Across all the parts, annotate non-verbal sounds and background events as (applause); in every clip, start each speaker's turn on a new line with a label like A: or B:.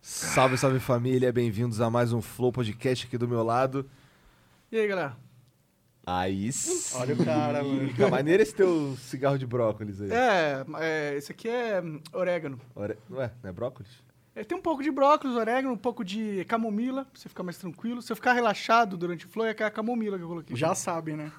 A: Salve, salve família, bem-vindos a mais um Flow Podcast aqui do meu lado.
B: E aí, galera?
A: Aí sim.
C: Olha o cara, mano.
A: Fica maneiro esse teu cigarro de brócolis aí.
B: É, é, esse aqui é hum, orégano.
A: Ora- Ué, não é brócolis?
B: É, tem um pouco de brócolis, orégano, um pouco de camomila, pra você ficar mais tranquilo. Se eu ficar relaxado durante o flow, é aquela camomila que eu coloquei.
C: Já sabem, né?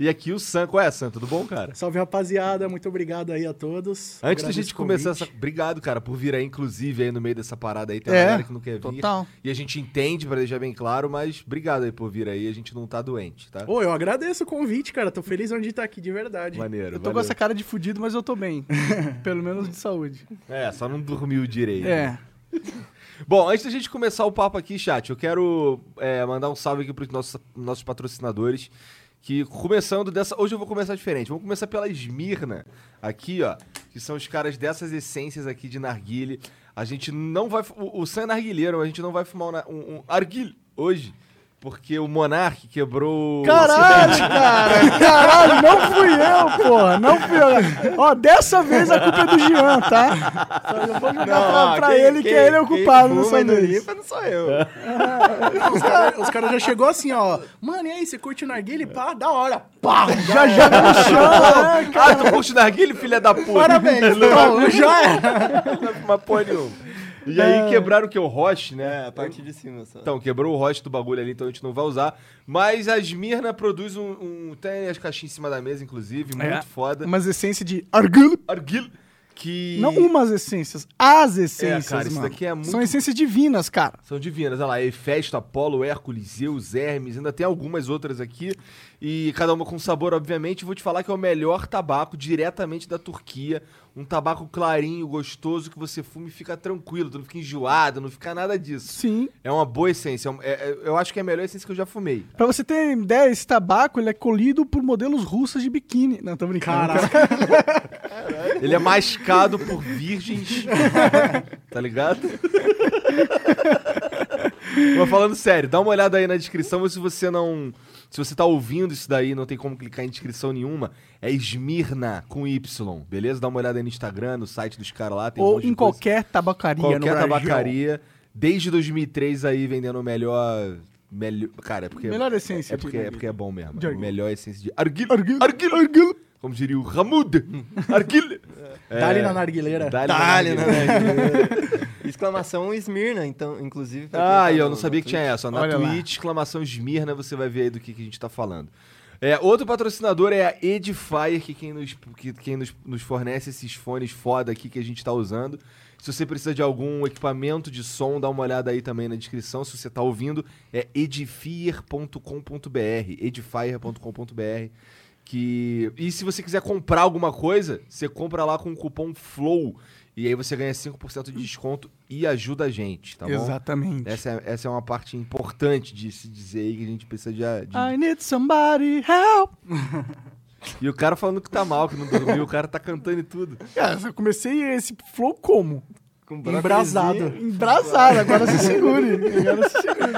A: E aqui o Sam, qual é, Sam? Tudo bom, cara?
C: Salve, rapaziada. Muito obrigado aí a todos.
A: Antes da
C: Agradeço
A: gente
C: o
A: começar
C: convite.
A: essa. Obrigado, cara, por vir aí, inclusive, aí no meio dessa parada aí. Tem uma
B: É,
A: galera que não quer vir.
B: total.
A: E a gente entende, pra deixar bem claro, mas obrigado aí por vir aí. A gente não tá doente, tá?
C: Ô, eu agradeço o convite, cara. Tô feliz onde tá aqui, de verdade.
A: Maneiro.
B: Eu tô com
A: valeu.
B: essa cara de fudido, mas eu tô bem. Pelo menos de saúde.
A: É, só não dormiu direito.
B: É.
A: Bom, antes da gente começar o papo aqui, chat, eu quero é, mandar um salve aqui para os nossos, nossos patrocinadores. Que começando dessa. Hoje eu vou começar diferente. Vamos começar pela Esmirna, aqui, ó. Que são os caras dessas essências aqui de narguile. A gente não vai. fu- O, o Sam é narguilheiro, a gente não vai fumar um, na- um, um arguile hoje. Porque o Monark quebrou.
B: Caralho,
A: tá-
B: cara! Caralho, não fui eu, porra! Não fui eu. Ó, dessa vez a culpa é do Jean, tá? Só eu vou jogar pra,
A: ó,
B: pra
A: quem-
B: ele, que
A: quem-
B: ele é o
A: quem
B: culpado
A: fuma
B: dessa
A: e não
B: vez.
A: limpa não sou eu.
C: Ah, Os caras cara já chegou assim, ó. Mano, e aí, você curte o narguile? Pá, da hora. Pá,
B: Já joga no chão, né?
A: Ah, tu curte narguile, filha da puta? (laughs)
C: parabéns. Então, já era.
A: Não (laughs)
B: é.
A: vai fumar porra nenhuma. E aí quebraram o que? O Roche, né?
D: É, a parte de cima só.
A: Então, quebrou o rosto do bagulho ali, então a gente não vai usar. Mas a Esmirna produz um, um- Tem as caixinhas em cima da mesa, inclusive, muito
B: É.
A: foda.
B: Umas essências de argila.
A: Arguil, que.
B: Não um umas essências, as essências,
A: É, cara, isso
B: mano.
A: daqui é muito-
B: São essências divinas, cara.
A: São divinas, olha lá, Hefesto, Apolo, Hércules, Zeus, Hermes, ainda tem algumas outras aqui. E cada uma com sabor, obviamente. Vou te falar que é o melhor tabaco diretamente da Turquia. Um tabaco clarinho, gostoso, que você fuma e fica tranquilo, tu não fica enjoado, não fica nada disso.
B: Sim.
A: É uma boa essência. é um- é- é- eu acho que é a melhor essência que eu já fumei.
B: Pra você ter ideia, esse tabaco ele é colhido por modelos russas de biquíni. Não, tô brincando.
C: Caraca,
A: Ele é mascado por virgens. (laughs) tá ligado? (laughs) Mas falando sério, dá uma olhada aí na descrição, mas se você não. Se você tá ouvindo isso daí, não tem como clicar em descrição nenhuma, é Esmirna com Y, beleza? Dá uma olhada aí no Instagram, no site dos caras lá, tem um
B: Ou
A: monte
B: em
A: de coisa.
B: qualquer tabacaria no
A: qualquer
B: Brasil.
A: tabacaria. Desde 2003 aí vendendo o melhor. Melhor. Cara, é porque.
B: Melhor essência
A: É
B: de
A: porque, é,
B: narguilé.
A: porque é bom mesmo.
B: De arguilé.
A: Melhor essência de. Arguil,
B: Arguilé.
A: arguil, Como diria o Ramud.
B: Hum.
A: Arguil.
C: tá ali na narguileira.
A: É. Dá-lhe na
D: Talho, né?
A: narguilé.
D: Exclamação Esmirna, então, inclusive. pra quem
A: Ah,
D: tá
A: e eu
D: no-
A: não sabia
D: no
A: que tinha essa. Na
B: Olha lá.
A: Twitch, exclamação Esmirna, você vai ver aí do que, que a gente tá falando. É, outro patrocinador é a Edifier, que quem, nos, que, quem nos, nos fornece esses fones foda aqui que a gente tá usando. Se você precisa de algum equipamento de som, dá uma olhada aí também na descrição. Se você tá ouvindo, é edifier.com.br, edifier.com.br. Que... E se você quiser comprar alguma coisa, você compra lá com o cupom FLOW. E aí você ganha 5% de desconto e ajuda a gente, tá bom?
B: Exatamente.
A: Essa é, essa é uma parte importante de se dizer aí que a gente precisa de. é de-
B: I need somebody help.
A: E o cara falando que tá mal, que não dormiu, o cara tá cantando e tudo.
B: Cara, eu comecei esse flow como?
D: Com
A: Um
C: Embrasado.
B: Embrasado, agora se segure. Agora se segure.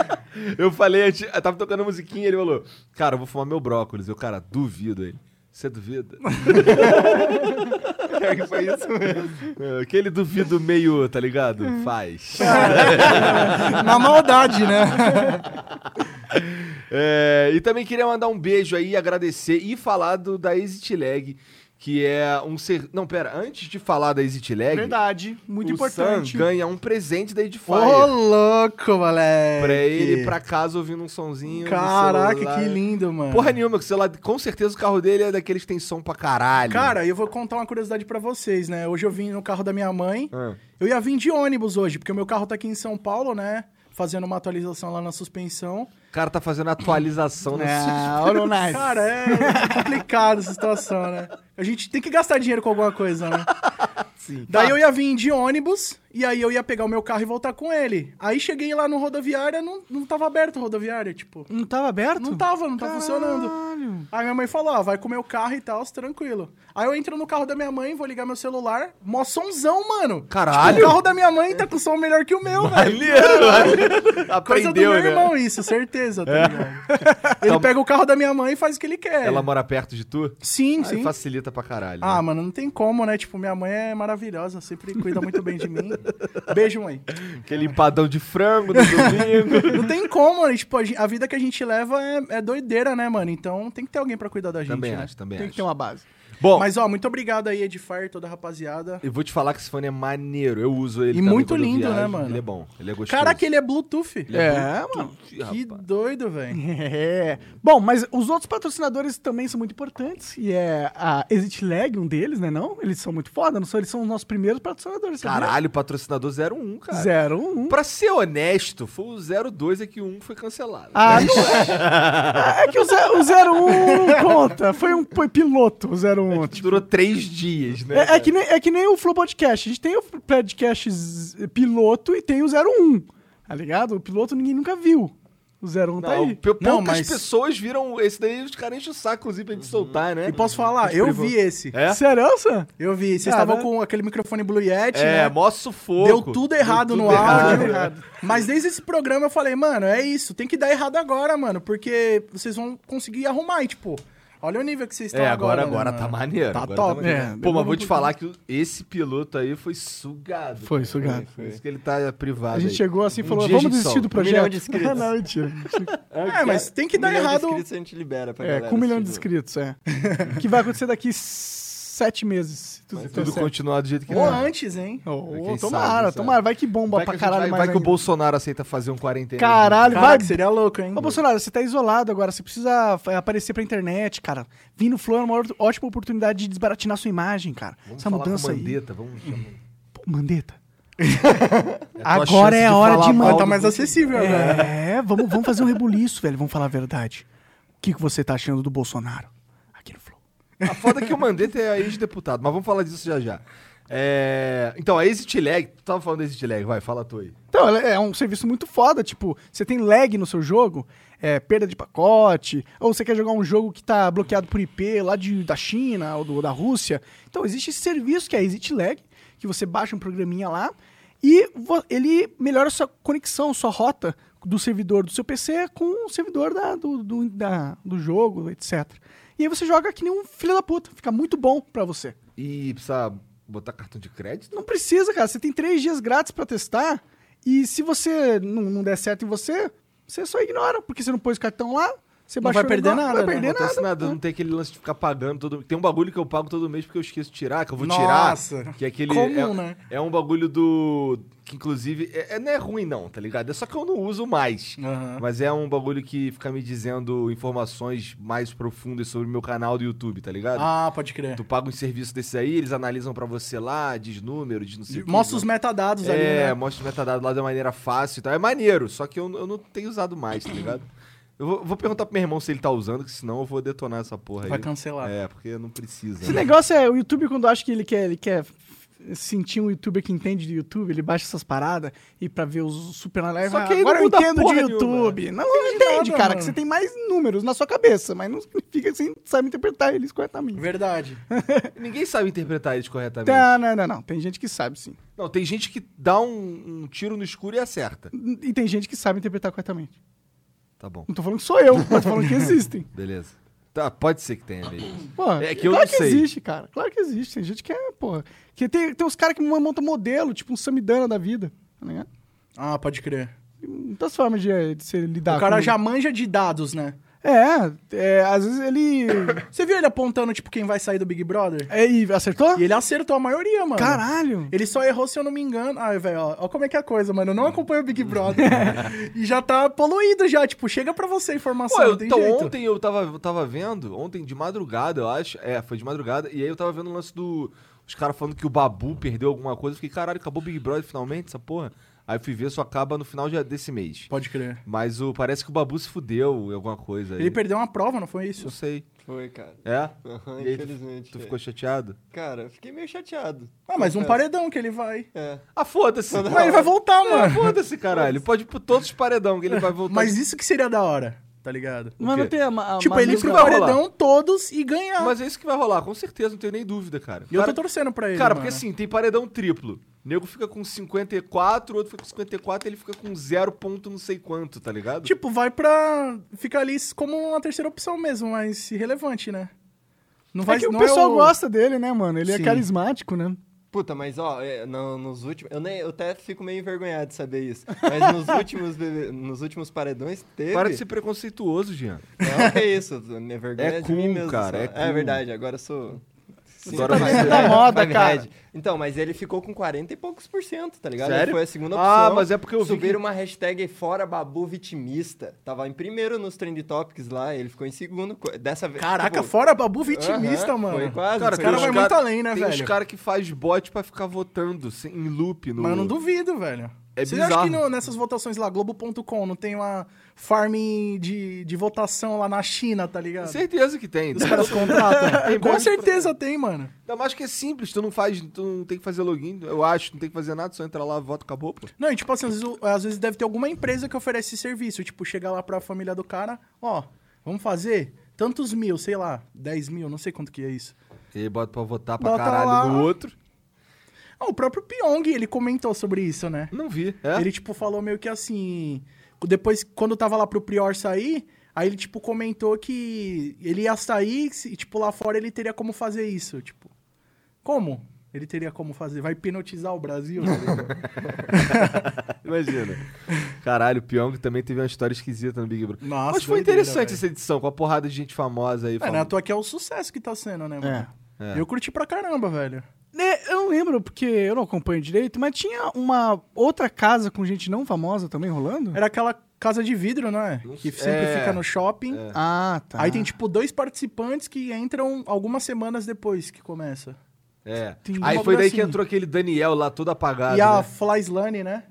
A: Eu falei, eu, ti- eu tava tocando musiquinha, ele falou, cara, eu vou fumar meu brócolis. Eu, cara, duvido ele. Você
D: (laughs)
A: duvida?
D: Pior que foi isso mesmo.
A: É, Aquele duvido meio, tá ligado?
D: (laughs)
A: Faz.
C: Na maldade, né?
A: É, e também queria mandar um beijo aí, agradecer e falar do, da Exit Lag, que é um ser. Não, pera, antes de falar da Exit Lag,
B: É Verdade, muito
A: o
B: importante.
A: Sam ganha um presente da Edifier.
C: Ô, louco, moleque.
A: Pra ele ir pra casa ouvindo um sonzinho. no
C: Caraca,
A: celular.
C: que lindo, mano.
A: Porra nenhuma, que o celular, com certeza o carro dele é daqueles que tem som pra caralho.
C: Cara, eu vou contar uma curiosidade pra vocês, né? Hoje eu vim no carro da minha mãe.
A: Ah,
C: Eu ia vir de ônibus hoje, porque o meu carro tá aqui em São Paulo, né? Fazendo uma atualização lá na suspensão.
A: o cara tá fazendo atualização no (laughs)
B: Ah,
C: (laughs)
B: olha o nice.
C: Cara, é complicado essa situação, né? A gente tem que gastar dinheiro com alguma coisa, né? Sim. Daí eu ia vir de ônibus, e aí eu ia pegar o meu carro e voltar com ele. Aí cheguei lá no rodoviária, não, não tava aberto o rodoviária, tipo.
B: Não tava aberto?
C: Não tava, não tá funcionando.
B: Caralho.
C: Aí minha mãe falou, ó, vai com o meu carro e tal, tranquilo. Aí eu entro no carro da minha mãe, vou ligar meu celular, mó somzão, mano.
A: Caralho.
C: Tipo, o carro da minha mãe tá com som melhor que o meu, velho.
A: Maneiro, maneiro.
C: Coisa
A: Aprendeu,
C: do meu
A: né? É.
C: irmão isso, certeza, tá ligado? Ele
A: Tá-
C: pega o carro da minha mãe e faz o que ele quer.
A: Ela mora perto de tu?
C: Sim,
A: Ah,
C: sim.
A: Facilita pra caralho.
C: Ah,
A: né?
C: mano, não tem como, né? Tipo, minha mãe é maravilhosa, sempre cuida muito bem de mim. Beijo, mãe.
A: né? Aquele empadão de frango
C: (laughs)
A: no domingo.
C: Não tem como, né? tipo, a gen- a vida que a gente leva é, é doideira, né, mano? Então tem que ter alguém pra cuidar da gente,
A: também
C: né?
A: acho, também
B: Tem que
A: acho.
B: ter uma base.
A: Bom,
C: Mas, ó, muito obrigado aí, Edfire, toda a rapaziada.
A: eu vou te falar que esse fone é maneiro. Eu uso ele
C: E
A: também
C: muito
A: quando eu
C: lindo, né,
A: viajo.
C: mano?
A: Ele é bom, ele é gostoso.
C: Caraca, ele é Bluetooth.
A: Ele é
B: É, mano. (laughs)
A: Bluetooth,
C: Que
A: rapaz. Hum.
C: doido, velho.
B: É. Bom, mas os outros patrocinadores também são muito importantes. E é a Exit Lag, um deles, né? Não? Eles são muito foda, não são? Eles são os nossos primeiros patrocinadores.
C: né?
B: sabia?
A: Caralho, patrocinador 01, cara.
B: Zero, um.
A: Pra ser honesto, foi o 02 é que o 1 foi cancelado.
B: Ah, não
A: (laughs)
B: é. É que o, ze- o 01 não conta. Foi um foi piloto, o 01. Tipo.
A: Durou três dias, né?
B: É, é que nem, é que nem o Flow Podcast. A gente tem o podcast z- piloto e tem o 01. Tá ligado? O piloto ninguém nunca viu. O 01 tá
A: Não,
B: aí.
A: pou-
C: Não,
A: poucas
C: mas-
A: pessoas viram esse daí, os caras enchem o saco, inclusive, pra gente soltar, né?
C: E posso falar, eu vi esse.
A: É? Ah,
B: Sério, Sam?
C: Eu vi. Vocês
B: Cara.
C: estavam com aquele microfone Blue Yeti,
A: É,
C: né?
A: mó sufoco.
C: Deu tudo errado
A: tudo
C: no áudio.
A: errado.
C: Mas desde esse programa eu falei, mano, é isso. Tem que dar errado agora, mano. Porque vocês vão conseguir arrumar. E, tipo, olha o nível que vocês estão
A: É, agora,
C: né,
A: agora
C: mano?
A: tá maneiro.
B: Tá
A: agora
B: top,
A: maneiro.
B: é,
A: Pô,
B: demorou
A: mas
B: um
A: vou te
B: pouquinho.
A: falar que esse piloto aí foi sugado.
B: Foi
A: cara.
B: sugado.
A: Por isso que ele tá privado.
B: A gente
A: aí.
B: chegou assim e
A: Um
B: falou:
A: dia a
B: vamos
A: gente
B: desistir do
A: solta.
D: Um milhão
B: projeto.
D: de inscritos.
B: Ah, (laughs) não, mentira.
C: É, mas tem que
D: Um
C: dar
D: milhão
C: errado.
D: De inscritos a gente libera pra
B: É,
D: galera. assim,
B: com um milhão de
D: assistir.
B: inscritos,
A: (laughs)
B: é. que vai acontecer daqui sete meses. se Tudo, der
A: Tudo
B: então certo.
A: continuar do jeito que
C: Ou
A: tá.
C: antes, hein?
B: Ô,
A: Quem sabe,
B: tomara,
A: quem sabe.
B: tomara. Vai que bomba
A: Vai que,
B: pra
A: a gente
B: caralho.
A: vai-
B: mais
A: vai que o
B: ainda.
A: Bolsonaro aceita fazer um quarentena.
B: Caralho, vai.
C: Caraca, seria louco, hein?
B: Ô, Bolsonaro, você tá isolado agora, você precisa f- aparecer pra internet, cara. Vir no Flow é uma or- ótima oportunidade de desbaratinar sua imagem, cara.
A: Vamos
B: Essa
A: falar
B: mudança
A: com o
B: aí.
A: Mandetta, vamos chamar.
B: Pô, Mandetta.
A: (laughs) É a tua
B: Agora é
A: chance
B: a hora
A: falar
B: de
A: mal
B: mandar.
C: tá mais acessível agora.
B: É, vamos, vamos fazer um rebuliço, velho. Vamos falar a verdade. O que, que você tá achando do Bolsonaro? Aqui no Flow.
A: A foda é que o Mandetta é ex-deputado, mas vamos falar disso já já. É, Então, a Exit Lag, tu tava falando da Exit Lag, vai, fala tu aí.
B: Então, ela- é um serviço muito foda, tipo, você tem lag no seu jogo, é, perda de pacote, ou você quer jogar um jogo que tá bloqueado por IP lá de, da China ou do- da Rússia. Então, existe esse serviço que é a Exit Lag, que você baixa um programinha lá e vo- ele melhora a sua conexão, sua rota do servidor do seu PC com o servidor da- do, do, da- do jogo, etc. E aí você joga que nem um filho da puta, fica muito bom pra você.
A: E precisa botar cartão de crédito?
B: Não precisa, cara. Você tem três dias grátis pra testar. E se você não, não der certo em você, você só ignora, porque você não pôs o cartão lá. Você
C: Não
B: baixou
C: vai
B: o
C: perder
B: negócio,
C: nada,
B: Não vai
C: né?
B: perder
A: Não acontece
B: nada.
A: nada, não tem aquele lance de ficar pagando todo Tem um bagulho que eu pago todo mês porque eu esqueço de tirar, que eu vou
C: Nossa.
A: tirar. Que é aquele.
C: Comum,
A: é,
C: né?
A: é um bagulho do. Que inclusive. É, é- não é ruim, não, tá ligado? É só que eu não uso mais.
C: Aham.
A: Mas é um bagulho que fica me dizendo informações mais profundas sobre o meu canal do YouTube, tá ligado?
C: Ah, pode crer.
A: Tu paga um serviço desse aí, eles analisam pra você lá, diz número, diz não sei o que.
C: Mostra os metadados ali,
A: né? É,
C: né?
A: mostra os metadados lá de uma maneira fácil e tal. É maneiro, só que eu, eu não tenho usado mais, tá ligado? Eu vou, vou perguntar pro meu irmão se ele tá usando, que senão eu vou detonar essa porra
C: Vai
A: aí.
C: cancelar.
A: É, porque não precisa.
B: Esse
A: né?
B: negócio é o YouTube, quando acha que ele quer, ele quer sentir um youtuber que entende do YouTube, ele baixa essas paradas e pra ver os super analistas.
A: Só que aí
B: agora
A: não
B: eu
A: muda
B: entendo de
A: porra nenhuma.
B: YouTube. Não, não
C: Entende
B: entende,
C: nada,
B: cara,
C: mano.
B: que você tem mais números na sua cabeça, mas não (laughs) significa que você sabe interpretar eles corretamente.
C: Verdade.
A: Ninguém sabe interpretar isso corretamente.
B: Não, não, não, não. Tem gente que sabe, sim.
A: Tá. Não, tem gente que dá um, um tiro no escuro e acerta.
B: E tem gente que sabe interpretar corretamente.
A: Tá bom,
B: Não tô falando que sou eu, mas tô falando que existem.
A: beleza. Tá, pode ser que tenha mesmo.
B: Pô,
A: É que eu
B: claro
A: não
B: que
A: sei.
B: existe, cara. Claro que existe. Tem gente que é, porra. Que tem, tem uns caras que montam modelo, tipo um Samidana da vida. Tá ligado?
C: Ah, pode crer.
B: Tem Muitas formas de, de se
A: Tá,
B: lidar
C: o cara
B: com-
C: já manja de dados, né?
B: É, é, às vezes ele.
C: Você viu ele apontando, tipo, quem vai sair do Big Brother?
B: é, e acertou?
C: E ele acertou a maioria, mano.
B: Caralho!
C: Ele só errou, se eu não me engano. Ai, velho, ó, ó como é que é a coisa, mano. Eu não acompanho o Big Brother.
A: (laughs)
C: e já tá poluído já, tipo, chega pra você a informação,
A: Pô, eu-
C: não tem
A: então
C: jeito.
A: ontem eu tava, eu tava vendo, ontem de madrugada, eu acho. É, foi de madrugada, e aí eu tava vendo o lance do. Os caras falando que o Babu perdeu alguma coisa. Eu fiquei, caralho, acabou o Big Brother finalmente, essa porra. Aí eu fui ver, só acaba no final de- desse mês.
C: Pode crer.
A: Mas o, parece que o Babu se fudeu em alguma coisa aí.
C: Ele perdeu uma prova, não foi isso?
A: Não sei.
D: Foi, cara.
A: É?
D: Aham,
A: E aí, tu-
D: infelizmente.
A: Tu
D: é.
A: ficou chateado?
D: Cara, eu fiquei meio chateado.
C: Ah, mas um
A: É.
D: confesso.
C: paredão que ele vai.
D: É.
A: Ah, foda-se.
C: Mas ele vai voltar,
A: Ah,
C: mano.
A: foda-se, caralho. Pode ir por todos os paredão que ele vai voltar.
C: Mas isso que seria da hora, tá ligado?
B: Mas
A: quê?
B: não tem a. ma- a
C: tipo,
B: ma-
C: ele ir
A: isso
C: pro
A: vai rolar.
C: paredão todos e ganhar.
A: Mas é isso que vai rolar, com certeza, não tenho nem dúvida, cara.
C: E eu
A: Cara-
C: tô torcendo pra ele.
A: Cara,
C: mano.
A: porque assim, tem paredão triplo. O nego fica com 54, o outro fica com 54, ele fica com 0 ponto não sei quanto, tá ligado?
C: Tipo, vai pra. Fica ali como uma terceira opção mesmo, mas irrelevante, né? Não
B: É que o pessoal
C: é o-
B: gosta dele, né, mano? Ele é
C: Sim.
B: carismático, né?
D: Puta, mas ó, é, no- nos últimos. Eu, nem, eu até fico meio envergonhado de saber isso. Mas
A: (laughs)
D: nos últimos, bebê- nos últimos paredões teve.
A: Para de ser preconceituoso, Jean.
D: Não, que isso. Minha vergonha
A: É
D: é, de mim
A: cool,
D: mesmo.
A: cara,
D: só.
A: é cool.
D: verdade, agora eu sou. Sim,
A: Agora
D: mas-
A: você- é
B: Da moda,
D: mas
B: cara.
D: verdade. Então, mas ele ficou com 40 e poucos por cento, tá ligado?
A: Sério?
D: Foi a segunda opção.
A: Ah, mas é porque eu vi
D: Subiram
A: que-
D: uma hashtag fora babu vitimista. Tava em primeiro nos trend topics lá, ele ficou em segundo. co- Dessa vez.
C: Caraca,
D: tipo,
C: fora Babu vitimista,
D: aham,
C: mano.
D: Foi quase.
A: Cara,
D: foi
A: tem
C: cara
A: uns
D: quase.
C: vai muito além, né,
A: tem
C: velho?
A: uns caras que faz bot pra ficar votando sem- em loop no.
C: Mas eu não duvido, velho.
A: É
C: Você
A: bizarro.
C: acha que no- nessas votações lá, Globo.com, não tem uma farm de, de votação lá na China, tá ligado?
A: Certeza que tem.
C: Os caras contratam.
A: Tem
C: Com
A: bot pra-
C: certeza tem, mano.
A: (laughs) Ainda mais que é simples, tu não faz, tu não tem que fazer login, eu acho, não tem que fazer nada, só entra lá, vota, acabou, pô.
C: Não, e tipo assim, às vezes, o- às vezes deve ter alguma empresa que oferece esse serviço. Tipo, chega lá pra família do cara, ó, vamos fazer tantos mil, sei lá, 10 mil, não sei quanto que é isso.
A: E aí bota pra votar pra
C: Bota
A: caralho
C: lá.
A: no outro.
C: Ah, o próprio Pyong, ele comentou sobre isso, né?
A: Não vi, é?
C: Ele, tipo, falou meio que assim. Depois, quando tava lá pro Prior sair, aí ele, tipo, comentou que ele ia sair e, tipo, lá fora ele teria como fazer isso. Tipo, como? Ele teria como fazer? Vai hipnotizar
A: (laughs)
C: o Brasil?
A: Imagina. Caralho, o Pyong também teve uma história esquisita no Big Brother.
C: Nossa,
A: Mas foi
C: doideira,
A: interessante
C: velho.
A: essa edição, com a porrada de gente famosa aí.
C: Mano, à
A: falando.
C: toa que é o sucesso que tá sendo, né, mano?
A: É.
C: Eu curti pra caramba, velho.
B: Né, eu não lembro, porque eu não acompanho direito, mas tinha uma outra casa com gente não famosa também rolando?
C: Era aquela casa de vidro, não é?
A: Não
C: Que
A: sei.
C: sempre
A: É.
C: fica no shopping.
B: Ah, tá.
C: Aí tem, tipo, dois participantes que entram algumas semanas depois que começa.
A: É.
B: Tem
A: Aí
B: uma
A: foi daí que
B: gracinha.
A: entrou aquele Daniel lá todo apagado.
C: assim. e a (laughs)
A: né?
C: Flyslane, né?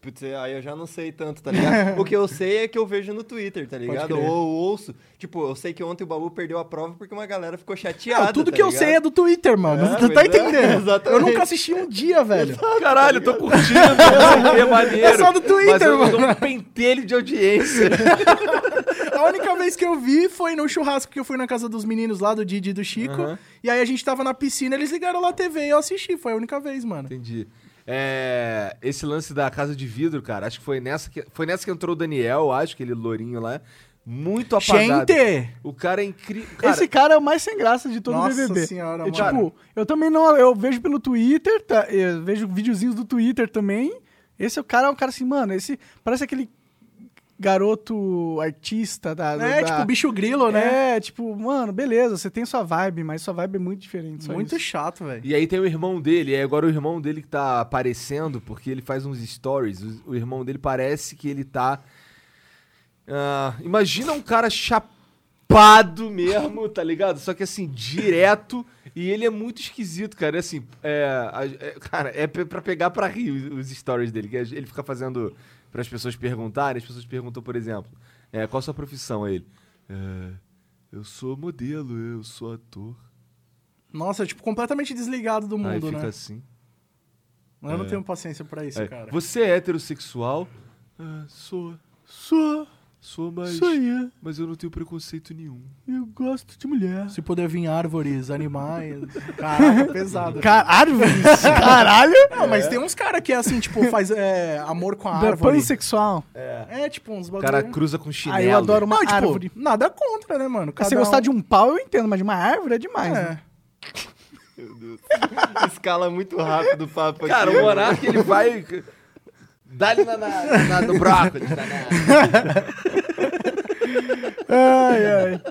D: Putz, é, aí eu já não sei tanto,
C: (laughs)
D: tá ligado? o que eu sei é que eu vejo no Twitter, tá ligado? Ou
C: crer.
D: eu ouço. Tipo, eu sei que ontem o Babu perdeu a prova porque uma galera ficou chateada.
C: Não, tudo
D: tá
C: que eu
D: ligado? (laughs)
C: sei é do Twitter, mano. Você
D: É,
C: (laughs)
D: pois
C: tá
D: é,
C: entendendo? eu
D: exatamente.
C: nunca assisti um dia, velho.
A: Caralho, eu tô
C: (laughs)
A: curtindo, não sei o que, maneiro.
C: É só do Twitter,
A: mas eu
C: mano.
A: sou um pentelho de audiência. (laughs)
C: A única vez que eu vi foi no churrasco que eu fui na casa dos meninos lá, do Didi e do Chico.
A: Aham.
C: E aí a gente tava na piscina, eles ligaram lá a TV e eu assisti. Foi a única vez, mano.
A: Entendi. É, esse lance da casa de vidro, cara, acho que foi nessa que, foi nessa que entrou o Daniel, acho, aquele lourinho lá. Muito apagado.
C: Gente!
A: O cara é incrível.
B: Esse cara é o mais sem graça de todo o
C: Nossa
B: BBB.
C: senhora,
B: eu,
C: mano.
B: tipo, eu também não, eu vejo pelo Twitter, tá, eu vejo videozinhos do Twitter também. Esse é o cara, é um cara assim, mano, esse parece aquele garoto artista da, da-
C: É, tipo, bicho grilo, né?
B: É, tipo, mano, beleza, você tem sua vibe, mas sua vibe é muito diferente. só
C: Muito
B: isso.
C: chato, velho.
A: E aí tem o irmão dele, é agora o irmão dele que tá aparecendo, porque ele faz uns stories. O, o irmão dele parece que ele tá. ah, imagina um cara chapado mesmo, tá ligado? Só que assim, direto. E ele é muito esquisito, cara. É Assim, é, a- é- cara, é pe- pra pegar pra rir os, os stories dele. que Ele fica fazendo para as pessoas perguntarem. As pessoas perguntam, por exemplo, é, qual a sua profissão? Aí ele. "É, eu sou modelo, eu sou ator.
C: Nossa, tipo, completamente desligado do
A: aí
C: mundo,
A: fica
C: né?
A: assim.
C: Eu não tenho paciência pra isso,
A: É,
C: cara.
A: Você é heterossexual? Ah, sou.
B: Sua,
A: Sou, mas.
B: sua aí,
A: Mas eu não tenho preconceito nenhum.
B: eu gosto de mulher.
C: Se puder vir árvores, animais. Caraca, pesado.
B: Cara,
C: (laughs)
B: árvores? Caralho!
C: Não, mas tem uns caras que é assim, tipo, faz é, amor com a
B: Da
C: árvore.
B: pansexual.
C: É, tipo, uns
A: O
C: bagulho.
A: cara cruza com chinelo.
B: Aí eu adoro uma
C: Não, tipo,
B: árvore.
C: nada contra, né, mano?
B: Se você gostar de um pau, eu entendo, mas de uma árvore é demais. né?
C: É.
D: Escala muito rápido o
A: (laughs)
D: papo
A: Cara,
D: aqui.
A: o Monark ele
B: (laughs)
A: vai. Dá-lhe na, na- na- no brócolis. tá na-
B: Ai, ai.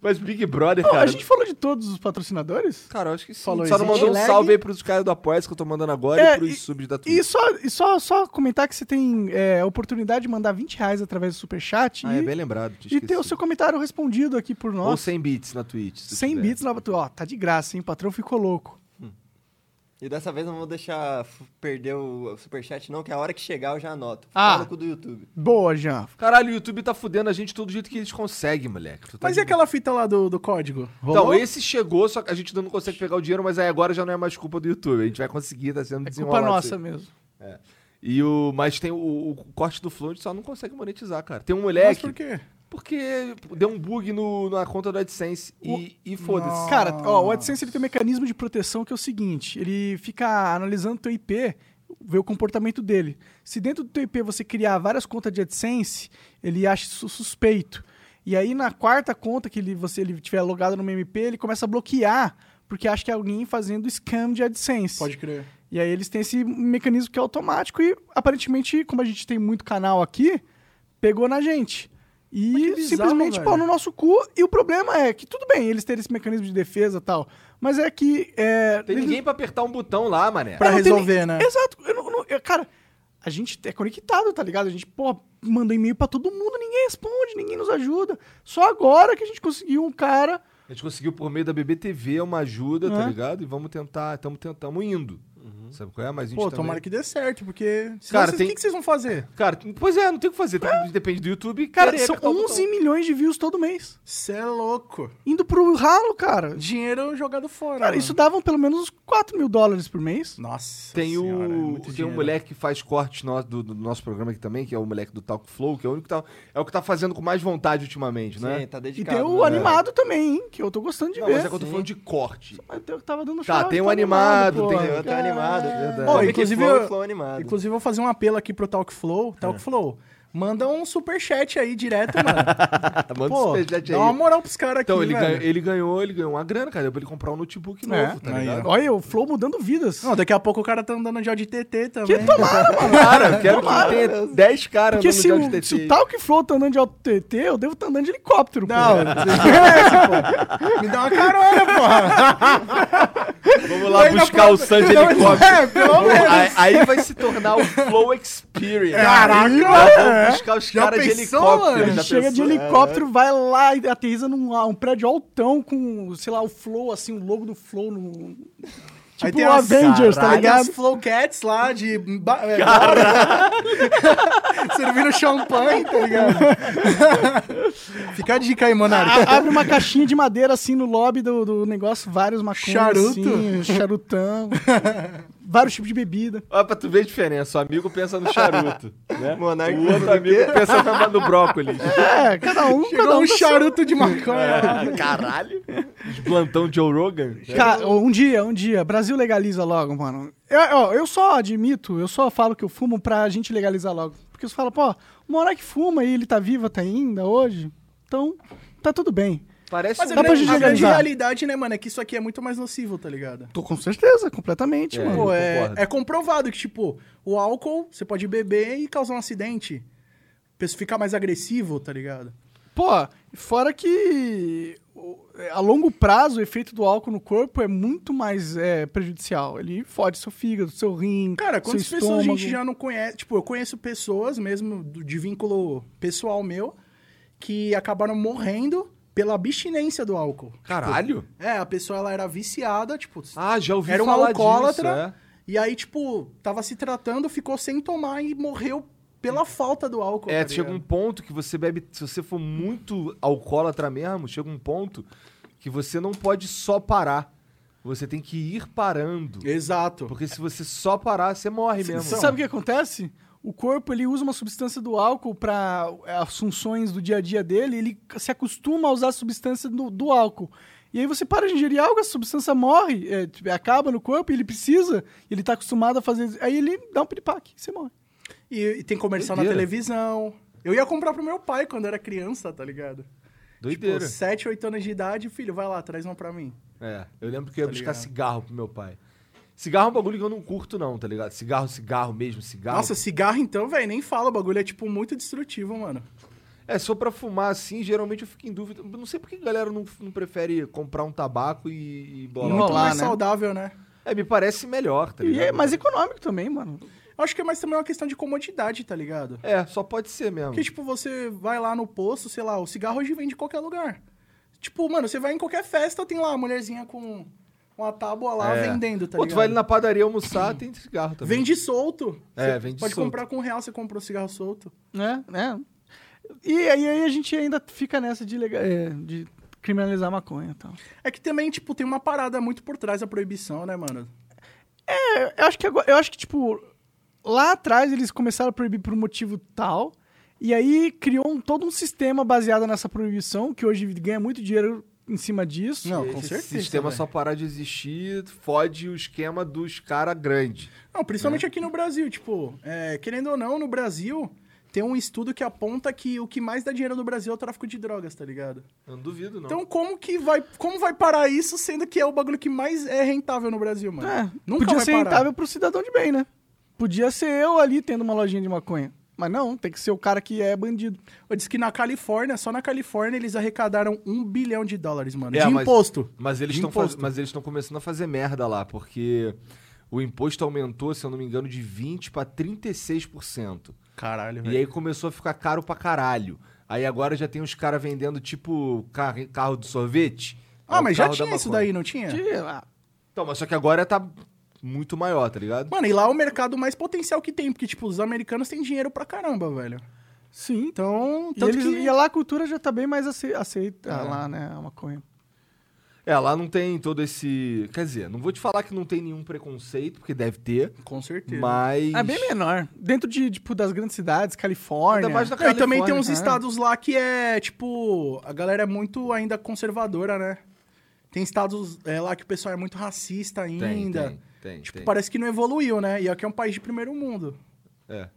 A: Mas Big Brother,
B: Pô,
A: cara.
B: a gente falou de todos os patrocinadores?
A: Cara, eu acho que sim.
C: Falou
A: Só não
C: isso.
A: mandou um
C: Lag.
A: salve aí pros caras do Apoia que eu tô mandando agora
B: É,
A: e pros
B: e-
A: subs da Twitch.
B: E só, e só, só comentar que você tem é, a oportunidade de mandar 20 reais através do superchat
A: Ah,
B: e,
A: é bem lembrado. te
B: e ter o
A: esqueci.
B: seu comentário respondido aqui por
A: Ou
B: nós.
A: 100 bits na Twitch. se
B: 100
A: tiver.
B: bits na Ó, tá de graça, hein? O patrão ficou louco.
D: E dessa vez eu não vou deixar f- perder o superchat, não, que a hora que chegar eu já anoto.
B: Ah.
D: Fala com o do YouTube.
B: Boa, Jean.
A: Caralho, o YouTube tá fudendo a gente todo jeito que eles conseguem, moleque. Tu tá
C: Mas
A: de-
C: é e aquela fita lá do, do código?
A: Então,
C: Rolou?
A: esse chegou, só que a gente ainda não consegue pegar o dinheiro, mas aí agora já não é mais culpa do YouTube. A gente vai conseguir, tá sendo
B: É culpa
A: desenrolado
B: nossa
C: né?
A: isso aí.
B: mesmo.
A: E o, mas tem o, o corte do Flow, a gente só não consegue monetizar, cara. Tem um
C: Mas
A: moleque,
C: por quê?
A: porque deu um bug no, na conta do AdSense e, e foda-se.
B: Cara, ó, o AdSense ele tem um mecanismo de proteção que é o seguinte: ele fica analisando teu IP, vê o comportamento dele. Se dentro do teu IP você criar várias contas de AdSense, ele acha isso suspeito. E aí na quarta conta que ele, você ele tiver logado no MMP, ele começa a bloquear. porque acha que é alguém fazendo scam de AdSense.
C: Pode crer.
B: E aí eles têm esse mecanismo que é automático e aparentemente, como a gente tem muito canal aqui, pegou na gente. E
C: Mas que bizarro,
B: simplesmente
C: velho.
B: pau no nosso cu. E o problema é que tudo bem eles terem esse mecanismo de defesa e tal. Mas é que. É,
A: Tem
B: eles-
A: ninguém pra apertar um botão lá, mané.
C: Pra
B: É, não tem
C: resolver, né?
B: Exato. Eu não- não- eu- cara, a gente é conectado, tá ligado? A gente, pô, manda e-mail pra todo mundo, ninguém responde, ninguém nos ajuda. Só agora que a gente conseguiu um cara.
A: A gente conseguiu por meio da BBTV uma ajuda, tá
B: É.
A: ligado? E vamos tentar, estamos tentando indo. Sabe qual é? Mas a gente
C: Uhum. Pô,
A: também-
C: tomara que dê certo, porque. senão
A: Cara,
C: vocês-
A: tem-
C: O que, que vocês vão fazer?
A: Cara, pois é, não tem o que fazer. tem- Depende do YouTube.
B: Cara,
A: querer
B: são
C: tá
A: apertar o botão.
B: 11 milhões de views todo mês.
C: Você é louco.
B: Indo pro ralo, cara.
C: Dinheiro jogado fora.
B: Cara,
C: mano.
B: isso davam pelo menos uns 4 mil dólares por mês.
C: Nossa.
A: Tem,
C: senhora, é
A: o,
C: muito
A: tem um
C: dinheiro.
A: moleque que faz cortes no- do, do nosso programa aqui também, que é o moleque do Talk Flow, que é o único que tá, é o que tá fazendo com mais vontade ultimamente,
D: Sim,
A: né?
D: tá
B: E
D: dedicado.
B: tem o
D: né?
B: animado também, hein? Que eu tô gostando de
A: Não,
B: ver.
A: mas é que eu tô falando de corte.
B: Mas eu tava dando
A: Tá,
B: chave,
A: tem o
B: tô
A: animado,
B: pô.
A: tem
D: Tem outro animado.
A: Verdade.
C: Ó,
D: Ó,
C: É inclusive
D: inclusive flow,
C: eu-
D: flow animado.
C: Inclusive, eu vou fazer um apelo aqui pro Talk Flow.
A: É.
C: Talk Flow, manda um superchat aí direto, mano.
A: (laughs) Manda
C: Pô,
A: esse superchat
C: dá uma moral pros caras aqui.
A: Então, ele,
C: velho.
A: ganhou, ele ganhou, ele ganhou uma grana, cara. Deu pra ele comprar um notebook novo,
B: É,
A: tá
C: aí,
A: ligado?
B: Olha, o Flow mudando vidas.
C: Não, daqui a pouco o cara tá andando de ódio de TT também.
B: que tomara, mano.
A: Cara, eu quero que tenha 10 caras
B: Porque
A: no
B: se
A: Mundial de
B: o,
A: TT.
B: se o Talk Flow tá andando de alto TT, eu devo estar andando de helicóptero, pô.
C: Não, esquece, pô. Me dá uma carona, porra.
A: Vamos lá
C: Mas na
A: buscar o
C: próxima-
A: Sandy
C: Não,
A: helicóptero.
C: (laughs) É, pelo menos.
A: Aí- Aí vai se tornar o Flow Experience.
C: Caraca,
A: Aí nós Vamos buscar os caras de
C: né? pensou,
A: helicóptero.
C: mano?
A: já
B: Chega de
A: pensou? né?
B: helicóptero, vai lá e aterriza num um prédio altão com, sei lá, o Flow, assim, o logo do Flow no. Tipo o
C: as-
B: Avengers, tá
C: caralho,
B: ligado?
C: as Flowcats lá de. ba- é, bar- (laughs) Servindo champanhe, tá (laughs) ligado? Fica a dica aí, Monarca.
B: A- abre uma caixinha de madeira assim no lobby do, do negócio, vários maconhas.
C: Charuto?
B: Assim, charutão. vários tipos de bebida.
A: Olha pra tu ver a diferença. O amigo pensa no
C: (laughs)
A: charuto. né?
D: (laughs) Monarca
A: O outro
D: pensa no
A: amigo
D: quê?
A: pensa na- no brócolis.
B: É, cada um. cada
C: Chegou um
B: tá
C: charuto de maconha.
A: Caralho. Desplantão Joe Rogan.
B: Cara, um dia, um dia. Brasil legaliza logo, mano. Eu, ó, eu só admito, eu só falo que eu fumo pra gente legalizar logo. Porque você fala, pô, o Monark fuma e ele tá vivo até ainda hoje. Então, tá tudo bem.
A: Parece
C: Mas
A: um-
C: a
B: Dá pra
C: grande,
B: gente
C: a grande
B: legalizar.
C: realidade, né, mano, é que isso aqui é muito mais nocivo, tá ligado?
B: Tô com certeza, completamente,
A: É.
B: mano.
C: Pô,
A: eu
C: é,
A: concordo.
C: é comprovado que, tipo, o álcool, você pode beber e causar um acidente. A pessoa fica mais agressivo, tá ligado?
B: Pô, fora que o- a longo prazo o efeito do álcool no corpo é muito mais é, prejudicial. Ele fode seu fígado, seu rim,
C: Cara, quantas
B: seu
C: pessoas a gente
B: estômago.
C: já não conhece? Tipo, eu conheço pessoas mesmo do- de vínculo pessoal meu que acabaram morrendo pela abstinência do álcool.
A: Caralho.
C: É, a pessoa ela era viciada, tipo,
A: Ah, já ouvi
C: Era um
A: falar
C: alcoólatra.
A: disso. é.
C: e aí, tipo, tava se tratando, ficou sem tomar e morreu pela falta do álcool.
A: É,
C: tá
A: chega um
C: ligado?
A: ponto que você bebe. Se você for muito alcoólatra mesmo, chega um ponto que você não pode só parar. Você tem que ir parando.
C: Exato.
A: Porque se você só parar, você morre mesmo.
B: Você sabe o que acontece? O corpo ele usa uma substância do álcool para as funções do dia a dia dele, ele se acostuma a usar a substância do, do álcool. E aí você para de ingerir algo, a substância morre, é, tipo, acaba no corpo, ele precisa, ele tá acostumado a fazer. Aí ele dá um piripaque, você morre.
C: E, e tem comercial na
A: Doideira.
C: televisão. Eu ia comprar pro meu pai quando era criança, tá ligado?
A: Doideira.
C: Tipo, 7, 8 anos de idade, filho, vai lá, traz uma pra mim.
A: É, eu lembro que eu ia
C: Tá
A: buscar
C: ligado.
A: cigarro pro meu pai. Cigarro é um bagulho que eu não curto, não, tá ligado? Cigarro, cigarro mesmo, cigarro.
C: Nossa, cigarro então, velho, nem fala. O bagulho é, tipo, muito destrutivo, mano.
A: É, só pra fumar assim, geralmente eu fico em dúvida. Não sei por que a galera não, não prefere comprar um tabaco e, e bolar.
C: muito
B: Enrolar,
C: mais
B: né?
C: saudável, né?
A: É, me parece melhor, tá
B: E
A: ligado?
B: é mais econômico também, mano.
C: Eu acho que é mais também uma questão de comodidade, tá ligado?
A: É, só pode ser mesmo.
C: Porque, tipo, você vai lá no posto, sei lá, o cigarro hoje vem de qualquer lugar. Tipo, mano, você vai em qualquer festa, tem lá a mulherzinha com uma tábua lá
A: É.
C: vendendo, tá
A: Pô, tu
C: ligado?
A: vai ali na padaria almoçar, tem cigarro também.
C: Vende solto.
A: É,
C: Você
A: vende
C: Pode
A: solto.
C: comprar com um real, você compra um cigarro solto.
B: né? né? E aí, aí a gente ainda fica nessa de, lega- é, de criminalizar a maconha e tal.
C: É que também, tipo, tem uma parada muito por trás da proibição, né, mano?
B: É, eu acho que agora- eu acho que tipo lá atrás eles começaram a proibir por um motivo tal e aí criou um- todo um sistema baseado nessa proibição que hoje ganha muito dinheiro em cima disso.
C: Não, com
A: Esse
C: certeza,
A: sistema
C: velho.
A: só parar de existir, fode o esquema dos cara grande. né?
C: Não, principalmente aqui no Brasil, tipo, é, querendo ou não, no Brasil tem um estudo que aponta que o que mais dá dinheiro no Brasil é o tráfico de drogas, tá ligado?
A: Eu não duvido, não.
C: Então como que vai, como vai parar isso, sendo que é o bagulho que mais é rentável no Brasil, mano?
B: É,
C: Nunca
B: podia
C: vai
B: ser
C: parar.
B: rentável pro cidadão de bem, né? Podia ser eu ali tendo uma lojinha de maconha. Mas não, tem que ser o cara que é bandido.
C: Eu disse que na Califórnia, só na Califórnia, eles arrecadaram um bilhão de dólares, mano.
A: É,
C: de
A: mas-
C: imposto.
A: Mas eles
C: De
A: estão
C: imposto.
A: mas eles estão começando a fazer merda lá, porque o imposto aumentou, se eu não me engano, de 20 para 36%.
C: Caralho,
A: E aí começou a ficar caro pra caralho. Aí agora já tem uns caras vendendo tipo carro, carro de sorvete. É
C: Ah,
A: o
C: mas já
A: carro da
C: tinha isso
A: maconha.
C: daí, não tinha?
B: Que, ah,
A: Então, mas só que agora tá muito maior, tá ligado?
C: Mano, e lá é o mercado mais potencial que tem, porque, tipo, os americanos têm dinheiro pra caramba, velho.
B: sim.
C: Então,
B: E,
C: tanto
B: eles-
C: que...
B: e lá a cultura já tá bem mais ace- aceita
C: É.
B: lá, né? A maconha.
A: É, lá não tem todo esse. Quer dizer, não vou te falar que não tem nenhum preconceito, porque deve ter,
C: Com certeza.
A: mas.
C: Ah,
B: É bem menor. Dentro de, tipo, das grandes cidades, Califórnia.
A: Ainda mais na
C: Não, e também tem
A: Califórnia,
C: uns
A: né?
C: estados lá que é, tipo, a galera é muito ainda conservadora, né? Tem estados é, lá que o pessoal é muito racista ainda.
A: Tem, tem, tem,
C: tipo,
A: tem.
C: parece que não evoluiu, né? E aqui é um país de primeiro mundo.
A: É.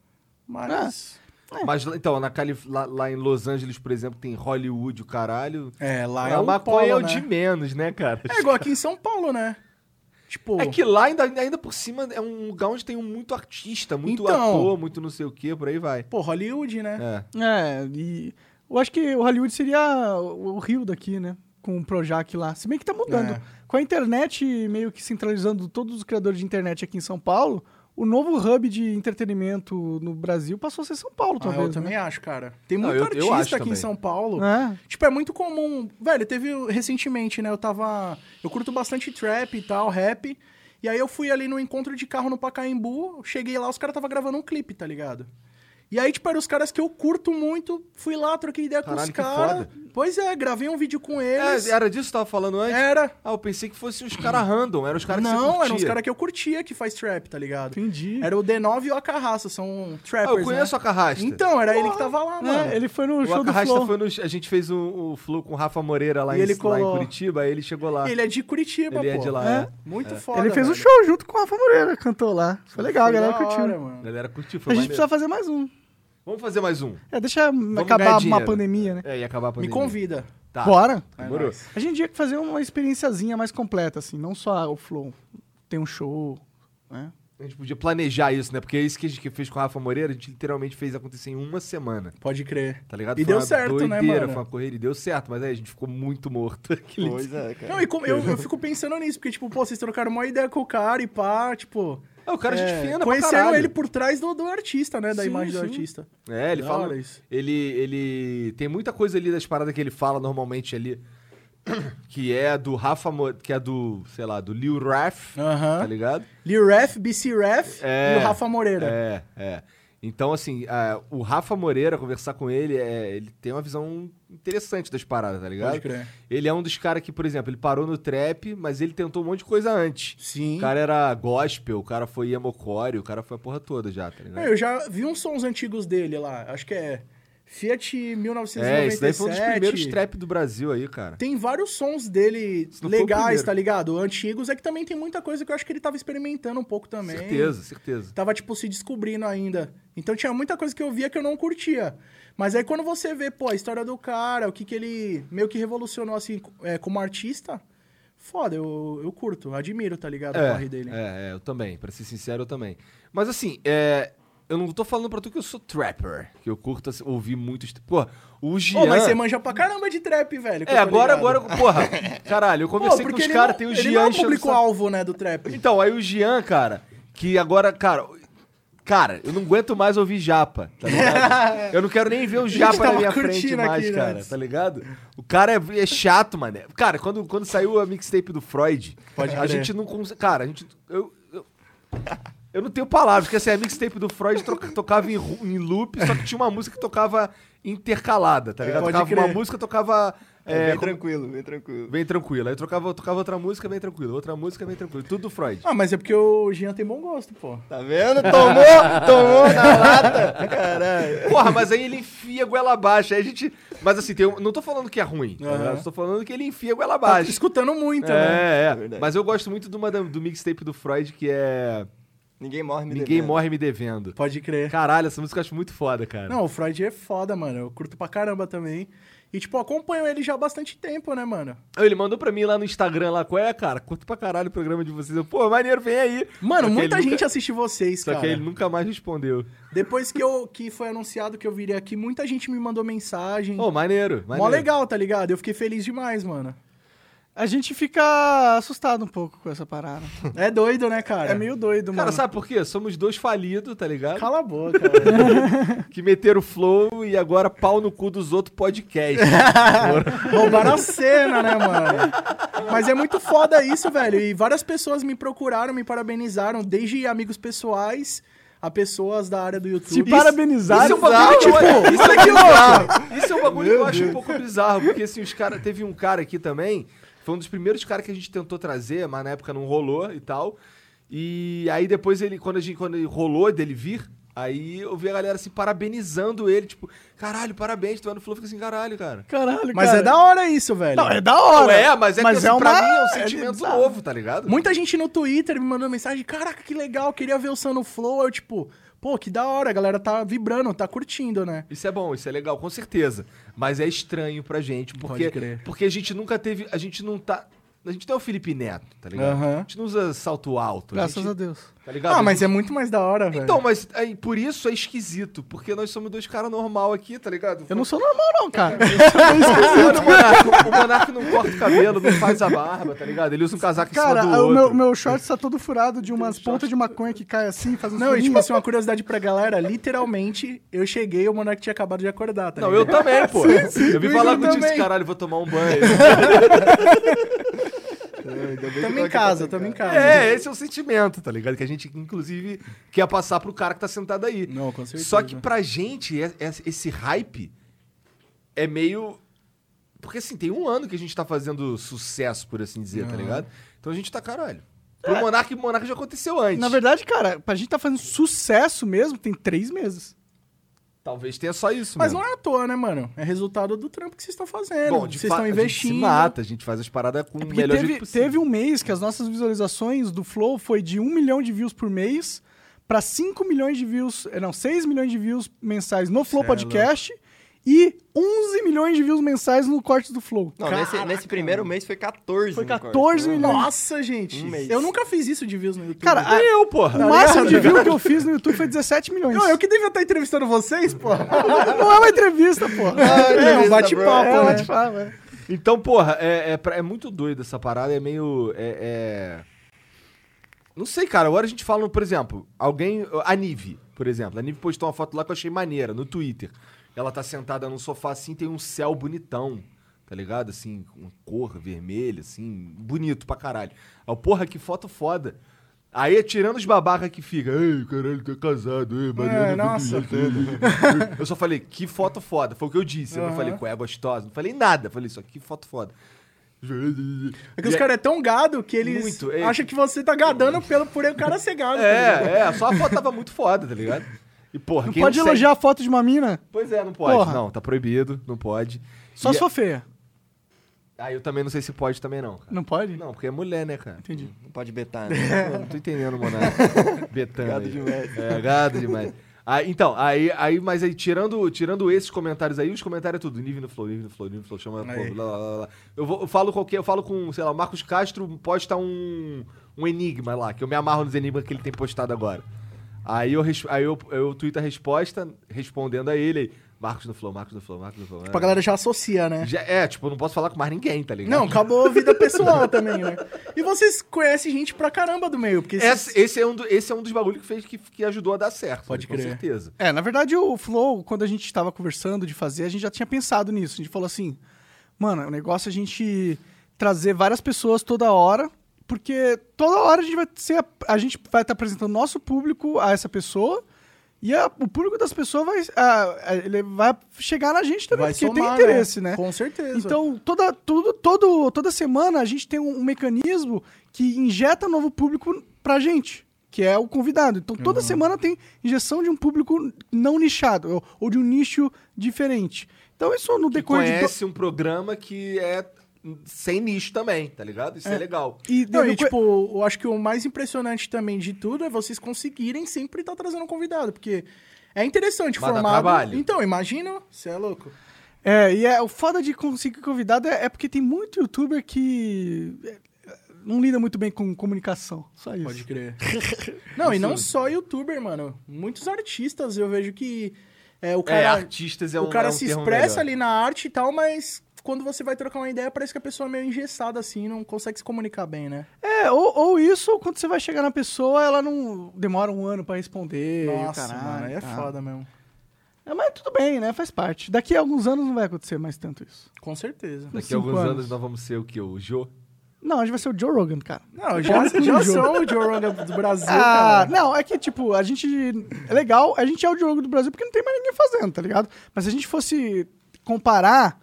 C: Mas.
A: Mas lá- então, na Calif lá, lá em Los Angeles, por exemplo, tem Hollywood, o caralho.
C: É, lá
A: A
C: é o
A: maconha
C: polo,
A: é o
C: né?
A: de menos, né, cara?
C: É igual aqui em São Paulo, né? Tipo.
A: É que lá, ainda, ainda por cima, é um lugar onde tem muito artista, muito
C: Então.
A: ator, muito não sei o quê, por aí vai.
C: Pô, Hollywood, né?
A: É.
B: É, e eu acho que o Hollywood seria o o Rio daqui, né? Com o Projac lá. Se bem que tá mudando.
C: É.
B: Com a internet meio que centralizando todos os criadores de internet aqui em São Paulo, o novo hub de entretenimento no Brasil passou a ser São Paulo,
C: Ah,
B: talvez.
C: eu também acho, cara. Tem
A: Não,
C: muito
A: eu- eu acho
C: artista aqui em
A: também.
C: São Paulo.
B: né?
C: Tipo, é muito comum. Velho, teve recentemente, né? Eu tava. Eu curto bastante trap e tal, rap. E aí eu fui ali no encontro de carro no Pacaembu, cheguei lá, os caras tava gravando um clipe, tá ligado? E aí, tipo, eram os caras que eu curto muito, fui lá, troquei ideia com
A: Caralho,
C: os
A: que
C: caras.
A: foda.
C: Pois é, gravei um vídeo com eles.
A: É, era disso que eu tava falando antes?
C: era.
A: Ah, eu pensei que fosse uns caras random, eram os caras que você
C: Não,
A: curtia.
C: eram os caras que eu curtia que faz trap, tá ligado?
B: Entendi.
C: Era o D9 e o Acarraça, são
A: Ah,
C: trappers,
A: eu conheço
C: né?
A: a Carrasta.
C: Então, era ele que tava lá, mano.
B: É, ele foi no
A: o
B: show do
A: Acarrasta
B: Flow.
A: foi no... A gente fez o um, um flow com o Rafa Moreira lá,
C: E
A: em,
C: ele
A: lá em
C: colou.
A: Curitiba, aí ele chegou lá.
C: Ele é de Curitiba,
A: Ele é
C: pô.
A: de lá,
B: É.
A: é.
C: Muito foda.
B: Ele fez o
C: velho.
B: show junto com a Rafa Moreira, cantou lá. Foi legal, a
C: Foi
B: galera
C: da
B: curtiu.
C: hora,
A: A
C: mano.
A: galera curtiu,
B: a
A: foi
B: gente
A: maneiro.
B: precisa fazer mais um.
A: Vamos fazer mais um.
B: É, deixa
A: Vamos ganhar
B: acabar uma
A: dinheiro.
B: pandemia, né?
A: É, e acabar a
C: Me
A: pandemia.
C: convida.
A: Tá.
B: Bora.
A: Demorou.
C: É nóis.
B: A gente tinha que fazer uma experiênciazinha mais completa, assim, não só o flow. Tem um show, né?
A: A gente podia planejar isso, né? Porque isso que a gente fez com o Rafa Moreira, a gente literalmente fez acontecer em uma semana,
C: Pode crer.
A: tá ligado?
C: E
A: Foi
C: deu
A: uma
C: certo, né,
A: doideira,
C: mano?
A: Foi uma corrida e deu certo, mas aí a gente ficou muito morto. (laughs) Aquele-
D: Pois é, cara.
C: Não, e como- eu, eu fico pensando nisso, porque, tipo, pô, vocês trocaram uma ideia com o cara e pá, tipo.
A: É, o cara a gente fenda pra
C: Conheceram
A: caralho.
C: ele por trás do, do artista, né? Da
B: Sim,
C: imagem do
B: sim.
C: artista.
A: É, ele
C: Da
A: fala...
C: hora isso.
A: Ele, ele tem muita coisa ali das paradas que ele fala normalmente ali, (clears throat) que é do Rafa, Mo- que é do, sei lá, do Lil Raf, tá
C: Aham.
A: ligado?
C: Lil Ref, BC Ref
A: É.
C: e o Rafa Moreira.
A: É, é. Então, assim, ah, o Rafa Moreira, conversar com ele, é, ele tem uma visão interessante das paradas, tá ligado?
C: Pode crer.
A: Ele é um dos caras que, por exemplo, ele parou no trap, mas ele tentou um monte de coisa antes.
C: Sim.
A: O cara era gospel, o cara foi emocore, o cara foi a porra toda já, tá ligado?
C: É, eu já vi uns sons antigos dele lá. Acho que é Fiat 1997.
A: É, isso daí foi um dos primeiros trap do Brasil aí, cara.
C: Tem vários sons dele
A: Isso não foi o
C: legais,
A: primeiro.
C: tá ligado? Antigos. É que também tem muita coisa que eu acho que ele tava experimentando um pouco também.
A: Certeza, certeza.
C: Tava, tipo, se descobrindo ainda. Então tinha muita coisa que eu via que eu não curtia. Mas aí quando você vê, pô, a história do cara, o que que ele meio que revolucionou, assim, é, como artista, foda, eu, eu curto, admiro, tá ligado? o corre dele.
A: é, é, eu também, pra ser sincero, eu também. Mas assim, é, eu não tô falando pra tu que eu sou trapper, que eu curto assim, ouvir muitos. Porra, o Gian.
C: Ô, mas você manja pra caramba de trap, velho. que eu
A: É,
C: tô
A: agora,
C: ligado.
A: agora,
C: (laughs)
A: porra, caralho, eu
C: Pô,
A: conversei com
C: porque
A: os
C: ele
A: caras,
C: não-
A: tem o
C: Ele não
A: Gian
C: é o
A: enchendo o saco.
C: público-alvo, né, do trap.
A: Então, aí o Gian, cara, que agora, cara. Cara, eu não aguento mais ouvir japa, tá ligado?
C: (laughs)
A: Eu não quero nem ver o japa na
C: tava
A: minha
C: curtindo
A: frente mais,
C: aqui, né?
A: cara, tá ligado? O cara é, é chato, mano. Cara, quando, quando saiu a mixtape do Freud,
C: Pode
A: a
C: crer.
A: gente não consegue. Cara, a gente. Eu, eu, eu não tenho palavras, porque assim, a mixtape do Freud troca- tocava em, ru- em loop, só que tinha uma música que tocava intercalada, tá ligado?
C: É, pode
A: Tocava uma
C: crer.
A: música, tocava.
D: É,
A: é,
D: bem tranquilo, bem tranquilo.
A: Bem tranquilo. Aí eu trocava, eu tocava outra música, bem tranquilo. Outra música, bem tranquilo. Tudo do Freud.
C: Ah, mas é porque o Gian tem bom gosto, pô.
D: Tá vendo? Tomou, tomou na lata. Caralho.
A: Porra, mas aí ele enfia a goela abaixo. Aí a gente. Mas assim, tem um- não tô falando que é ruim. tá
C: Aham.
A: ligado? Tô falando que ele enfia a goela
C: Tá
A: abaixo.
C: escutando muito, né?
A: É, é.
D: Verdade.
A: Mas eu gosto muito de uma da- do mixtape do Freud que é.
D: (laughs) Ninguém morre me
A: Ninguém
D: devendo.
A: morre me devendo.
C: Pode crer.
A: Caralho, essa música eu acho muito foda, cara.
C: Não, o Freud é foda, mano. Eu curto pra caramba também. E, tipo, eu acompanho ele já há bastante tempo, né, mano?
A: Ele mandou pra mim lá no Instagram lá, qual é, cara? Curto pra caralho o programa de vocês. Eu, Pô, maneiro, vem aí.
C: Mano,
A: Só que
C: muita
A: ele
C: gente
A: nunca-
C: assiste vocês,
A: Só
C: cara.
A: que ele nunca mais respondeu.
C: Depois que, eu, que foi anunciado que eu viria aqui, muita gente me mandou mensagem.
A: Ô, maneiro, maneiro.
C: Mó legal, tá ligado? Eu fiquei feliz
A: (laughs)
C: demais, mano.
B: A gente fica assustado um pouco com essa parada.
C: É doido, né, cara?
B: É meio doido,
A: Cara,
B: mano.
A: sabe por quê? Somos dois falidos, tá ligado?
C: Cala a boca, cara.
A: Que meteram o flow e agora pau no cu dos outros podcasts.
C: Roubaram a cena, né, mano? Mas é muito foda isso, velho. E várias pessoas me procuraram, me parabenizaram, desde amigos pessoais a pessoas da área do
B: Se
C: YouTube.
B: parabenizaram.
A: Isso é um bagulho,
B: tipo,
A: tipo, isso é bizarro. Isso é um bagulho que eu acho um pouco bizarro, porque assim, os cara, teve um cara aqui também, foi um dos primeiros caras que a gente tentou trazer, mas na época não rolou e tal. E aí depois ele, quando, a gente, quando ele rolou dele vir, aí eu vi a galera assim, parabenizando ele, tipo, caralho, parabéns, tu vai no Flow, fica assim, caralho, cara.
B: Caralho,
C: Mas
B: cara.
C: é da hora isso, velho.
B: Não, é da hora.
A: é, mas é que assim, pra mim é um
B: é
A: sentimento
B: bizarro.
A: novo, tá ligado?
C: Muita gente no Twitter me mandou mensagem, caraca, que legal, queria ver o Sun no Flow. Eu, tipo, pô, que da hora, a galera tá vibrando, tá curtindo, né?
A: Isso é bom, isso é legal, com certeza. Mas é estranho pra gente, porque,
C: crer.
A: porque a gente nunca teve. A gente não tá. A gente não é o Felipe Neto, tá ligado?
C: Aham.
A: A gente não usa salto alto.
B: Graças
A: gente,
B: a Deus.
A: Tá ligado?
C: Ah, mas
A: A
C: é muito mais da hora,
A: gente-
C: velho.
A: Então, mas aí, por isso é esquisito, porque nós somos dois caras normal aqui, tá ligado?
B: Eu não sou normal,
A: (laughs)
B: não, cara.
A: Olha, o Monarco, o Monarco não corta o cabelo, não faz a barba, tá ligado? Ele usa um casaco em
B: Cara,
A: cima do
B: o
A: outro.
B: meu, meu shorts tá todo furado de umas pontas de maconha que cai assim, faz um
C: Não, e tipo assim, uma curiosidade pra galera, literalmente, eu cheguei e o Monark tinha acabado de acordar, tá
A: Não, eu também, pô. eu vim
C: o
A: falar
C: Igor
A: contigo
C: também.
A: esse caralho, vou tomar um
C: (laughs)
A: banho.
D: É, ainda bem que
C: Tamo
D: tô
C: em
D: aqui
C: casa,
D: pra
C: tamo em
D: brincar.
C: casa.
A: É, esse é o sentimento, tá ligado? Que a gente, inclusive, quer passar pro cara que tá sentado aí.
C: Não, com certeza.
A: Só que pra gente, é- é- esse hype é meio. Porque assim, tem um ano que a gente tá fazendo sucesso, por assim dizer, tá ligado? Então a gente tá caralho. Pro Monark, o Monark já aconteceu antes.
B: É. Na verdade, cara, pra gente tá fazendo sucesso mesmo, tem três meses.
A: Talvez tenha só isso,
C: Mas
A: mesmo.
C: não é à toa, né, mano? É resultado do trampo que vocês estão
B: é,
C: fazendo.
B: né?
A: Bom, de
C: vocês
A: fato,
C: estão
A: A gente se
C: investindo.
A: mata, a gente faz as paradas com o
B: Porque
A: melhor
B: teve,
A: jeito possível.
B: teve um mês que as nossas visualizações do Flow foi de 1 milhão de views por mês pra 5 milhões de views, eh, não, 6 milhões de views mensais no Flow
A: Cê é
B: Podcast e 11 milhões de views mensais no corte do Flow.
D: Não, nesse, nesse primeiro mês foi 14.
B: Foi
D: no corte,
B: 14
D: né?
B: milhões.
C: Nossa, gente.
D: Um mês.
C: eu nunca fiz isso de views no YouTube.
B: Cara,
A: Nem Ah, eu, porra.
B: o máximo de view que eu fiz no YouTube foi 17 milhões.
C: não, eu que devia estar entrevistando vocês, pô.
B: Não é uma entrevista, pô.
A: (laughs)
D: Ah,
C: É, um
D: beleza,
C: bate-papo,
D: bro.
B: É,
C: né?
B: eu te falo, é.
A: Então, porra, é, é pra- é muito doido essa parada, é meio. É, é- Não sei, cara. Agora a gente fala, por exemplo, alguém. A Nive, por exemplo. A Nive postou uma foto lá que eu achei maneira, no Twitter. Ela tá sentada num sofá assim, tem um céu bonitão, tá ligado? Assim, com cor vermelha, assim, bonito pra caralho. Aí, porra, que foto foda. Aí, tirando os babaca que fica, ei, caralho, tu é casado, ei, Mariana,
C: É, nossa.
A: eu só falei, que foto foda. Foi o que eu disse. Eu não
C: Aham.
A: falei, qual é gostosa. Não falei nada. Falei só, que foto foda.
B: (laughs)
C: É que os caras é tão gado que eles
A: Muito, é.
C: acham que você tá gadando pelo por o cara ser gado. tá ligado?
A: É, é. Só a foto tava muito foda, tá ligado? E porra,
B: Não
A: quem
B: pode
A: não
B: elogiar a foto de uma mina?
A: Segue... Pois é, não pode.
B: Porra.
A: Não, tá proibido. Não pode.
B: Só
A: E-
B: se for feia.
A: Ah, eu também não sei se pode também não, cara.
B: Não pode?
A: Não, porque é mulher, né, cara?
B: Entendi.
D: Não pode betar, né?
A: Eu não tô entendendo,
C: (laughs)
A: Monarca. Betano.
D: Gado
A: aí.
D: demais.
A: É, gado demais. Ah, então, aí, aí, mas aí, tirando, tirando esses comentários aí, os comentários é tudo. Nível no flow, nível no flow, nível no flow, chama o
C: Aí.
A: povo, lá, lá, lá, lá. Eu, vou- eu falo qualquer, eu falo com, sei lá, o Marcos Castro posta um, um enigma lá, que eu me amarro nos enigmas que ele tem postado agora. Aí eu, res- aí eu, eu tuito a resposta, respondendo a ele aí, Marcos no flow, Marcos no flow, Marcos no flow.
C: Tipo, a galera já associa, né?
A: Já- é, tipo, eu não posso falar com mais ninguém, tá ligado?
C: Não, acabou a vida pessoal também, né? E vocês conhecem gente pra caramba do meio, porque... vocês-
A: Esse, esse é um do- esse é um dos bagulhos que fez que, que ajudou a dar certo.
C: Pode
A: com
C: crer.
A: certeza.
B: É, na verdade, o Flow, quando a gente tava conversando de fazer, a gente já tinha pensado nisso. A gente falou assim, mano, o negócio é a gente trazer várias pessoas toda hora, porque toda hora a gente vai ser. A gente vai estar apresentando nosso público a essa pessoa. E a- o público das pessoas vai, a- a- ele vai chegar na gente também,
C: Vai
B: porque
C: somar,
B: tem interesse, né?
C: Com certeza.
B: Então, toda, tudo, todo, toda semana a gente tem um, um mecanismo que injeta novo público pra gente, que é o convidado. Então, toda
C: Uhum.
B: semana tem injeção de um público não nichado, ou, ou de um nicho diferente. Então, isso no
A: que
B: decorrer de. do-
A: conhece um programa que é sem nicho também, tá ligado? Isso é, legal.
C: E,
B: Não,
C: e,
B: e co-
C: tipo, eu acho que o mais impressionante também de tudo é vocês conseguirem sempre estar trazendo um convidado, porque é interessante
A: Mas dá
C: formar.
A: trabalho.
C: Então, imagina, você é louco.
B: É, e é, o foda de conseguir convidado é, é porque tem muito youtuber que é, não lida muito bem com comunicação. Só isso.
C: Pode crer. não, e não só youtuber, mano. Muitos artistas eu vejo que é, o cara,
A: é, artistas é um
C: o cara
A: é um
C: se
A: termo
C: expressa
A: melhor.
C: ali na arte e tal, mas quando você vai trocar uma ideia, parece que a pessoa é meio engessada assim, não consegue se comunicar bem, né?
B: É, ou, ou isso, ou quando você vai chegar na pessoa, ela não demora um ano pra responder. e o
C: Nossa,
B: caralho,
C: mano, aí é
B: tá.
C: foda mesmo.
B: É, mas tudo bem, né? Faz parte. Daqui a alguns anos não vai acontecer mais tanto isso.
C: Com certeza.
A: Daqui
B: cinco
A: a alguns
B: anos.
A: anos. nós vamos ser o quê? O Jô?
B: Não, a gente vai ser o Joe Rogan, cara.
A: (laughs)
C: Não, já, já sou o Joe Rogan do Brasil,
B: Ah,
C: cara.
B: não, é que, tipo, a gente. É legal, a gente é o Diogo do Brasil porque não tem mais ninguém fazendo, tá ligado? Mas se a gente fosse comparar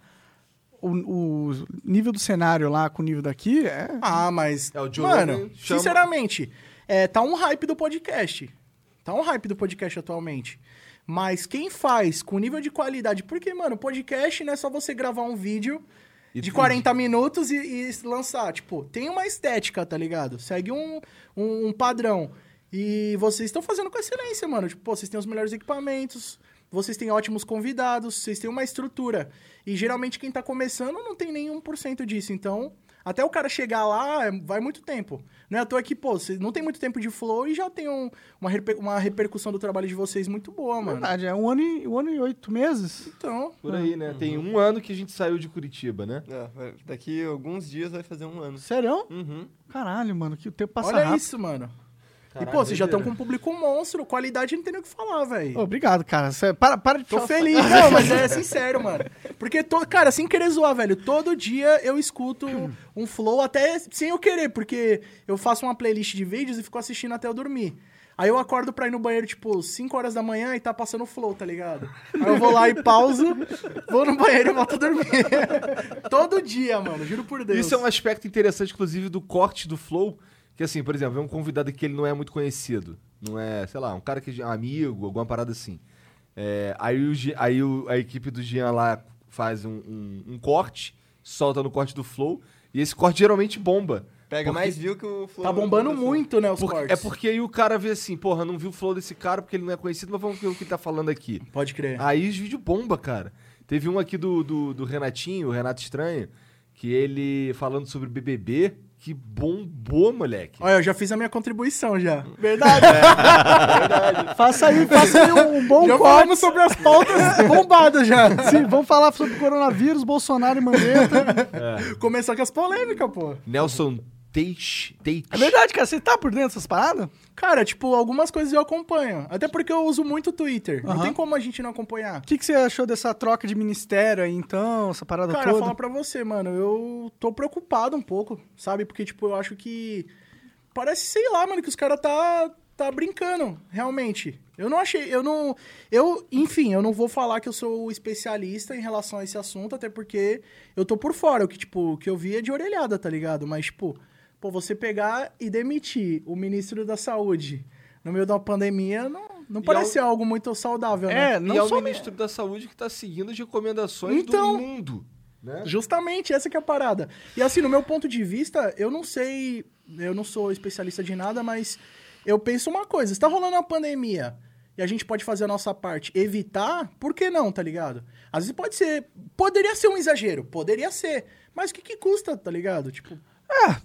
B: o, o nível do cenário lá com o nível daqui, é.
C: Ah, mas.
A: É, o Joe
C: mano,
A: Rogan chama-
C: sinceramente, é, tá um hype do podcast. Tá um hype do podcast atualmente. Mas quem faz com nível de qualidade? Porque, mano, podcast não é só você gravar um vídeo
A: E
C: de
A: tu-
C: 40 minutos e, e lançar. Tipo, tem uma estética, tá ligado? Segue um, um, um padrão. E vocês estão fazendo com excelência, mano. Tipo, pô, vocês têm os melhores equipamentos, vocês têm ótimos convidados, vocês têm uma estrutura. E geralmente quem tá começando não tem nenhum por cento disso. Então, até o cara chegar lá, é- vai muito tempo. Não é à toa que, pô, vocês não tem muito tempo de flow e já tem um- uma, reper- uma repercussão do trabalho de vocês muito boa, Ah, mano.
B: Verdade, é um ano, e, um ano e oito meses.
C: Então,
A: Por aí, né? Tem um ano que a gente saiu de Curitiba, né?
D: É, vai- daqui alguns dias vai fazer um ano.
B: Sério?
D: Uhum.
B: Caralho, mano, que o tempo passa
C: olha
B: rápido.
C: isso, mano. e,
A: Caralho,
C: pô, vocês já estão com
A: doideira.
C: um público monstro. Qualidade não tem nem o que falar, velho.
B: Ô, obrigado, cara. Cê- para, para de
C: Tô
B: falar-
A: (laughs)
C: feliz, não, mas é sincero, mano. Porque, to... cara, sem querer zoar, velho, todo dia eu escuto um flow, até sem eu querer, porque eu faço uma playlist de vídeos e fico assistindo até eu dormir. Aí eu acordo pra ir no banheiro, tipo, 5 horas da manhã e tá passando flow, tá ligado? Aí eu vou lá e pauso, vou no banheiro e volto a dormir. (laughs) todo dia, mano, juro por Deus.
A: Isso é um aspecto interessante, inclusive, do corte do Flow. Que assim, por exemplo, é um convidado que ele não é muito conhecido. Não é, sei lá, um cara que é um amigo, alguma parada assim. É, aí o, Gi- aí o- a equipe do Jean lá faz um, um- um corte, solta no corte do Flow. E esse corte geralmente bomba. Porque-
D: Pega mais view que o Flow.
C: Tá bombando
D: aconteceu.
C: muito, né, os
A: Por-
C: cortes.
A: é porque aí o cara vê assim, porra, não viu o flow desse cara porque ele não é conhecido, mas vamos ver o que ele tá falando aqui.
C: Pode
B: É.
C: crer.
A: Aí os vídeos bomba, cara. Teve um aqui do, do, do Renatinho, o Renato Estranho, que ele falando sobre BBB, que bombou, moleque.
C: Olha, eu já fiz a minha contribuição já. Verdade.
B: Faça aí, faça aí um bom
C: já
B: corte.
C: falamos sobre
B: (laughs)
C: as pautas bombadas já.
B: Sim, vamos falar sobre coronavírus, Bolsonaro e Mandetta.
C: Começar com as polêmicas, pô.
A: Nelson Teich. Teich.
B: É verdade, cara. Você tá por dentro dessas paradas?
C: Cara, tipo, algumas coisas eu acompanho. Até porque eu uso muito o Twitter. Não
B: Aham.
C: tem como a gente não acompanhar.
B: O que, que você achou dessa troca de ministério aí, então? Essa parada
C: Cara,
B: toda?
C: falar pra você, mano, eu tô preocupado um pouco, sabe? Porque, tipo, eu acho que. Parece, sei lá, mano, que os caras tá, tá brincando, realmente. Eu não achei. Eu não. Eu, enfim, eu não vou falar que eu sou o especialista em relação a esse assunto, até porque eu tô por fora. O que, tipo, o que eu vi é de orelhada, tá ligado? Mas, tipo, pô, você pegar e demitir o ministro da saúde no meio da pandemia não, não
A: E
C: parece algo muito saudável, né?
B: É, não
A: e é o
B: só
A: ministro da Saúde que tá seguindo as recomendações
C: Então.
A: do mundo. Né?
C: Justamente, essa que é a parada. E assim, no meu ponto de vista, eu não sei, eu não sou especialista de nada, mas eu penso uma coisa, está rolando uma pandemia e a gente pode fazer a nossa parte, evitar, por que não, tá ligado? Às vezes pode ser, poderia ser um exagero, poderia ser, mas o que que custa, tá ligado? Tipo,
B: É,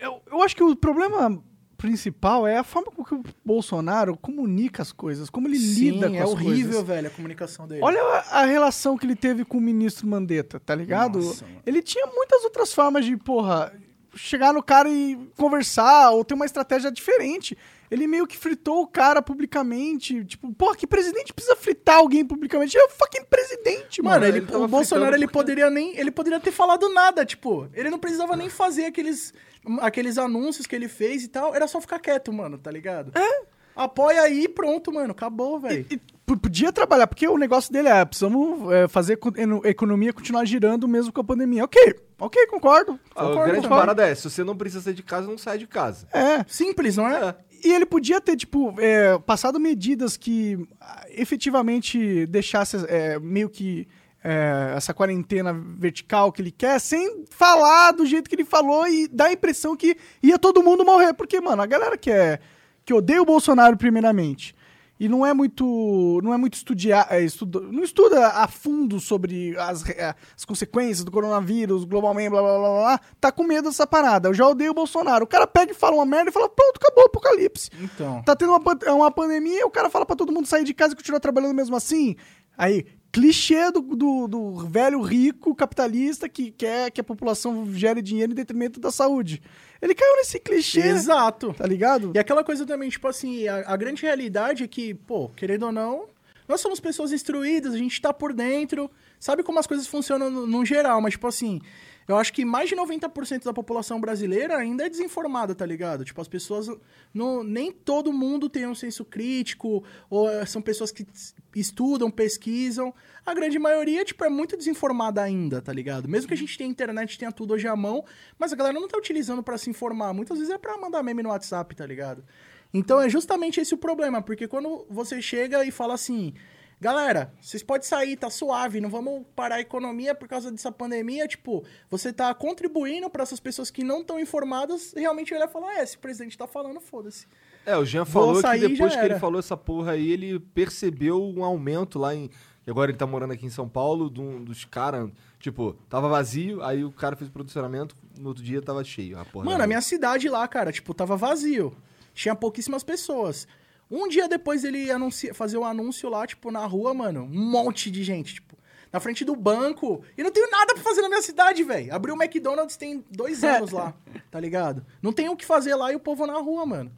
B: eu, eu acho que o problema principal é a forma com que o Bolsonaro comunica as coisas, como ele lida com
C: é
B: as
C: horrível,
B: coisas.
C: velho, a comunicação dele.
B: Olha a, a relação que ele teve com o ministro Mandetta, tá ligado?
C: Nossa, mano.
B: ele tinha muitas outras formas de, porra, chegar no cara e conversar ou ter uma estratégia diferente. Ele meio que fritou o cara publicamente. Tipo, porra, que presidente precisa fritar alguém publicamente? Ele é o fucking presidente, mano.
C: Mano, ele-
A: ele tava
C: o Bolsonaro
A: fritando
C: ele
A: porque-
C: poderia nem, ele poderia ter falado nada, tipo, ele não precisava nem fazer aqueles, aqueles anúncios que ele fez e tal, era só ficar quieto, mano, tá ligado? É? Apoia aí e pronto, mano, acabou, velho.
B: E p- podia trabalhar, porque o negócio dele é, precisamos é, fazer co- eno- a economia continuar girando mesmo com a pandemia. Ok, ok, concordo.
A: A
B: concordo,
A: grande
B: concordo.
A: parada é, se você não precisa sair de casa, não sai de casa.
B: É,
C: Simples, não é?
B: e ele podia ter, tipo, é, passado medidas que ah, efetivamente deixasse é, meio que é, essa quarentena vertical que ele quer, sem falar do jeito que ele falou e dá a impressão que ia todo mundo morrer. Porque, mano, a galera que, é, que odeia o Bolsonaro primeiramente e não é muito não é muito estudiar é, estuda, não estuda a fundo sobre as, re- as consequências do coronavírus globalmente blá blá blá blá, blá tá com medo dessa parada eu já odeio o bolsonaro o cara pega e fala uma merda e fala pronto acabou o apocalipse
C: Então.
B: tá tendo uma, pan- uma pandemia o cara fala pra todo mundo sair de casa e continuar trabalhando mesmo assim aí clichê do, do, do velho rico capitalista que quer que a população gere dinheiro em detrimento da saúde ele caiu nesse clichê
C: Exato.
B: tá ligado
C: E aquela coisa também, tipo assim, a, a grande realidade é que, pô, querendo ou não, nós somos pessoas instruídas, a gente tá por dentro, sabe como as coisas funcionam no, no geral, mas, tipo assim, eu acho que mais de 90% da população brasileira ainda é desinformada, tá ligado? Tipo, as pessoas. Não, nem todo mundo tem um senso crítico, ou eh, são pessoas que s- estudam, pesquisam. A grande maioria, tipo, é muito desinformada ainda, tá ligado? Mesmo que a gente tenha internet, tenha tudo hoje à mão, mas a galera não tá utilizando pra se informar. Muitas vezes é pra mandar meme no WhatsApp, tá ligado? Então é justamente esse o problema, porque quando você chega e fala assim, galera, vocês podem sair, tá suave, não vamos parar a economia por causa dessa pandemia, tipo, você tá contribuindo pra essas pessoas que não estão informadas, realmente olhar e falar, é, esse presidente tá falando, foda-se.
A: É, o Jean
C: Vou
A: falou
C: sair,
A: que depois
C: já
A: que ele
C: era.
A: falou essa porra aí, ele percebeu um aumento lá em. que Agora ele tá morando aqui em São Paulo, de um- dos caras. Tipo, tava vazio, aí o cara fez o producionamento, no outro dia tava cheio. A porra
C: Mano,
A: da
C: a minha cidade lá, cara, tipo, tava vazio. Tinha pouquíssimas pessoas. Um dia depois ele anuncia, fazer um anúncio lá, tipo, na rua, mano, um monte de gente, tipo, na frente do banco. E não tenho nada pra fazer na minha cidade, velho. Abriu o McDonald's tem dois anos lá, tá ligado? Não tem o que fazer lá e o povo na rua, mano.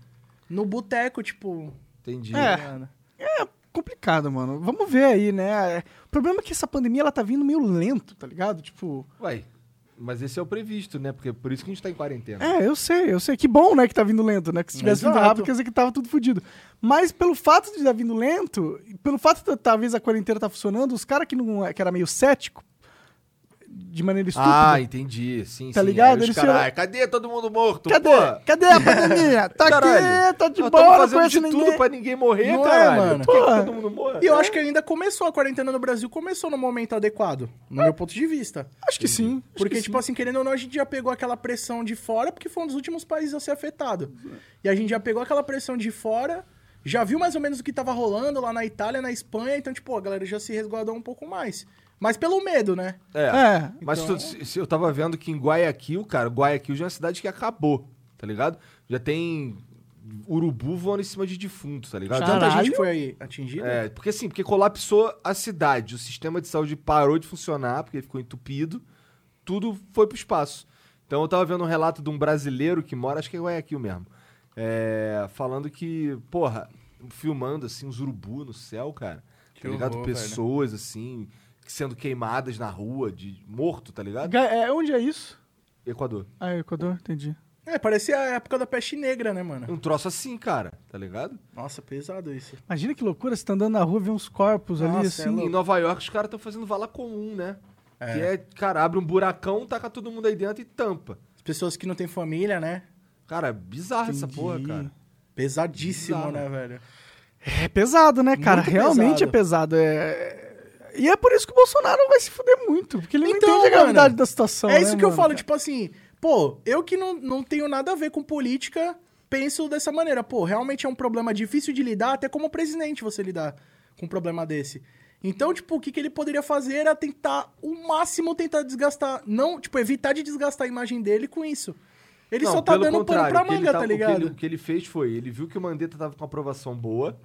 C: No boteco, tipo.
A: Entendi.
B: É.
C: mano.
B: complicado, mano. Vamos ver aí, né? O problema é que essa pandemia ela tá vindo meio lento, tá ligado? Tipo,
A: Uai, mas esse é o previsto, né? Porque por isso que a gente tá em quarentena.
B: é, eu sei, eu sei. Que bom, né, que tá vindo lento, né? Que se tivesse vindo
C: Exato.
B: rápido, quer dizer que tava tudo fodido. Mas pelo fato de estar vindo lento, e pelo fato de talvez a quarentena tá funcionando, os caras que não é, que era meio cético de maneira estúpida.
A: Ah, entendi. Sim,
B: Tá
A: sim.
B: ligado?
A: Aí os
B: Eles se-
A: carai, cadê todo mundo morto?
B: Cadê?
A: Pô,
B: Cadê a pandemia? Tá
A: caralho.
B: aqui, tá de
A: Nós
B: boa,
A: tamo
B: não
A: fazendo
B: conhece
A: de
B: ninguém.
A: tudo pra ninguém morrer,
C: Não é,
A: caralho.
C: mano.
A: Por que que
B: Porra.
A: todo mundo morre?
C: E eu acho que ainda começou a quarentena no Brasil, começou no momento adequado, no meu ponto de vista.
B: Acho que sim. acho
C: Porque,
B: que
C: tipo assim, querendo ou não, a gente já pegou aquela pressão de fora, porque foi um dos últimos países a ser afetado. E a gente já pegou aquela pressão de fora, já viu mais ou menos o que tava rolando lá na Itália, na Espanha, então, tipo, a galera já se resguardou um pouco mais. Mas pelo medo, né?
A: É.
B: É.
A: Mas
C: Então-
A: tu- se- se eu tava vendo que em Guayaquil, cara, Guayaquil já é uma cidade que acabou, tá ligado? Já tem urubu voando em cima de defunto, tá ligado?
B: Caralho.
C: Tanta gente foi aí atingida.
A: É, porque assim, porque colapsou a cidade, o sistema de saúde parou de funcionar, porque ficou entupido, tudo foi pro espaço. Então eu tava vendo um relato de um brasileiro que mora, acho que é em Guayaquil mesmo, é, falando que, porra, filmando assim, uns urubu no céu, cara,
D: Que
A: tá ligado?
D: horror,
A: Pessoas assim, sendo queimadas na rua, de morto, tá ligado?
B: Ga- é, onde é isso?
A: Equador.
B: Ah, Equador, entendi.
C: É, parecia a época da peste negra, né, mano?
A: Um troço assim, cara, tá ligado?
C: Nossa, pesado isso.
B: Imagina que loucura, você tá andando na rua e vê uns corpos ali,
C: Nossa, é
B: assim.
C: louco.
A: Em Nova York, os caras estão fazendo vala comum, né? Que é, cara, abre um buracão, taca todo mundo aí dentro e tampa.
C: As pessoas que não têm família, né?
A: Cara, é bizarro essa
B: Entendi.
A: porra, cara.
C: Pesadíssimo,
A: Bizarro.
C: né, velho?
B: É pesado, né, cara?
C: Muito
B: Realmente é pesado. É... E é por isso que o Bolsonaro vai se fuder muito, porque ele
C: Então,
B: não entende a
C: mano,
B: gravidade da situação.
C: é isso
B: né,
C: que eu
B: mano?
C: falo, tipo assim, pô, eu que não, não tenho nada a ver com política, penso dessa maneira. Pô, realmente é um problema difícil de lidar, até como presidente você lidar com um problema desse. Então, tipo, o que, que ele poderia fazer era tentar, o máximo, tentar desgastar. Não, tipo, evitar de desgastar a imagem dele com isso. Ele
A: Não,
C: só tá
A: pelo
C: dando pano
A: contrário,
C: pra
A: o que ele
C: manga, tá
A: tava- o que ele- O que, ele,
C: ligado?
A: fez foi, ele viu que o Mandetta tava com aprovação boa,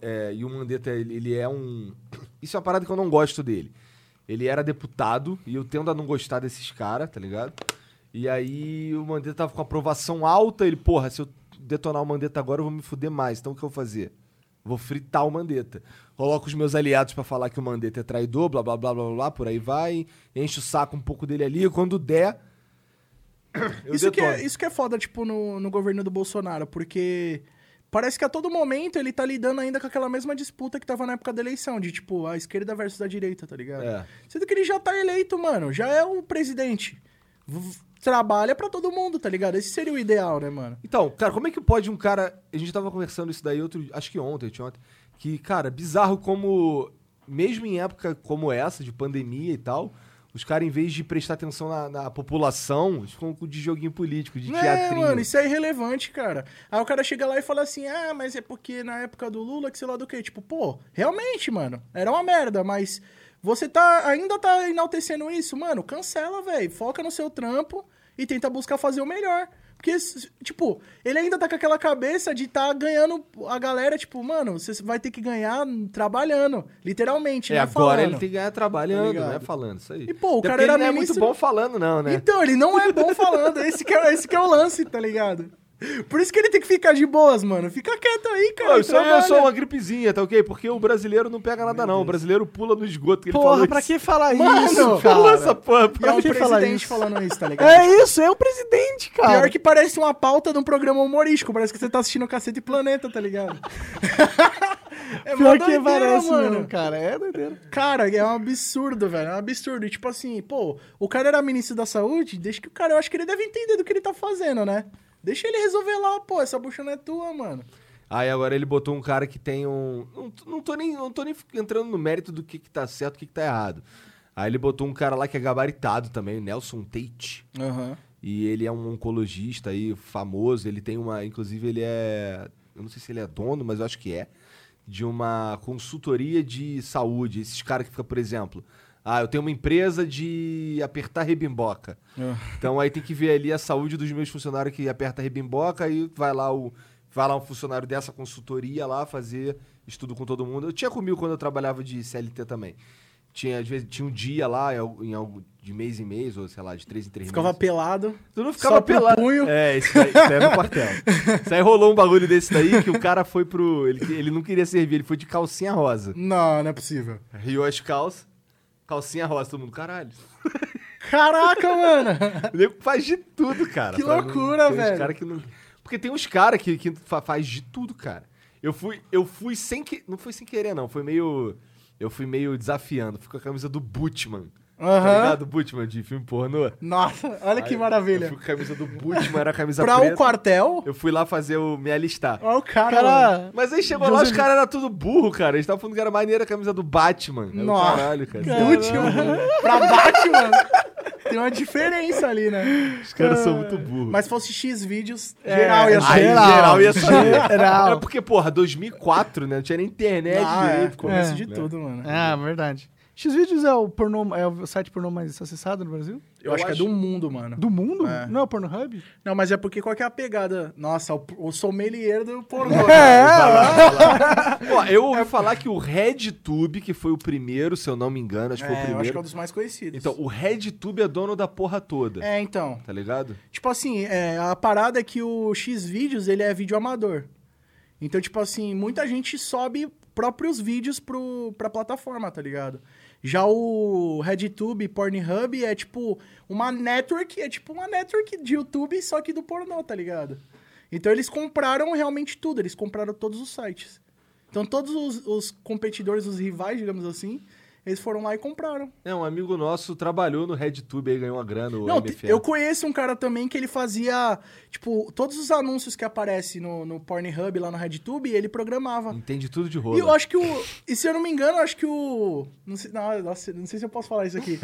A: é, e o Mandetta, ele, ele é um... Isso é uma parada que eu não gosto dele. Ele era deputado, e eu tendo a não gostar desses caras, tá ligado? E aí o Mandetta tava com aprovação alta, ele, porra, se eu detonar o Mandetta agora eu vou me fuder mais, então o que eu vou fazer? Vou fritar o Mandetta. Coloco os meus aliados pra falar que o Mandetta é traidor, blá, blá, blá, blá, blá, por aí vai. Enche o saco um pouco dele ali. Quando der, (coughs) eu
C: Isso que,
A: detono.
C: é, isso que é foda, tipo, no, no governo do Bolsonaro, porque parece que a todo momento ele tá lidando ainda com aquela mesma disputa que tava na época da eleição, de tipo, a esquerda versus a direita, tá ligado?
A: É.
C: Sendo que ele já tá eleito, mano. Já é o presidente. V- Trabalha pra todo mundo, tá ligado? Esse seria o ideal, né, mano?
A: Então, cara, como é que pode um cara. A gente tava conversando isso daí outro. Acho que ontem, ontem, ontem. Que, cara, bizarro como mesmo em época como essa, de pandemia e tal, os caras, em vez de prestar atenção na, na população, eles ficam com- de joguinho político, de
C: É,
A: teatrinho.
C: mano, isso é irrelevante, cara. Aí o cara chega lá e fala assim: ah, mas é porque na época do Lula, que sei lá do que. Tipo, pô, realmente, mano, era uma merda, mas você tá ainda tá enaltecendo isso? Mano, cancela, velho. Foca no seu trampo e tenta buscar fazer o melhor. Porque, s- tipo, ele ainda tá com aquela cabeça de tá ganhando a galera, tipo, mano, você vai ter que ganhar trabalhando, literalmente.
A: É,
C: não
A: agora
C: falando.
A: ele tem que ganhar trabalhando,
C: Tá
A: não é
C: ligado?
A: falando, isso aí.
C: E, pô, o
A: Até
C: cara
A: porque
C: era
A: ele não é
C: ministro-
A: muito bom falando, não, né?
C: Então, ele não é bom falando. Esse que é, esse que é o lance, tá ligado? Por isso que ele tem que ficar de boas, mano. Fica quieto aí, cara.
A: Pô,
C: e
A: isso aí é
C: trabalha.
A: só
B: um
A: uma gripezinha, tá ok? Porque o brasileiro não pega nada, não. O brasileiro pula no esgoto que ele falou
B: Porra, pra
A: isso.
B: que falar
C: Mano,
B: isso,
A: Falou
B: cara?
A: essa porra.
C: E é
B: pra
C: um
B: que falar
C: presidente
B: isso?
C: falando
B: (laughs)
C: isso, tá ligado?
B: É isso, é o presidente, cara.
C: Pior que parece uma pauta de um programa humorístico. Parece que você tá assistindo Cacete e Planeta,
B: (laughs)
C: tá ligado? é mó
B: Pior que
C: doideira,
B: parece, mano, cara. É doideira.
C: Cara, é um absurdo, velho. É um absurdo. E tipo assim, pô, o cara era ministro da saúde, deixa que o cara, eu acho que ele deve entender do que ele tá fazendo, né? Deixa ele resolver lá, pô, essa bucha não é tua, mano.
A: Aí agora ele botou um cara que tem um. Não, t- não tô, nem, não tô nem f- entrando no mérito do que, que tá certo e o que, que tá errado. Aí ele botou um cara lá que é gabaritado também, o Nelson Tate.
C: Aham.
A: E ele é um oncologista aí famoso. Ele tem uma. Inclusive, ele é. Eu não sei se ele é dono, mas eu acho que é. De uma consultoria de saúde. Esses caras que ficam, por exemplo. Ah, eu tenho uma empresa de apertar rebimboca.
C: Ah.
A: Então aí tem que ver ali a saúde dos meus funcionários que aperta rebimboca e vai lá o. Vai lá um funcionário dessa consultoria lá fazer estudo com todo mundo. Eu tinha comigo quando eu trabalhava de CLT também. Tinha, às vezes, tinha um dia lá, em algum- em algum- de mês em mês, ou sei lá, de três em três
C: Ficava
A: meses.
C: pelado.
A: Tu não ficava
C: Só pro
A: pelado.
C: punho.
A: É, isso daí, isso daí é no quartel. Isso aí rolou um bagulho desse daí que o cara foi pro. Ele, ele não queria servir, ele foi de calcinha rosa.
C: Não, não é possível.
A: Riu as calças, calcinha rosa, todo mundo, caralho.
C: Caraca, mano!
A: O nego faz de tudo, cara.
C: Que
A: pra não-
C: loucura,
A: tem uns
C: velho.
A: cara que não- Porque tem uns caras que, que fa- faz de tudo, cara. Eu fui, eu fui sem que. Não foi sem querer, não. Foi meio. Eu fui meio desafiando. Fui com a camisa do Butchman. Tá
C: Aham.
A: ligado? Butchman de filme pornô.
C: Nossa, olha que
A: Aí,
C: maravilha.
A: Eu fui com a camisa do Butchman, era a camisa
C: Pra
A: preta.
C: o quartel,
A: Eu fui lá fazer o me alistar.
C: olha o cara. mano.
B: Cara,
A: Mas aí chegou lá, os caras eram tudo burro, cara. Eles estavam falando que era maneira a camisa do Batman. Era o
C: Nossa.
A: Caralho, cara.
B: é (laughs)
C: Do último É pra Batman. Tem uma diferença ali, né?
A: Os caras são muito burros.
C: Mas se fosse X vídeos, geral ia
A: Aí,
C: ser.
B: É, geral,
A: geral ia sair.
B: geral.
A: Era porque, porra, 2004, né? Não tinha nem internet
C: Ah, é,
A: direito. cara.
C: começo
B: É.
C: de tudo, mano.
B: Ah, verdade. Xvideos é o pornô, é o site pornô mais acessado no Brasil?
C: Eu acho que é
A: acho-
C: do mundo, mano.
B: Do mundo?
C: É.
B: Não é o Pornhub?
C: Não, mas é porque qual que é a pegada? Nossa, o, o sommelier do pornô.
B: (laughs) É.
C: É,
A: Ó, eu ouvi falar que o RedTube, que foi o primeiro, se eu não me engano, acho que foi o
C: É, eu acho que é um
A: primeiro.
C: dos mais conhecidos.
A: Então, o RedTube é dono da porra toda.
C: é, então.
A: Tá ligado?
C: Tipo assim, é, a parada é que o Xvideos, ele é vídeo amador. Então, tipo assim, muita gente sobe próprios vídeos pro, pra plataforma, tá ligado? Já o RedTube, Pornhub, é tipo uma network, é tipo uma network de YouTube, só que do pornô, tá ligado? Então eles compraram realmente tudo, eles compraram todos os sites. Então todos os, os competidores, os rivais, digamos assim, eles foram lá e compraram.
A: É, um amigo nosso trabalhou no RedTube aí, ganhou uma grana, o
C: Não,
A: MFA.
C: eu conheço um cara também que ele fazia, tipo, todos os anúncios que aparecem no, no Pornhub lá no RedTube, ele programava.
A: Entende tudo de
C: E
A: rola.
C: eu acho que o. E se eu não me engano, eu acho que o. Não sei, não, nossa, não sei se eu posso falar
A: (laughs)
C: isso aqui.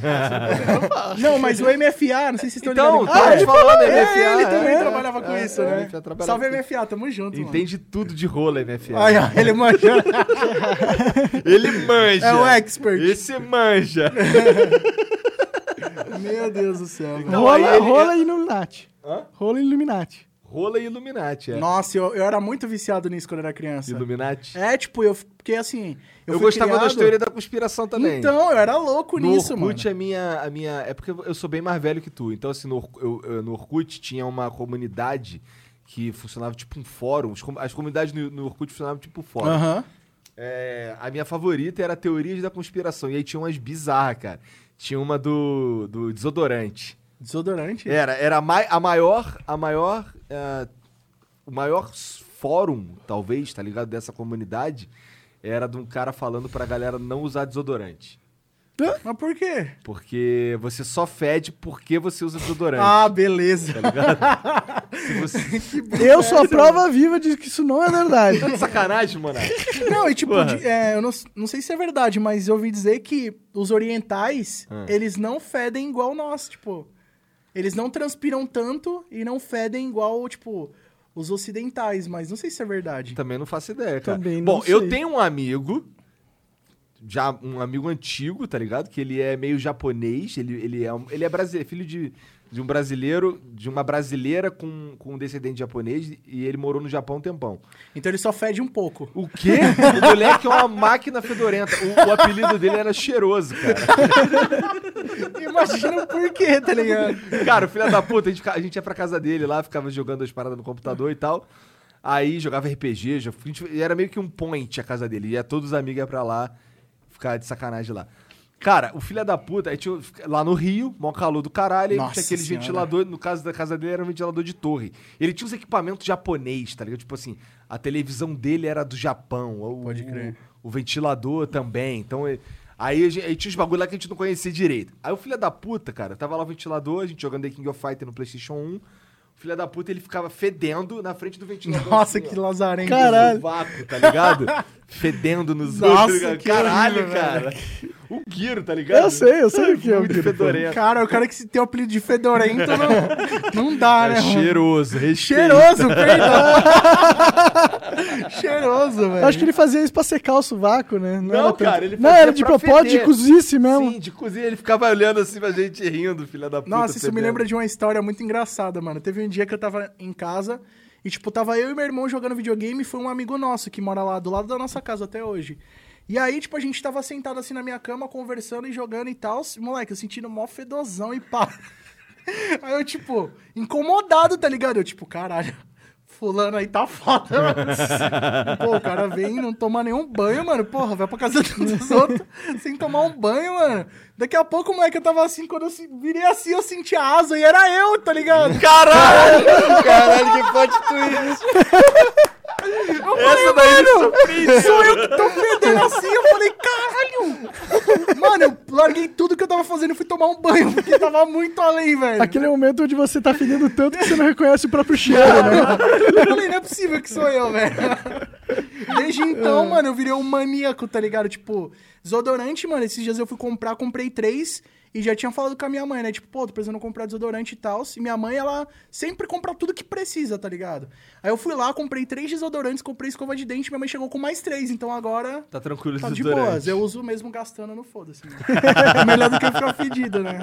C: não, mas o MFA, não sei se vocês estão
A: Então,
C: ligados.
A: tá te falando,
C: é,
A: MFA,
C: ele
A: é,
C: também
A: é,
C: trabalhava com
A: é,
C: isso,
A: é,
C: né?
A: MFA trabalhava
C: Salve
A: com isso.
C: MFA, tamo junto,
A: Entende tudo de rola, MFA.
C: mano. Ai, ai, ele
A: (laughs)
C: manja.
A: Ele manja.
C: É o expert.
A: Esse manja.
C: Meu Deus do céu, velho.
A: Então,
B: rola,
A: aí ele-
B: rola e Illuminati.
A: Hã?
B: Rola e Illuminati.
A: Rola e Illuminati, é.
C: (laughs) Nossa, eu, eu era muito viciado nisso quando eu era criança.
A: Illuminati.
C: É, tipo, eu fiquei assim.
A: Eu,
C: Eu, fui
A: gostava das
C: criado-
A: teorias da conspiração também.
C: Então, eu era louco
A: no
C: nisso, mano.
A: Orkut, A, minha, a minha. É porque eu sou bem mais velho que tu. Então, assim, no, Ork- eu- eu- no Orkut tinha uma comunidade que funcionava tipo um fórum. Os com- As comunidades no, no Orkut funcionavam tipo um fórum.
C: Aham.
A: É, a minha favorita era teorias da conspiração. E aí tinha umas bizarras, cara. Tinha uma do, do desodorante.
C: Desodorante?
A: Era, era a, mai- a maior, a maior, eh, o maior s- fórum, talvez, tá ligado, dessa comunidade, era de um cara falando pra galera não usar desodorante.
C: Mas por quê?
A: É. Porque você só fede porque você usa desodorante.
C: Ah, beleza.
A: Se você... É,
B: Eu
A: então.
B: sou a prova viva de que isso não é verdade.
A: Tá de sacanagem, mano.
C: Não, e tipo,
A: Porra.
C: de- é, eu não, não sei se é verdade, mas eu ouvi dizer que os orientais,
A: Ah.
C: eles não fedem igual nós, tipo. Eles não transpiram tanto e não fedem igual, tipo, os ocidentais, mas não sei se é verdade.
A: Também não faço ideia, cara.
B: Também não
A: Bom, eu
B: sei.
A: tenho um amigo, já um amigo antigo, tá ligado? Que ele é meio japonês, ele, ele é, um- ele é brasileiro, filho de, de um brasileiro, de uma brasileira com, com um descendente japonês, e ele morou no Japão um tempão.
C: Então ele só fede um pouco.
A: O quê? (laughs) O moleque é uma máquina fedorenta. O, o apelido dele era cheiroso, cara.
C: Imagina o porquê, tá ligado?
A: Cara, o filho da puta, a gente, fica- a gente ia pra casa dele lá, ficava jogando as paradas no computador e tal. Aí jogava RPG, já, a gente- era meio que um point a casa dele. Ia todos os amigos ia pra lá, ficar de sacanagem lá. Cara, o filho da puta, aí tinha, lá no Rio, mó calor do caralho, aí
C: Nossa
A: tinha aquele
C: Senhora.
A: ventilador, no caso da casa dele era um ventilador de torre. Ele tinha os equipamentos japonês, tá ligado? Tipo assim, a televisão dele era do Japão, o,
C: Pode crer.
A: o, o ventilador também, então... ele- Aí, a gente- aí tinha uns bagulho lá que a gente não conhecia direito. Aí o filho da puta, cara, tava lá o ventilador, a gente jogando The King of Fighter no Playstation 1, o filho da puta, ele ficava fedendo na frente do ventilador.
C: (laughs) Nossa,
A: assim,
C: que
A: ó
C: lazarento.
B: Caralho.
A: no vácuo, tá ligado?
C: (laughs)
A: Fedendo nos
C: Nossa,
A: outros. tá ligado?
C: que
A: Caralho,
C: horrível,
A: cara. O Guiro, tá ligado?
B: Eu sei, eu sei o que é o
A: Muito
B: Guiro. pô.
A: fedorento.
C: Cara, o cara que se tem o apelido de fedorento não, não dá, né?
A: É cheiroso, cheiroso.
C: Cheiroso, perdão.
B: (laughs)
C: Cheiroso, velho.
B: Eu acho que ele fazia isso pra secar o sovaco, né?
A: Não,
B: era tanto-
A: cara, ele
B: Não,
A: fazia
B: era de
A: pra
B: propósito de
A: feder.
B: cozice mesmo.
A: Sim, de cozinha, ele ficava olhando assim pra gente rindo, filha da puta.
C: Nossa, isso me
A: fedendo.
C: lembra de uma história muito engraçada, mano. Teve um dia que eu tava em casa e, tipo, tava eu e meu irmão jogando videogame e foi um amigo nosso que mora lá do lado da nossa casa até hoje. E aí, tipo, a gente tava sentado assim na minha cama, conversando e jogando e tal. Moleque, eu sentindo mó fedozão e pá. Aí eu, tipo, incomodado, tá ligado? Eu, tipo, caralho, fulano aí tá foda,
A: (laughs)
C: mano. Pô, o cara vem e não toma nenhum banho, mano. Porra, vai pra casa
A: (laughs)
C: dos outros sem tomar um banho, mano. Daqui a pouco, moleque, eu tava assim, quando eu se- virei assim, eu senti a asa e era eu, tá ligado?
A: Caralho!
D: Caralho, que plot twist!
A: Essa daí me surpreende.
C: Sou eu que tô fedendo assim, eu falei, caralho! Mano, eu larguei tudo que eu tava fazendo e fui tomar um banho, porque tava muito além, velho.
B: Aquele é o momento onde você tá fedendo tanto que você não reconhece o próprio cheiro, né?
C: Eu falei, não é possível que sou eu, velho. Desde então, mano, eu virei um maníaco, tá ligado? Tipo, desodorante, mano, esses dias eu fui comprar, comprei três e já tinha falado com a minha mãe, né? Tipo, pô, tô precisando comprar desodorante e tal. E minha mãe, ela sempre compra tudo que precisa, tá ligado? Aí eu fui lá, comprei três desodorantes, comprei escova de dente, minha mãe chegou com mais três, então agora.
A: Tá tranquilo
C: Tá
A: esse
C: de
A: desodorante.
C: boas, eu uso mesmo gastando no foda-se. né? (laughs) É melhor do que ficar fedido,
A: (laughs)
C: né?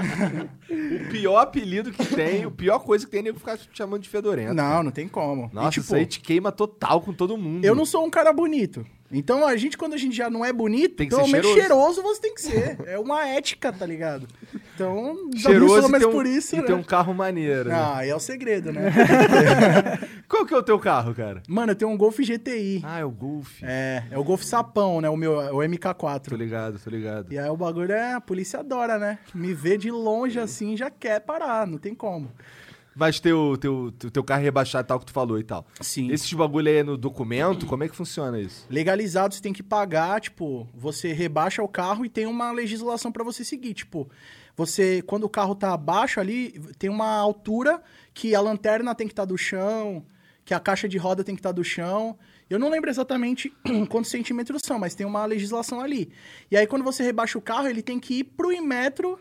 A: O pior apelido que tem, o pior coisa que tem é nego ficar te chamando de fedorento.
C: Não, não tem como. E, tipo,
A: Nossa, isso aí te queima total com todo mundo.
C: Eu não sou um cara bonito. Então a gente, quando a gente já não é bonito,
A: Tem que
C: pelo
A: ser
C: menos
A: cheiroso.
C: cheiroso você tem que ser. É uma ética, tá ligado?
A: (laughs)
C: Então, já pensou,
A: cheiroso e
C: mas
A: tem um,
C: por isso.
A: e
C: Né?
A: tem um carro maneiro. né?
C: Ah, aí é o
A: (laughs)
C: segredo, né?
A: Qual que é o teu carro, cara?
C: Mano, eu tenho um Golf GTI.
A: Ah, é o Golf.
C: É, é o Golf Sapão, né? O meu, é
A: Tô
C: o MK4.
A: ligado, tô ligado.
C: E aí o bagulho é, a polícia adora, né? Me vê de longe
A: Uhum.
C: assim já quer parar, não tem como.
A: Mas teu, teu, teu, teu carro rebaixar tal que tu falou e tal.
C: Sim.
A: Esses bagulho aí é no documento, como é que funciona isso?
C: Legalizado, você tem que pagar, tipo, você rebaixa o carro e tem uma legislação pra você seguir, tipo, você quando o carro tá abaixo ali, tem uma altura que a lanterna tem que estar do chão, que a caixa de roda tem que estar do chão. Eu não lembro exatamente (clears throat) quantos centímetros são, mas tem uma legislação ali. E aí quando você rebaixa o carro, ele tem que ir pro imetro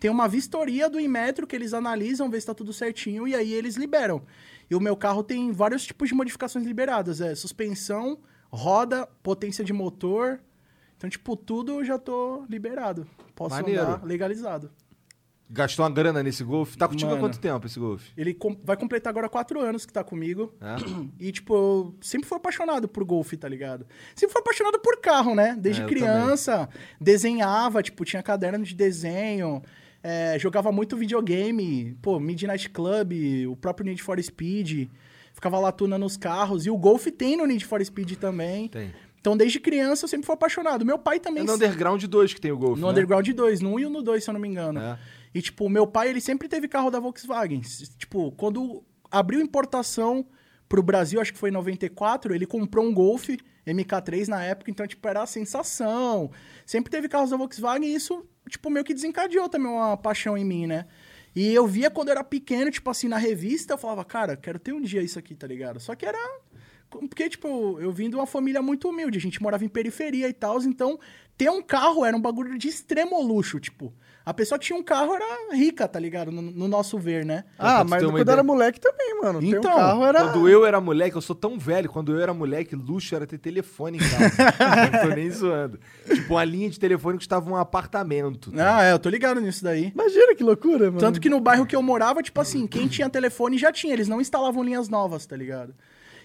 C: tem uma vistoria do Inmetro que eles analisam, vê se tá tudo certinho e aí eles liberam. E o meu carro tem vários tipos de modificações liberadas, é suspensão, roda, potência de motor. Então, tipo, tudo eu já tô liberado. Posso
A: Maneiro.
C: andar legalizado.
A: Gastou uma grana nesse Golf? Tá contigo há
C: Mano.
A: quanto tempo esse Golf?
C: Ele com- vai completar agora quatro anos que tá comigo.
A: É?
C: (clears throat) E, tipo, eu sempre fui apaixonado por golfe, tá ligado? Sempre fui apaixonado por carro, né? Desde
A: É, eu
C: criança, desenhava, tipo, tinha caderno de desenho, é, jogava muito videogame, pô, Midnight Club, o próprio Need for Speed, ficava latuna nos carros. E o golfe tem no Need for Speed também.
A: Tem.
C: Então, desde criança, eu sempre fui apaixonado. Meu pai
A: É
C: também...
A: no Underground 2 que tem o Golf,
C: No
A: né?
C: Underground 2, no 1 e no 2, se eu não me engano.
A: É.
C: E, tipo, o meu pai, ele sempre teve carro da Volkswagen. S- Tipo, quando abriu importação pro Brasil, acho que foi em 94, ele comprou um Golf MK3 na época, então, tipo, era a sensação. Sempre teve carros da Volkswagen e isso, tipo, meio que desencadeou também uma paixão em mim, né? E eu via quando eu era pequeno, tipo assim, na revista, eu falava, cara, quero ter um dia isso aqui, tá ligado? Só que era. Porque, tipo, eu vim de uma família muito humilde, a gente morava em periferia e tal, então ter um carro era um bagulho de extremo luxo, tipo. A pessoa que tinha um carro era rica, tá ligado? No, no nosso ver, né?
A: pra
B: Ah,
A: tu
B: mas
A: ter uma
B: quando
A: ideia.
B: era moleque também, mano. Então, ter
C: Então,
B: um carro era...
A: Quando eu era moleque, eu sou tão velho, quando eu era moleque, luxo era ter telefone em
C: (laughs)
A: casa. não tô nem zoando. Tipo, a linha de telefone custava um apartamento.
C: Ah, é, eu tô ligado nisso daí.
B: Imagina que loucura, mano.
C: Tanto que no bairro que eu morava, tipo assim, quem tinha telefone já tinha, eles não instalavam linhas novas, tá ligado?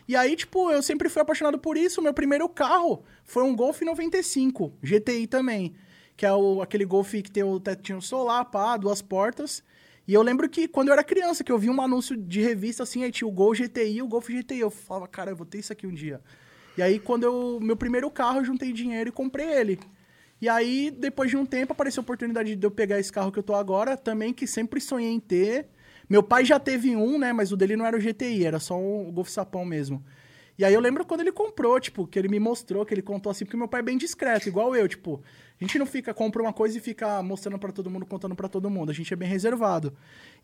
C: E aí, tipo, eu sempre fui apaixonado por isso. Meu primeiro carro foi um Golf 95, GTI também, que é o, aquele Golf que tem o tetinho solar, pá, duas portas. E eu lembro que quando eu era criança, que eu vi um anúncio de revista assim, aí tinha o Gol GTI e o Golf GTI. Eu falava, cara, eu vou ter isso aqui um dia. E aí, quando eu. Meu primeiro carro, eu juntei dinheiro e comprei ele. E aí, depois de um tempo, apareceu a oportunidade de eu pegar esse carro que eu tô agora, também que sempre sonhei em ter. Meu pai já teve um, né? Mas o dele não era o GTI, era só um, o Golf Sapão mesmo. E aí eu lembro quando ele comprou, tipo, que ele me mostrou, que ele contou assim, porque meu pai é bem discreto, igual eu, tipo, a gente não fica, compra uma coisa e fica mostrando pra todo mundo, contando pra todo mundo, a gente é bem reservado.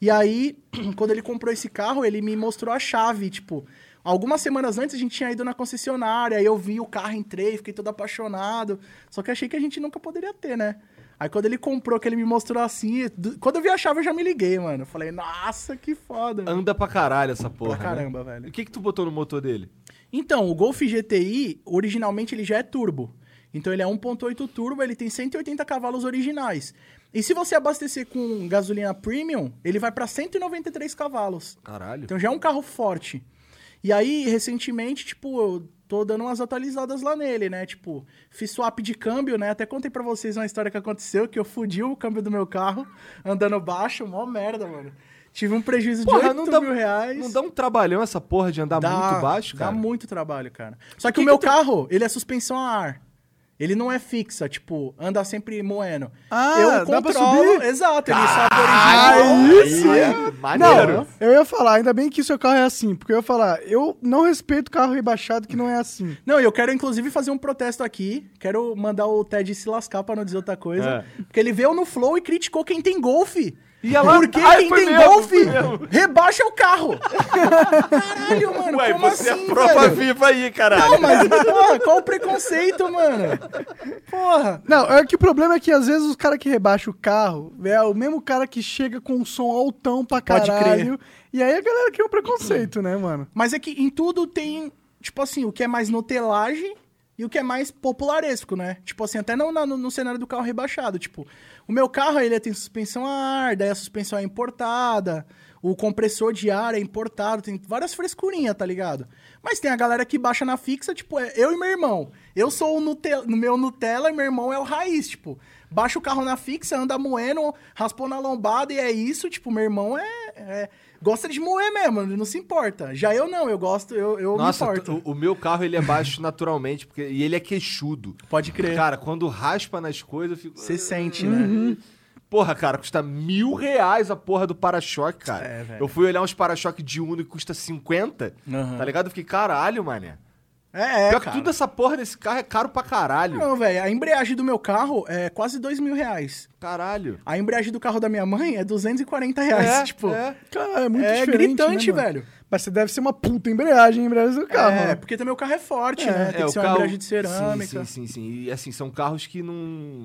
C: E aí, (clears throat) quando ele comprou esse carro, ele me mostrou a chave, tipo, Algumas semanas antes a gente tinha ido na concessionária, aí eu vi o carro, entrei, fiquei todo apaixonado. Só que achei que a gente nunca poderia ter, né? Aí quando ele comprou, que ele me mostrou assim, do- quando eu vi a chave eu já me liguei, mano. Eu falei, nossa, que foda. mano."
A: Anda pra caralho essa porra. né?
C: caramba, velho.
A: O que que tu botou no motor dele?
C: Então, o Golf GTI, originalmente ele já é turbo. Então ele é 1.8 turbo, ele tem 180 cavalos originais. E se você abastecer com gasolina premium, ele vai pra 193 cavalos.
A: Caralho.
C: Então já é um carro forte. E aí, recentemente, tipo, eu tô dando umas atualizadas lá nele, né? Tipo, fiz swap de câmbio, né? Até contei pra vocês uma história que aconteceu, que eu fudi o câmbio do meu carro (laughs) andando baixo, mó merda, mano. Tive um prejuízo de 8 mil reais.
A: não dá um trabalhão essa porra de andar muito baixo, cara?
C: Dá muito trabalho, cara. Só que,
A: que
C: o meu
A: que tu-
C: carro, ele é suspensão a ar. Ele não é fixa, tipo, anda sempre moendo.
B: Ah,
C: eu
B: dá pra
C: controlo,
B: subir?
C: exato, ele sobe original.
B: Ah, isso!
D: é.
A: Aí,
B: Não,
A: maneiro.
B: eu ia falar, ainda bem que o seu carro é assim, porque eu ia falar, eu não respeito carro rebaixado que não é assim.
C: Não, e eu quero inclusive fazer um protesto aqui. Quero mandar o Ted se lascar pra não dizer outra coisa. Porque ele veio no Flow e criticou quem tem golfe.
A: É. E ela-
C: Porque
A: Ai,
C: quem
A: foi
C: tem
A: mesmo,
C: golfe
A: foi mesmo.
C: rebaixa o carro. (laughs) Caralho, mano,
A: Ué,
C: como
A: você
C: assim,
A: é prova
C: velho?
A: viva aí, caralho.
C: Não, mas porra, qual o preconceito, mano? Porra.
B: Não, é que o problema é que às vezes os cara que rebaixa o carro é o mesmo cara que chega com um som altão pra
C: Pode crer.
B: caralho. E aí a galera cria um preconceito, né, mano?
C: Mas é que em tudo tem, tipo assim, o que é mais notelagem e o que é mais popularesco, né? Tipo assim, até no, na- no, no cenário do carro rebaixado. Tipo, o meu carro, ele tem suspensão a ar, daí a suspensão é importada, o compressor de ar é importado, tem várias frescurinhas, tá ligado? Mas tem a galera que baixa na fixa, tipo, é eu e meu irmão. Eu sou o Nutella, meu Nutella e meu irmão é o raiz, tipo. Baixa o carro na fixa, anda moendo, raspou na lombada e é isso, tipo, meu irmão é... é- Gosta de moer mesmo, ele não se importa. Já eu não, eu gosto, eu, eu
A: Nossa,
C: me importo.
A: tu- o, o meu carro ele é baixo naturalmente, porque, e ele é queixudo.
C: Pode crer.
A: Cara, quando raspa nas coisas, eu fico.
C: Você sente, né?
A: Porra, cara, custa mil reais a porra do para-choque, cara.
C: É, velho.
A: eu fui olhar uns para-choque de Uno que custa 50,
C: Aham.
A: tá ligado? Eu fiquei, caralho, mané.
C: É, é,
A: Pior
C: cara.
A: que tudo essa porra desse carro é caro pra caralho.
C: Não, velho, a embreagem do meu carro é quase dois mil reais.
A: Caralho.
C: A embreagem do carro da minha mãe é 240 reais,
A: É,
C: tipo...
A: é.
B: Cara, é muito
C: É
B: diferente,
C: gritante,
B: né, mano?
C: velho.
B: Mas você deve ser uma puta embreagem, a embreagem do carro.
C: é,
B: mano.
C: porque também o carro é forte, né? Tem
A: o
C: que ser uma embreagem de cerâmica.
A: Sim, sim, sim, sim. E assim, são carros que não,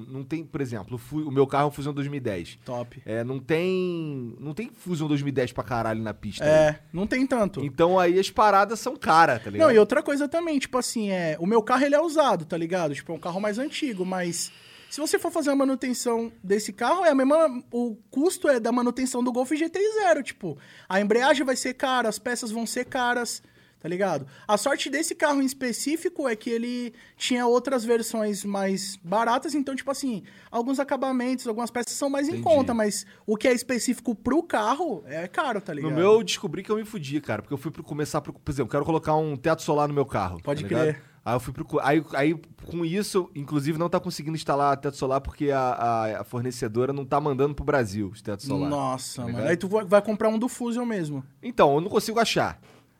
A: não tem, por exemplo, o Fu- o meu carro é um Fusion 2010.
C: Top.
A: É, não tem. Não tem Fusion 2010 pra caralho na pista. né?
C: É, não tem tanto.
A: Então aí as paradas são caras, tá ligado?
C: Não, e outra coisa também, tipo assim, é, o meu carro ele é usado, tá ligado? Tipo, é um carro mais antigo, mas se você for fazer a manutenção desse carro, é a mesma, o custo é da manutenção do Golf GT Zero, tipo, a embreagem vai ser cara, as peças vão ser caras, tá ligado? A sorte desse carro em específico é que ele tinha outras versões mais baratas, então tipo assim, alguns acabamentos, algumas peças são mais em
A: Entendi.
C: conta, mas o que é específico pro carro é caro, tá ligado?
A: No meu eu descobri que eu me fudi, cara, porque eu fui pro começar, pro, por exemplo, eu quero colocar um teto solar no meu carro.
C: Pode
A: tá ligado?
C: crer.
A: Aí eu fui pro. Aí, aí com isso, inclusive, não tá conseguindo instalar teto solar porque a, a- a fornecedora não tá mandando pro Brasil os tetos solar.
C: Nossa,
A: tá
C: mano.
A: ligado?
C: Aí tu vai vai comprar um do Fusion mesmo.
A: Então, eu não consigo achar.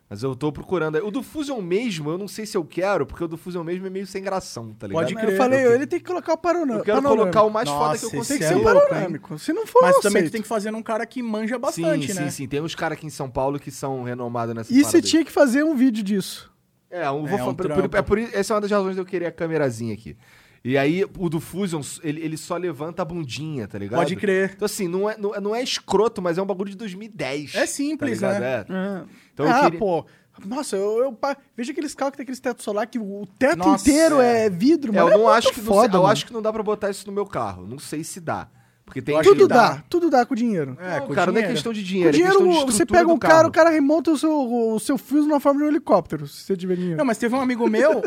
A: Mas eu tô procurando. aí. O do Fusion mesmo, eu não sei se eu quero, porque o do Fusion mesmo é meio sem gração, tá ligado?
C: Pode
B: Mas
C: crer.
B: Eu falei, ele tá tem que colocar o panorama.
A: Eu quero colocar o mais foda que eu
C: Nossa,
B: Tem
A: consigo.
B: que
C: Esse
B: ser
C: é
B: um
C: louco,
B: panorâmico. Se não for,
C: Mas
B: eu
C: também tu
B: aceito.
C: tem que fazer num cara que manja
A: Sim,
C: bastante,
A: sim,
C: né?
A: sim. Tem uns caras aqui em São Paulo que são renomados nessa
B: E
A: parada
B: você
A: aí.
B: tinha que fazer um vídeo disso.
A: É, um, vou
C: É,
A: fa-
C: um
A: por- por-
C: trampo.
A: é por isso- essa é uma das razões de eu querer a câmerazinha aqui. E aí, o do Fusion, ele, ele só levanta a bundinha, tá ligado?
C: Pode crer.
A: Então, assim, não é, não, é- não é escroto, mas é um bagulho de 2010.
C: É simples,
A: tá ligado? É.
C: né?
A: Então,
B: Então, ah,
A: eu queria...
B: pô. Nossa, eu, eu pa- vejo aqueles carros que tem aqueles teto solar que o teto
C: Nossa,
B: inteiro é,
C: é.
B: vidro,
A: É, eu
B: mano. É
A: não
B: muito
A: acho que não sei-
B: foda,
A: eu
B: mano.
A: acho que não dá pra botar isso no meu carro. Não sei se dá, porque tem
C: Eu acho
B: tudo
C: que
B: dá,
C: dá.
B: tudo dá com dinheiro.
C: É,
A: não,
C: com
A: cara, não é
C: dinheiro.
A: questão de
B: Com
A: dinheiro, é
B: dinheiro,
A: questão de
B: você
A: estrutura
B: pega
A: do
B: um cara,
A: carro.
B: o cara remonta o seu, o seu fuso na forma de um helicóptero, se você tiver dinheiro.
C: Não, mas teve um amigo
A: (coughs)
C: meu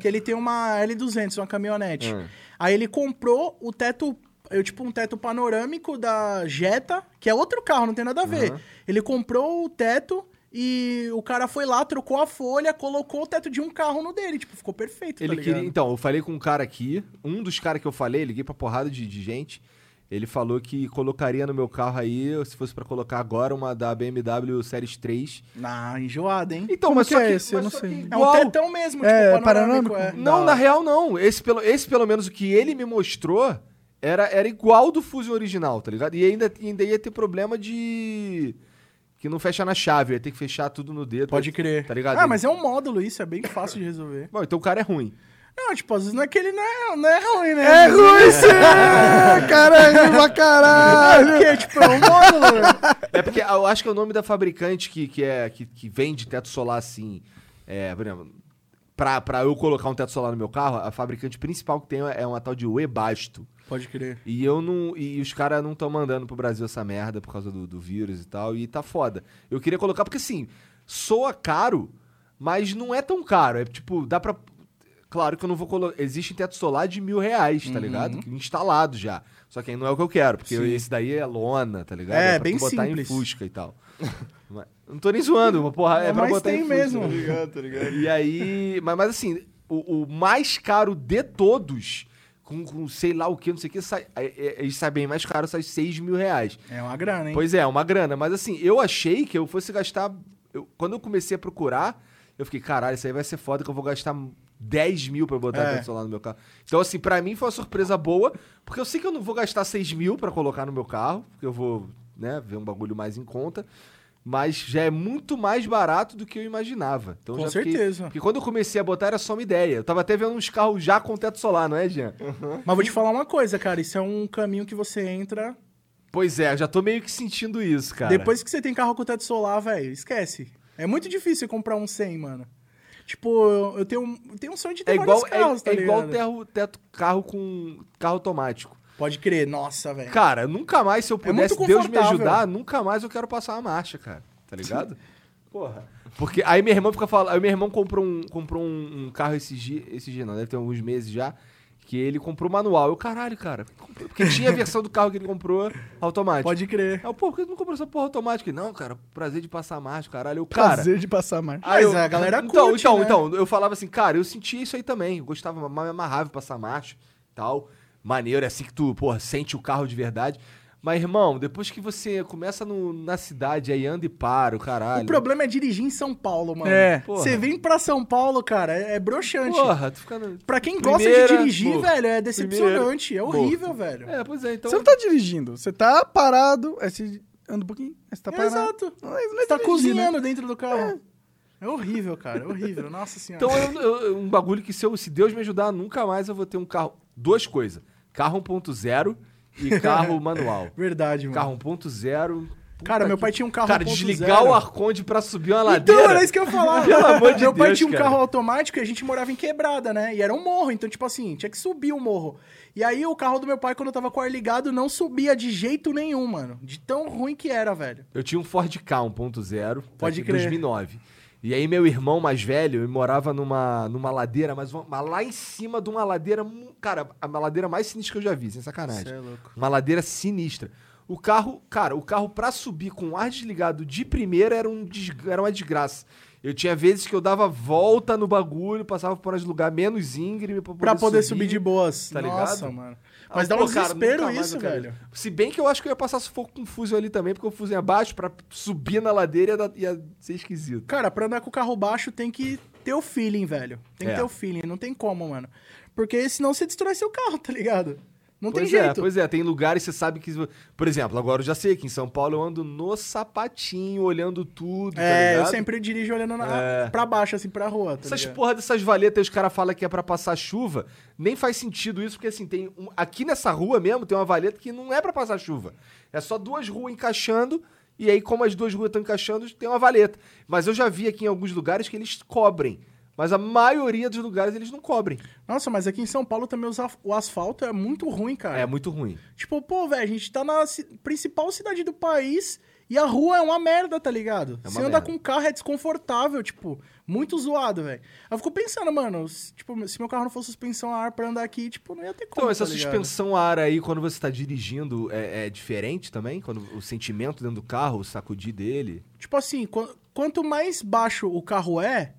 C: que ele tem uma L200, uma caminhonete.
A: É. Hum.
C: Aí ele comprou o teto, eu tipo um teto panorâmico da Jetta, que é outro carro, não tem nada a ver. Ele comprou o teto e o cara foi lá, trocou a folha, colocou o teto de um carro no dele, tipo, ficou perfeito,
A: Ele
C: tá
A: queria.
C: ligado?
A: Então, eu falei com um cara aqui, um dos caras que eu falei, liguei pra porrada de, de gente. Ele falou que colocaria no meu carro aí, se fosse pra colocar agora, uma da BMW Series 3.
C: Ah, enjoado, hein?
A: Então,
B: Como
A: mas
B: que
A: só
B: é
A: que,
B: esse?
A: mas
B: Eu não
A: só
B: sei.
A: que
B: É um
C: É
A: igual-
C: um tetão mesmo, tipo,
B: É,
C: panorâmico.
B: panorâmico?
C: é.
A: Não, na real não. Esse pelo, esse pelo menos o que ele me mostrou era, era igual do Fusion original, tá ligado? E ainda, ainda ia ter problema de que não fecha na chave, ia ter que fechar tudo no dedo.
C: Pode crer.
A: Tá ligado?
C: Ah, mas é um módulo isso, é bem fácil de resolver.
A: Bom, então o cara é ruim.
C: Não, tipo, às vezes não é que ele não é, não é ruim, né?
B: É ruim, sim! Caralho, pra caralho!
C: Porque, tipo, é um módulo.
A: É porque eu acho que é o nome da fabricante que, que, é, que, que vende teto solar assim. É, por exemplo, pra, pra eu colocar um teto solar no meu carro, a fabricante principal que tem é uma tal de Webasto.
C: Pode crer.
A: E eu não. E os caras não estão mandando pro Brasil essa merda por causa do, do vírus e tal. E tá foda. Eu queria colocar, porque assim, soa caro, mas não é tão caro. É tipo, dá pra. Claro que eu não vou colocar. Existe teto solar de mil reais, tá ligado? Instalado já. Só que aí não é o que eu quero, porque
C: Uhum. Sim.
A: esse daí é lona, tá ligado?
C: É,
A: pra tu
C: bem
A: botar
C: simples.
A: em Fusca e tal. (laughs) Mas- não tô nem zoando, mas porra, é pra
C: Mas
A: botar em
C: tem
A: Fusca.
C: mesmo.
D: Tá ligado, tá ligado?
A: E aí. Mas, mas assim, o, o mais caro de todos, com, com sei lá o que, não sei o que, sai, é- é- eles sabem mais caro, sai 6 mil reais.
C: É uma grana, hein?
A: Pois é, uma grana. Mas assim, eu achei que eu fosse gastar. eu- quando eu comecei a procurar, eu fiquei, caralho, isso aí vai ser foda que eu vou gastar 10 mil pra botar
C: É.
A: é. solar no meu carro. Então, assim, pra mim foi uma surpresa boa, porque eu sei que eu não vou gastar 6 mil pra colocar no meu carro, porque eu vou, né, ver um bagulho mais em conta. Mas já é muito mais barato do que eu imaginava. Então,
C: Com
A: já fiquei-
C: certeza.
A: porque quando eu comecei a botar era só uma ideia. Eu tava até vendo uns carros já com teto solar, não é, Jean?
C: Mas vou te falar uma coisa, cara. Isso é um caminho que você entra.
A: Pois é, eu já tô meio que sentindo isso, cara.
C: Depois que você tem carro com teto solar, velho, esquece. É muito difícil comprar um 100, mano. Tipo, eu, eu tenho, um- eu tenho um sonho de ter
A: é igual,
C: vários carros,
A: é,
C: tá
A: é igual
C: ligado?
A: terro- teto, carro com carro automático.
C: Pode crer, nossa, velho.
A: Cara, nunca mais, se eu pudesse,
C: É muito
A: Deus me
C: confortável.
A: ajudar, nunca mais eu quero passar uma marcha, cara. Tá ligado? Porra. Porque aí meu irmão fica falando. Aí meu irmão comprou um, comprou um, um carro esses dias. Esses dias não, deve ter alguns meses já. Que ele comprou manual. Eu, caralho, cara. comprou- Porque tinha a versão do carro que ele comprou automático.
C: Pode crer.
A: Aí eu, pô, por É que tu não comprou essa porra automática? Ele, Não, cara, prazer de passar marcha, caralho. Eu, cara.
B: Prazer de passar mais.
A: aí
C: Mas a galera
A: então,
C: curte,
A: Então,
C: né?
A: então, eu falava assim, cara, eu sentia isso aí também. Eu gostava, ma- me amarrava em passar marcha e tal. Maneiro, é assim que tu, porra, sente o carro de verdade. Mas, irmão, depois que você começa no- na cidade aí, anda e para, o caralho.
C: O problema é dirigir em São Paulo, mano.
B: É.
A: Porra.
C: Você vem pra São Paulo, cara, é, é broxante.
A: Porra, tu fica... na-
C: Pra quem gosta de
A: Primeira,
C: dirigir,
A: morto.
C: velho, é decepcionante. É
A: Morto.
C: horrível, velho.
A: É, pois é, então...
B: Você não tá dirigindo, você tá parado. Aí você anda um pouquinho, aí você tá parado.
C: É, Exato.
B: Não, isso não é
C: Você tá
B: dirigir,
C: cozinhando dentro do carro. É. horrível, cara. É horrível. Nossa senhora.
A: Então, eu- eu- eu- um bagulho que se, eu- se Deus me ajudar, nunca mais eu vou ter um carro... Duas coisas. Carro 1.0
C: (laughs)
A: e carro manual.
C: Verdade, mano.
A: Carro 1.0... puta
C: Cara, meu
A: que
C: pai tinha um carro
A: Cara,
C: 1.0.
A: desligar o arconde pra subir uma
C: Então,
A: ladeira.
C: era isso que eu ia
A: (laughs)
C: falar.
A: Pelo amor de
C: Meu pai
A: Deus,
C: tinha um
A: cara.
C: carro automático e a gente morava em quebrada, né? E era um morro, então, tipo assim, tinha que subir o morro. E aí, o carro do meu pai, quando eu tava com o ar ligado, não subia de jeito nenhum, mano. De tão ruim que era, velho.
A: Eu tinha um Ford K 1.0,
C: Pode
A: aqui,
C: crer.
A: 2009. E aí meu irmão mais velho ele morava numa, numa ladeira, mas uma- mas lá em cima de uma ladeira, mu- cara, a uma ladeira mais sinistra que eu já vi, sem sacanagem.
C: Cê é louco.
A: Uma ladeira sinistra. O carro, cara, o carro pra subir com o ar desligado de primeira era, um, des- era uma desgraça. Eu tinha vezes que eu dava volta no bagulho, passava por uns lugar menos íngreme pra poder,
C: Pra poder subir de boas.
A: tá
C: Nossa,
A: ligado?
C: mano.
A: Ah,
C: Mas dá
A: pô,
C: um
A: cara,
C: desespero
A: nunca mais
C: isso,
A: eu quero
C: velho.
A: Se bem que eu acho que eu ia passar sufoco com o fuzil ali também, porque o fuzil é abaixo, pra subir na ladeira ia, dar- ia ser esquisito.
C: Cara, pra andar com o carro baixo tem que ter o feeling, velho. Tem que
A: É.
C: ter o feeling, não tem como, mano. Porque senão você destrói seu carro, (laughs) tá ligado? Não
A: pois
C: tem
A: é,
C: jeito.
A: Pois é, tem lugares que você sabe que. Por exemplo, agora eu já sei que em São Paulo eu ando no sapatinho, olhando tudo. tá
C: é, eu
A: ligado?
C: sempre dirijo olhando na,
A: É.
C: pra baixo, assim, pra rua, tá
A: Essas
C: ligado?
A: porra dessas valetas, os caras falam que é pra passar chuva, nem faz sentido isso, porque assim, tem um- aqui nessa rua mesmo tem uma valeta que não é pra passar chuva. É só duas ruas encaixando, e aí como as duas ruas estão encaixando, tem uma valeta. Mas eu já vi aqui em alguns lugares que eles cobrem, mas a maioria dos lugares eles não cobrem.
C: Nossa, mas aqui em São Paulo também os af- o asfalto é muito ruim, cara.
A: É muito ruim.
C: Tipo, pô, velho, a gente tá na ci- principal cidade do país e a rua é uma merda, tá ligado?
A: É uma
C: Você anda
A: merda.
C: com carro é desconfortável, tipo, muito zoado, velho. Eu fico pensando, mano, se, tipo, se meu carro não fosse suspensão a ar pra andar aqui, tipo, não ia ter como,
A: Então, essa
C: tá ligado?
A: suspensão a ar aí, quando você tá dirigindo, é, é diferente também? Quando o sentimento dentro do carro, o sacudir dele.
C: Tipo assim, qu- quanto mais baixo o carro é,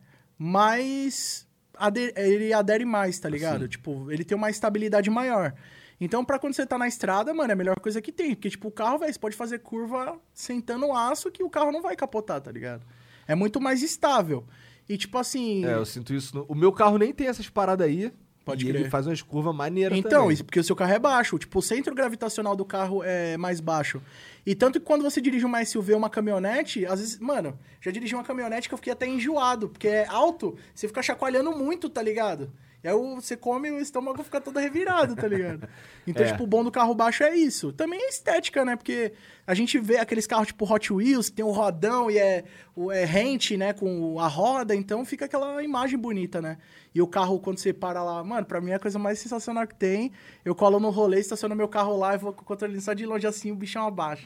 C: mais ade- ele adere mais, tá ligado? Tipo, ele tem uma estabilidade maior. Então, pra quando você tá na estrada, mano, é a melhor coisa que tem. Porque, tipo, o carro, velho, você pode fazer curva sentando o aço que o carro não vai capotar, tá ligado? É muito mais estável. E, tipo assim...
A: É, eu sinto isso. no- O meu carro nem tem essas paradas aí.
C: Pode
A: e
C: crer.
A: ele faz umas curvas maneiras
C: Então,
A: também.
C: isso porque o seu carro é baixo. Tipo, o centro gravitacional do carro é mais baixo. E tanto que quando você dirige uma SUV ou uma caminhonete, às vezes, mano, já dirigi uma caminhonete que eu fiquei até enjoado, porque é alto, você fica chacoalhando muito, tá ligado? E aí o- você come e o estômago fica todo revirado, tá
A: (laughs)
C: ligado? Então,
A: É.
C: tipo, o bom do carro baixo é isso. Também é estética, né? Porque a gente vê aqueles carros tipo Hot Wheels, que tem o rodão e é, o- é rente, né? Com a roda, então fica aquela imagem bonita, né? E o carro, quando você para lá, mano, pra mim é a coisa mais sensacional que tem. Eu colo no rolê, estaciono meu carro lá e vou controlando só de longe assim, o bichão
A: (laughs)
C: abaixa.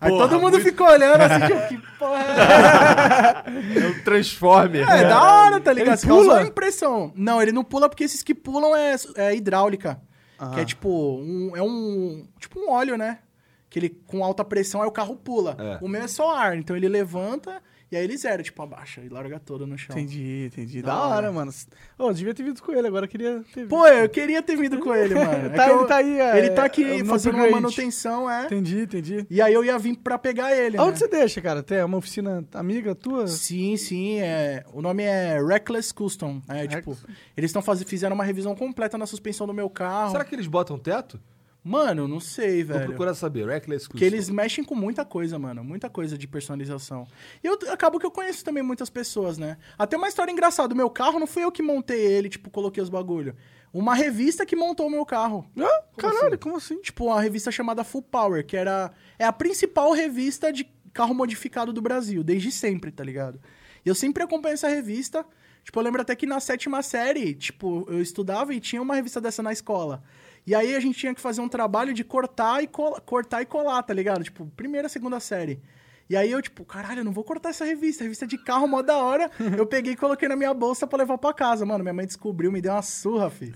C: Aí
A: Porra,
C: todo mundo
A: muito-
C: ficou olhando assim, tipo, que porra
A: (laughs)
C: é essa?
A: É um Transformer.
C: É, da hora, tá ligado?
B: Ele
C: Você causou
B: pula?
C: a impressão. Não, ele não pula porque esses que pulam é, é hidráulica.
B: Ah.
C: Que é tipo um, é um. Tipo um óleo, né? Que ele com alta pressão aí o carro pula.
A: É.
C: O meu é só ar, então ele levanta e aí ele zera, tipo, abaixa e larga todo no chão.
B: Entendi, entendi.
C: Da
B: Da
C: hora.
B: hora, mano. Ô, devia ter vindo com ele, agora eu queria ter vindo.
C: Pô, eu queria ter vindo com ele, mano. É
B: (laughs) Tá-
C: que eu-
B: ele tá aí, é,
C: Ele tá
B: é
C: aqui
B: um
C: fazendo uma
B: upgrade.
C: manutenção, é.
B: Entendi, entendi.
C: E aí eu ia vir pra pegar ele. né?
B: Aonde você tá? deixa, cara? Tem uma oficina amiga tua?
C: Sim, sim. É, o nome é Reckless Custom. É, tipo, eles estão fazendo, fizeram uma revisão completa na suspensão do meu carro.
A: Será que eles botam teto?
C: Mano, não sei,
A: Vou
C: velho.
A: procurar saber. Reckless
C: Porque eles mexem com muita coisa, mano. Muita coisa de personalização. E eu acabo que eu conheço também muitas pessoas, né? Até uma história engraçada. O meu carro não fui eu que montei ele, tipo, coloquei os bagulho. Uma revista que montou o meu carro.
B: Ah, caralho, como assim?
C: Tipo, uma revista chamada Full Power, que era... É a principal revista de carro modificado do Brasil, desde sempre, tá ligado? E eu sempre acompanho essa revista. Tipo, eu lembro até que na sétima série, tipo, eu estudava e tinha uma revista dessa na escola. E aí a gente tinha que fazer um trabalho de cortar e, cola- cortar e colar, tá ligado? Tipo, primeira, segunda série. E aí eu, tipo, caralho, eu não vou cortar essa revista. Revista de carro, mó da hora. Eu peguei e coloquei na minha bolsa pra levar pra casa. Mano, minha mãe descobriu, me deu uma surra, filho.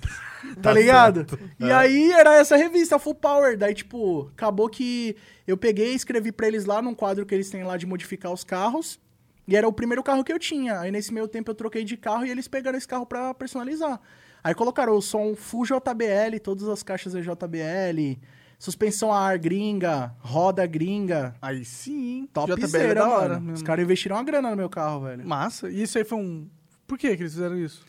C: Tá ligado? E aí era essa revista, Full Power. Daí, tipo, acabou que eu peguei e escrevi pra eles lá num quadro que eles têm lá de modificar os carros. E era o primeiro carro que eu tinha. Aí nesse meio tempo eu troquei de carro e eles pegaram esse carro pra personalizar. Aí colocaram o som full JBL, todas as caixas é JBL, suspensão a ar gringa, roda gringa.
B: Aí sim, hein?
C: Top
B: JBL
C: zera,
B: é da hora.
C: mano. Os
B: mesmo.
C: caras investiram uma grana no meu carro, velho.
B: Massa. E isso aí foi um... Por que que eles fizeram isso?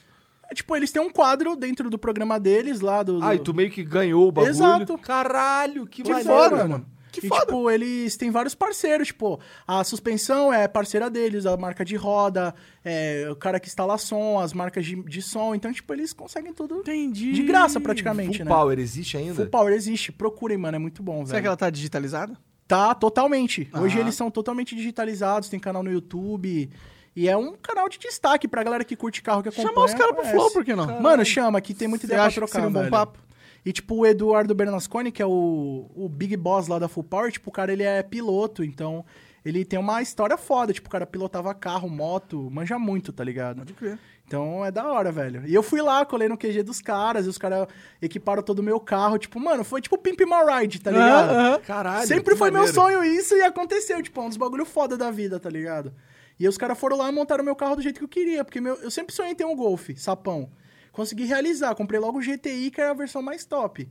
C: É, Tipo, eles têm um quadro dentro do programa deles lá do...
A: Ah, e
C: do-
A: tu meio que ganhou o bagulho.
C: Exato.
A: Caralho, que,
C: Que
A: maneiro.
C: foda,
B: mano.
C: mano.
B: Que
C: e,
B: foda.
C: tipo, eles têm vários parceiros, tipo, a suspensão é parceira deles, a marca de roda, é, o cara que instala som, as marcas de, de som, então, tipo, eles conseguem tudo
B: Entendi.
C: de graça praticamente,
A: Full
C: né?
A: Power existe ainda?
C: Full Power existe, procurem, mano, é muito bom, velho.
B: Será que ela tá digitalizada?
C: Tá, totalmente. Hoje
B: Ah.
C: eles são totalmente digitalizados, tem canal no YouTube, e é um canal de destaque pra galera que curte carro, que acompanha.
B: Chamar os caras pro
C: conhece.
B: Flow, por que não?
C: Mano, chama, que tem muita
B: Você
C: ideia pra
B: acha que
C: trocar,
B: seria um bom
C: velho.
B: papo?
C: E, tipo, o Eduardo Bernasconi, que é o, o big boss lá da Full Power, tipo, o cara, ele é piloto, então... Ele tem uma história foda, tipo, o cara pilotava carro, moto, manja muito, tá ligado?
B: Pode crer.
C: Então é da hora, velho. E eu fui lá, colei no QG dos caras, e os caras equiparam todo o meu carro. Tipo, mano, foi tipo Pimp My Ride, tá ligado?
B: Aham.
A: Caralho.
C: Sempre
A: que
C: foi meu
A: maneiro.
C: sonho isso e aconteceu, tipo, é um dos bagulho foda da vida, tá ligado? E aí os caras foram lá e montaram meu carro do jeito que eu queria, porque meu, eu sempre sonhei em ter um Golf, sapão. Consegui realizar, comprei logo o GTI, que era a versão mais top.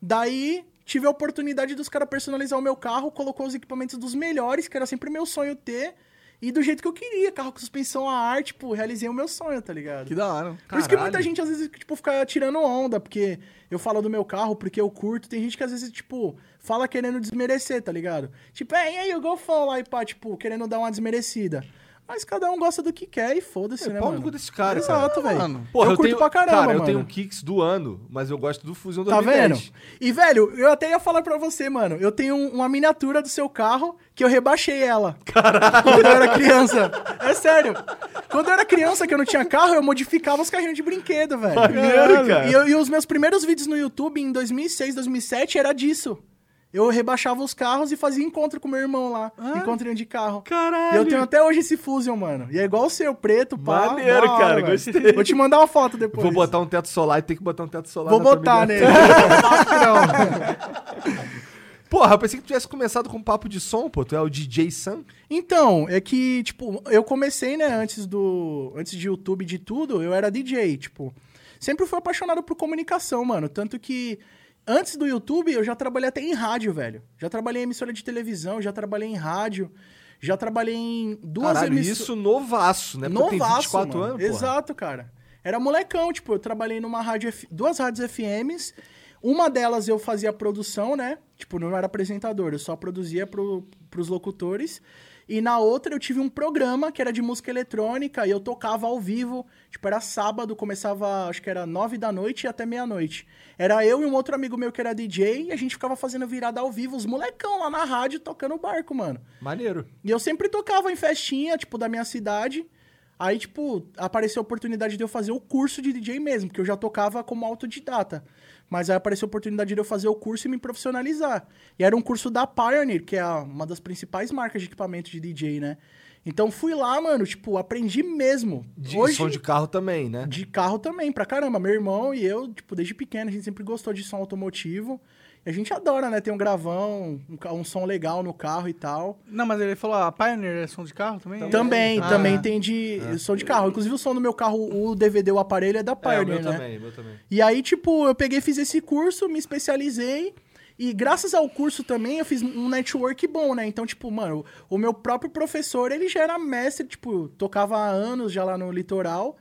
C: Daí tive a oportunidade dos caras personalizar o meu carro, colocou os equipamentos dos melhores, que era sempre meu sonho ter, e do jeito que eu queria, carro com suspensão a ar, tipo, realizei o meu sonho, tá ligado?
B: Que da hora.
C: Por isso que muita gente às vezes tipo, fica tirando onda, porque eu falo do meu carro, porque eu curto. Tem gente que às vezes, tipo, fala querendo desmerecer, tá ligado? Tipo, é, e aí o Golfão lá e pá, tipo, querendo dar uma desmerecida. Mas cada um gosta do que quer e foda-se, né,
A: É Pau no
C: mano?
A: cu desse cara, cara.
C: Exato, velho.
B: Mano.
A: Porra,
C: eu curto
A: tenho,
C: pra caramba,
A: Cara,
C: mano.
A: eu tenho um Kicks do ano, mas eu gosto do Fusion
C: Tá
A: 2010.
C: vendo? E, velho, eu até ia falar pra você, mano. Eu tenho um- uma miniatura do seu carro que eu rebaixei ela. Caraca! Quando eu era criança. É sério. Quando eu era criança, que eu não tinha carro, eu modificava os carrinhos de brinquedo, velho.
A: Maneiro, cara.
C: E, eu- e os meus primeiros vídeos no YouTube, em 2006, 2007, era disso. Eu rebaixava os carros e fazia encontro com meu irmão lá. Encontrinho de carro.
A: Ah. Caralho!
C: E eu tenho até hoje esse Fusion, mano. E é igual o seu, preto, pá.
A: Maneiro,
C: da hora,
A: cara,
C: velho.
A: gostei.
C: Vou te mandar uma foto depois.
A: Vou botar um teto solar e tem que botar um teto solar.
C: Vou
A: na tua
C: botar
A: miniatura.
C: nele.
A: (laughs) Porra, eu pensei que tu tivesse começado com papo de som, pô. Tu é o DJ Sam.
C: Então, é que, tipo, eu comecei, né, antes do. Antes de YouTube e de tudo, eu era DJ, tipo. Sempre fui apaixonado por comunicação, mano. Tanto que. Antes do YouTube, eu já trabalhei até em rádio, velho. Já trabalhei em emissora de televisão, já trabalhei em rádio, já trabalhei em duas
A: Caralho,
C: emissoras.
A: isso novaço, né? Porque tem
C: Novaço,
A: 24
C: mano.
A: anos, porra.
C: Exato, cara. Era molecão, tipo, eu trabalhei numa rádio, F- duas rádios FMs. Uma delas eu fazia produção, né? Tipo, não era apresentador, eu só produzia pro, pros locutores. E na outra eu tive um programa que era de música eletrônica e eu tocava ao vivo. Tipo, era sábado, começava, acho que era nove da noite e até meia-noite. Era eu e um outro amigo meu que era DJ e a gente ficava fazendo virada ao vivo, os molecão lá na rádio tocando o barco, mano.
A: Maneiro.
C: E eu sempre tocava em festinha, tipo, da minha cidade. Aí, tipo, apareceu a oportunidade de eu fazer o curso de DJ mesmo, que eu já tocava como autodidata. Mas aí apareceu a oportunidade de eu fazer o curso e me profissionalizar. E era um curso da Pioneer, que é a- uma das principais marcas de equipamento de DJ, né? Então fui lá, mano, tipo, aprendi mesmo.
A: De som de carro também, né?
C: De carro também, pra caramba. Meu irmão e eu, tipo, desde pequeno, a gente sempre gostou de som automotivo. E a gente adora, né? Ter um gravão, um, ca- um som legal no carro e tal.
B: Não, mas ele falou, a Pioneer é som de carro também?
C: Também,
B: Ah.
C: também tem de som de carro. Inclusive o som do meu carro, o DVD, o aparelho é da
A: É, o
C: Pioneer,
A: meu
C: né?
A: também, o meu também.
C: E aí, tipo, eu peguei, fiz esse curso, me especializei. E graças ao curso também, eu fiz um network bom, né? Então, tipo, mano, o meu próprio professor, ele já era mestre, tipo, tocava há anos já lá no litoral.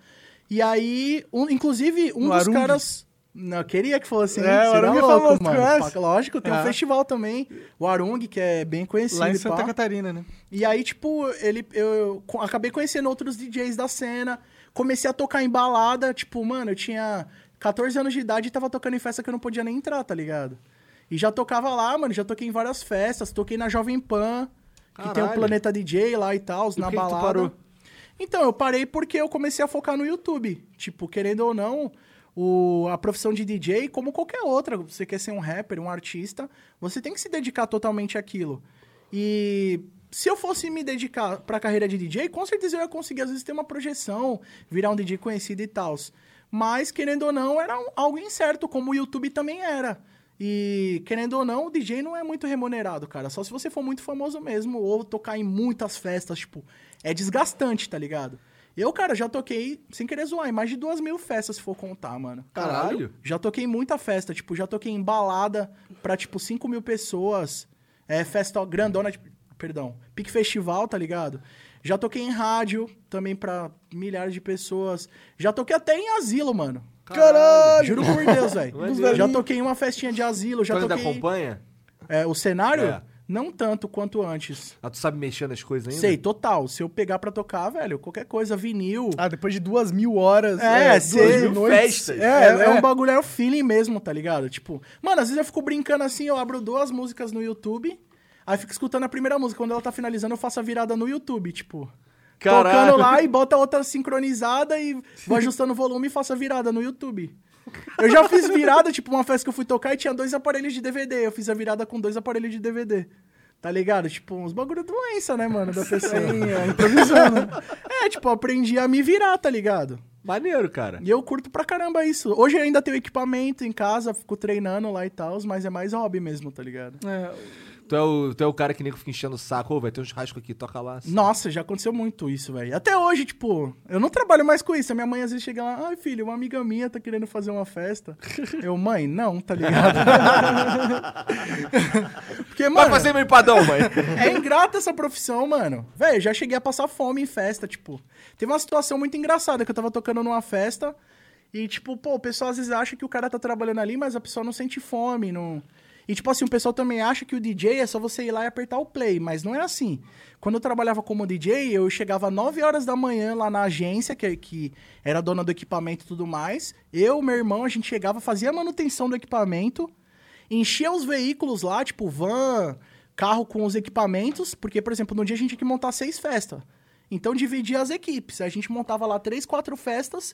C: E aí, um- inclusive, um
B: No
C: dos
B: Arung?
C: caras... Não, eu queria que fosse assim,
B: É, o
C: seria
B: Arung é
C: louco,
B: famoso,
C: mano.
B: conhece?
C: Pa- Lógico, tem um
B: É.
C: festival também, o Arung, que é bem conhecido.
B: Lá em
C: e
B: Santa
C: pá.
B: Catarina, né?
C: E aí, tipo, ele, eu, eu co- acabei conhecendo outros DJs da cena, comecei a tocar em balada, tipo, mano, eu tinha 14 anos de idade e tava tocando em festa que eu não podia nem entrar, tá ligado? E já tocava lá, mano, já toquei em várias festas, toquei na Jovem Pan, que tem o
A: Caralho.
C: Planeta DJ lá e tal,
A: E
C: na
A: por que que tu
C: balada.
A: parou?
C: Então, eu parei porque eu comecei a focar no YouTube. Tipo, querendo ou não, o, a profissão de DJ, como qualquer outra, você quer ser um rapper, um artista, você tem que se dedicar totalmente àquilo. E se eu fosse me dedicar pra carreira de DJ, com certeza eu ia conseguir, às vezes, ter uma projeção, virar um DJ conhecido e tal. Mas, querendo ou não, era um- algo incerto, como o YouTube também era. E, querendo ou não, o DJ não é muito remunerado, cara. Só se você for muito famoso mesmo, ou tocar em muitas festas, tipo, é desgastante, tá ligado? Eu, cara, já toquei, sem querer zoar, em mais de duas mil festas, se for contar, mano.
A: Caralho.
C: Já toquei em muita festa, tipo, já toquei em balada pra, tipo, 5 mil pessoas. É, festa grandona, tipo, perdão, Pique Festival, tá ligado? Já toquei em rádio também pra milhares de pessoas. Já toquei até em asilo, mano.
B: Caralho!
C: Juro por Deus,
A: (laughs)
C: velho.
A: Maneiro.
C: Já toquei em uma festinha de asilo, já
A: tu ainda
C: toquei...
A: acompanha?
C: É, o cenário?
A: É.
C: Não tanto quanto antes.
A: Ah, tu sabe mexer nas coisas ainda?
C: Sei, total. Se eu pegar pra tocar, velho, qualquer coisa, vinil...
B: Ah, depois de duas mil horas.
C: É, cê-
B: duas mil
A: mil
B: noites.
A: festas.
B: É,
C: É, é,
B: é,
C: um bagulho, é o feeling mesmo, tá ligado? Tipo, mano, às vezes eu fico brincando assim, eu abro duas músicas no YouTube, aí fico escutando a primeira música. Quando ela tá finalizando, eu faço a virada no YouTube, tipo.
A: Caralho.
C: Tocando lá e bota outra sincronizada e vou ajustando o volume e faço a virada no YouTube. Eu já fiz virada, tipo, uma festa que eu fui tocar e tinha dois aparelhos de DVD. Eu fiz a virada com dois aparelhos de DVD. Tá ligado? Tipo, uns bagulho doença, né, mano, da pessoa.
B: é, improvisando.
C: é, tipo, aprendi a me virar, tá ligado?
A: Maneiro, cara.
C: E eu curto pra caramba isso. Hoje eu ainda tenho equipamento em casa, fico treinando lá e tal, mas é mais hobby mesmo, tá ligado?
B: É,
A: Tu é o, tu é o cara que nem fica enchendo o saco. Ô, vai ter um churrasco aqui, toca lá.
C: Nossa, já aconteceu muito isso, velho. Até hoje, tipo, eu não trabalho mais com isso. A minha mãe às vezes chega lá, ai, filho, uma amiga minha tá querendo fazer uma festa. Eu, mãe, não, tá ligado? (laughs) Porque,
A: Vai
C: mano,
A: fazer meu empadão, mãe. (laughs)
C: (laughs) é ingrata essa profissão, mano. Velho, já cheguei a passar fome em festa, tipo. Teve uma situação muito engraçada que eu tava tocando numa festa e, tipo, pô, o pessoal às vezes acha que o cara tá trabalhando ali, mas a pessoa não sente fome, não. E, tipo assim, o pessoal também acha que o DJ é só você ir lá e apertar o play, mas não é assim. Quando eu trabalhava como DJ, eu chegava 9 horas da manhã lá na agência, que, que era dona do equipamento e tudo mais. Eu, meu irmão, a gente chegava, fazia a manutenção do equipamento, enchia os veículos lá, tipo van, carro com os equipamentos, porque, por exemplo, no dia a gente tinha que montar seis festas. Então dividia as equipes. A gente montava lá três, quatro festas.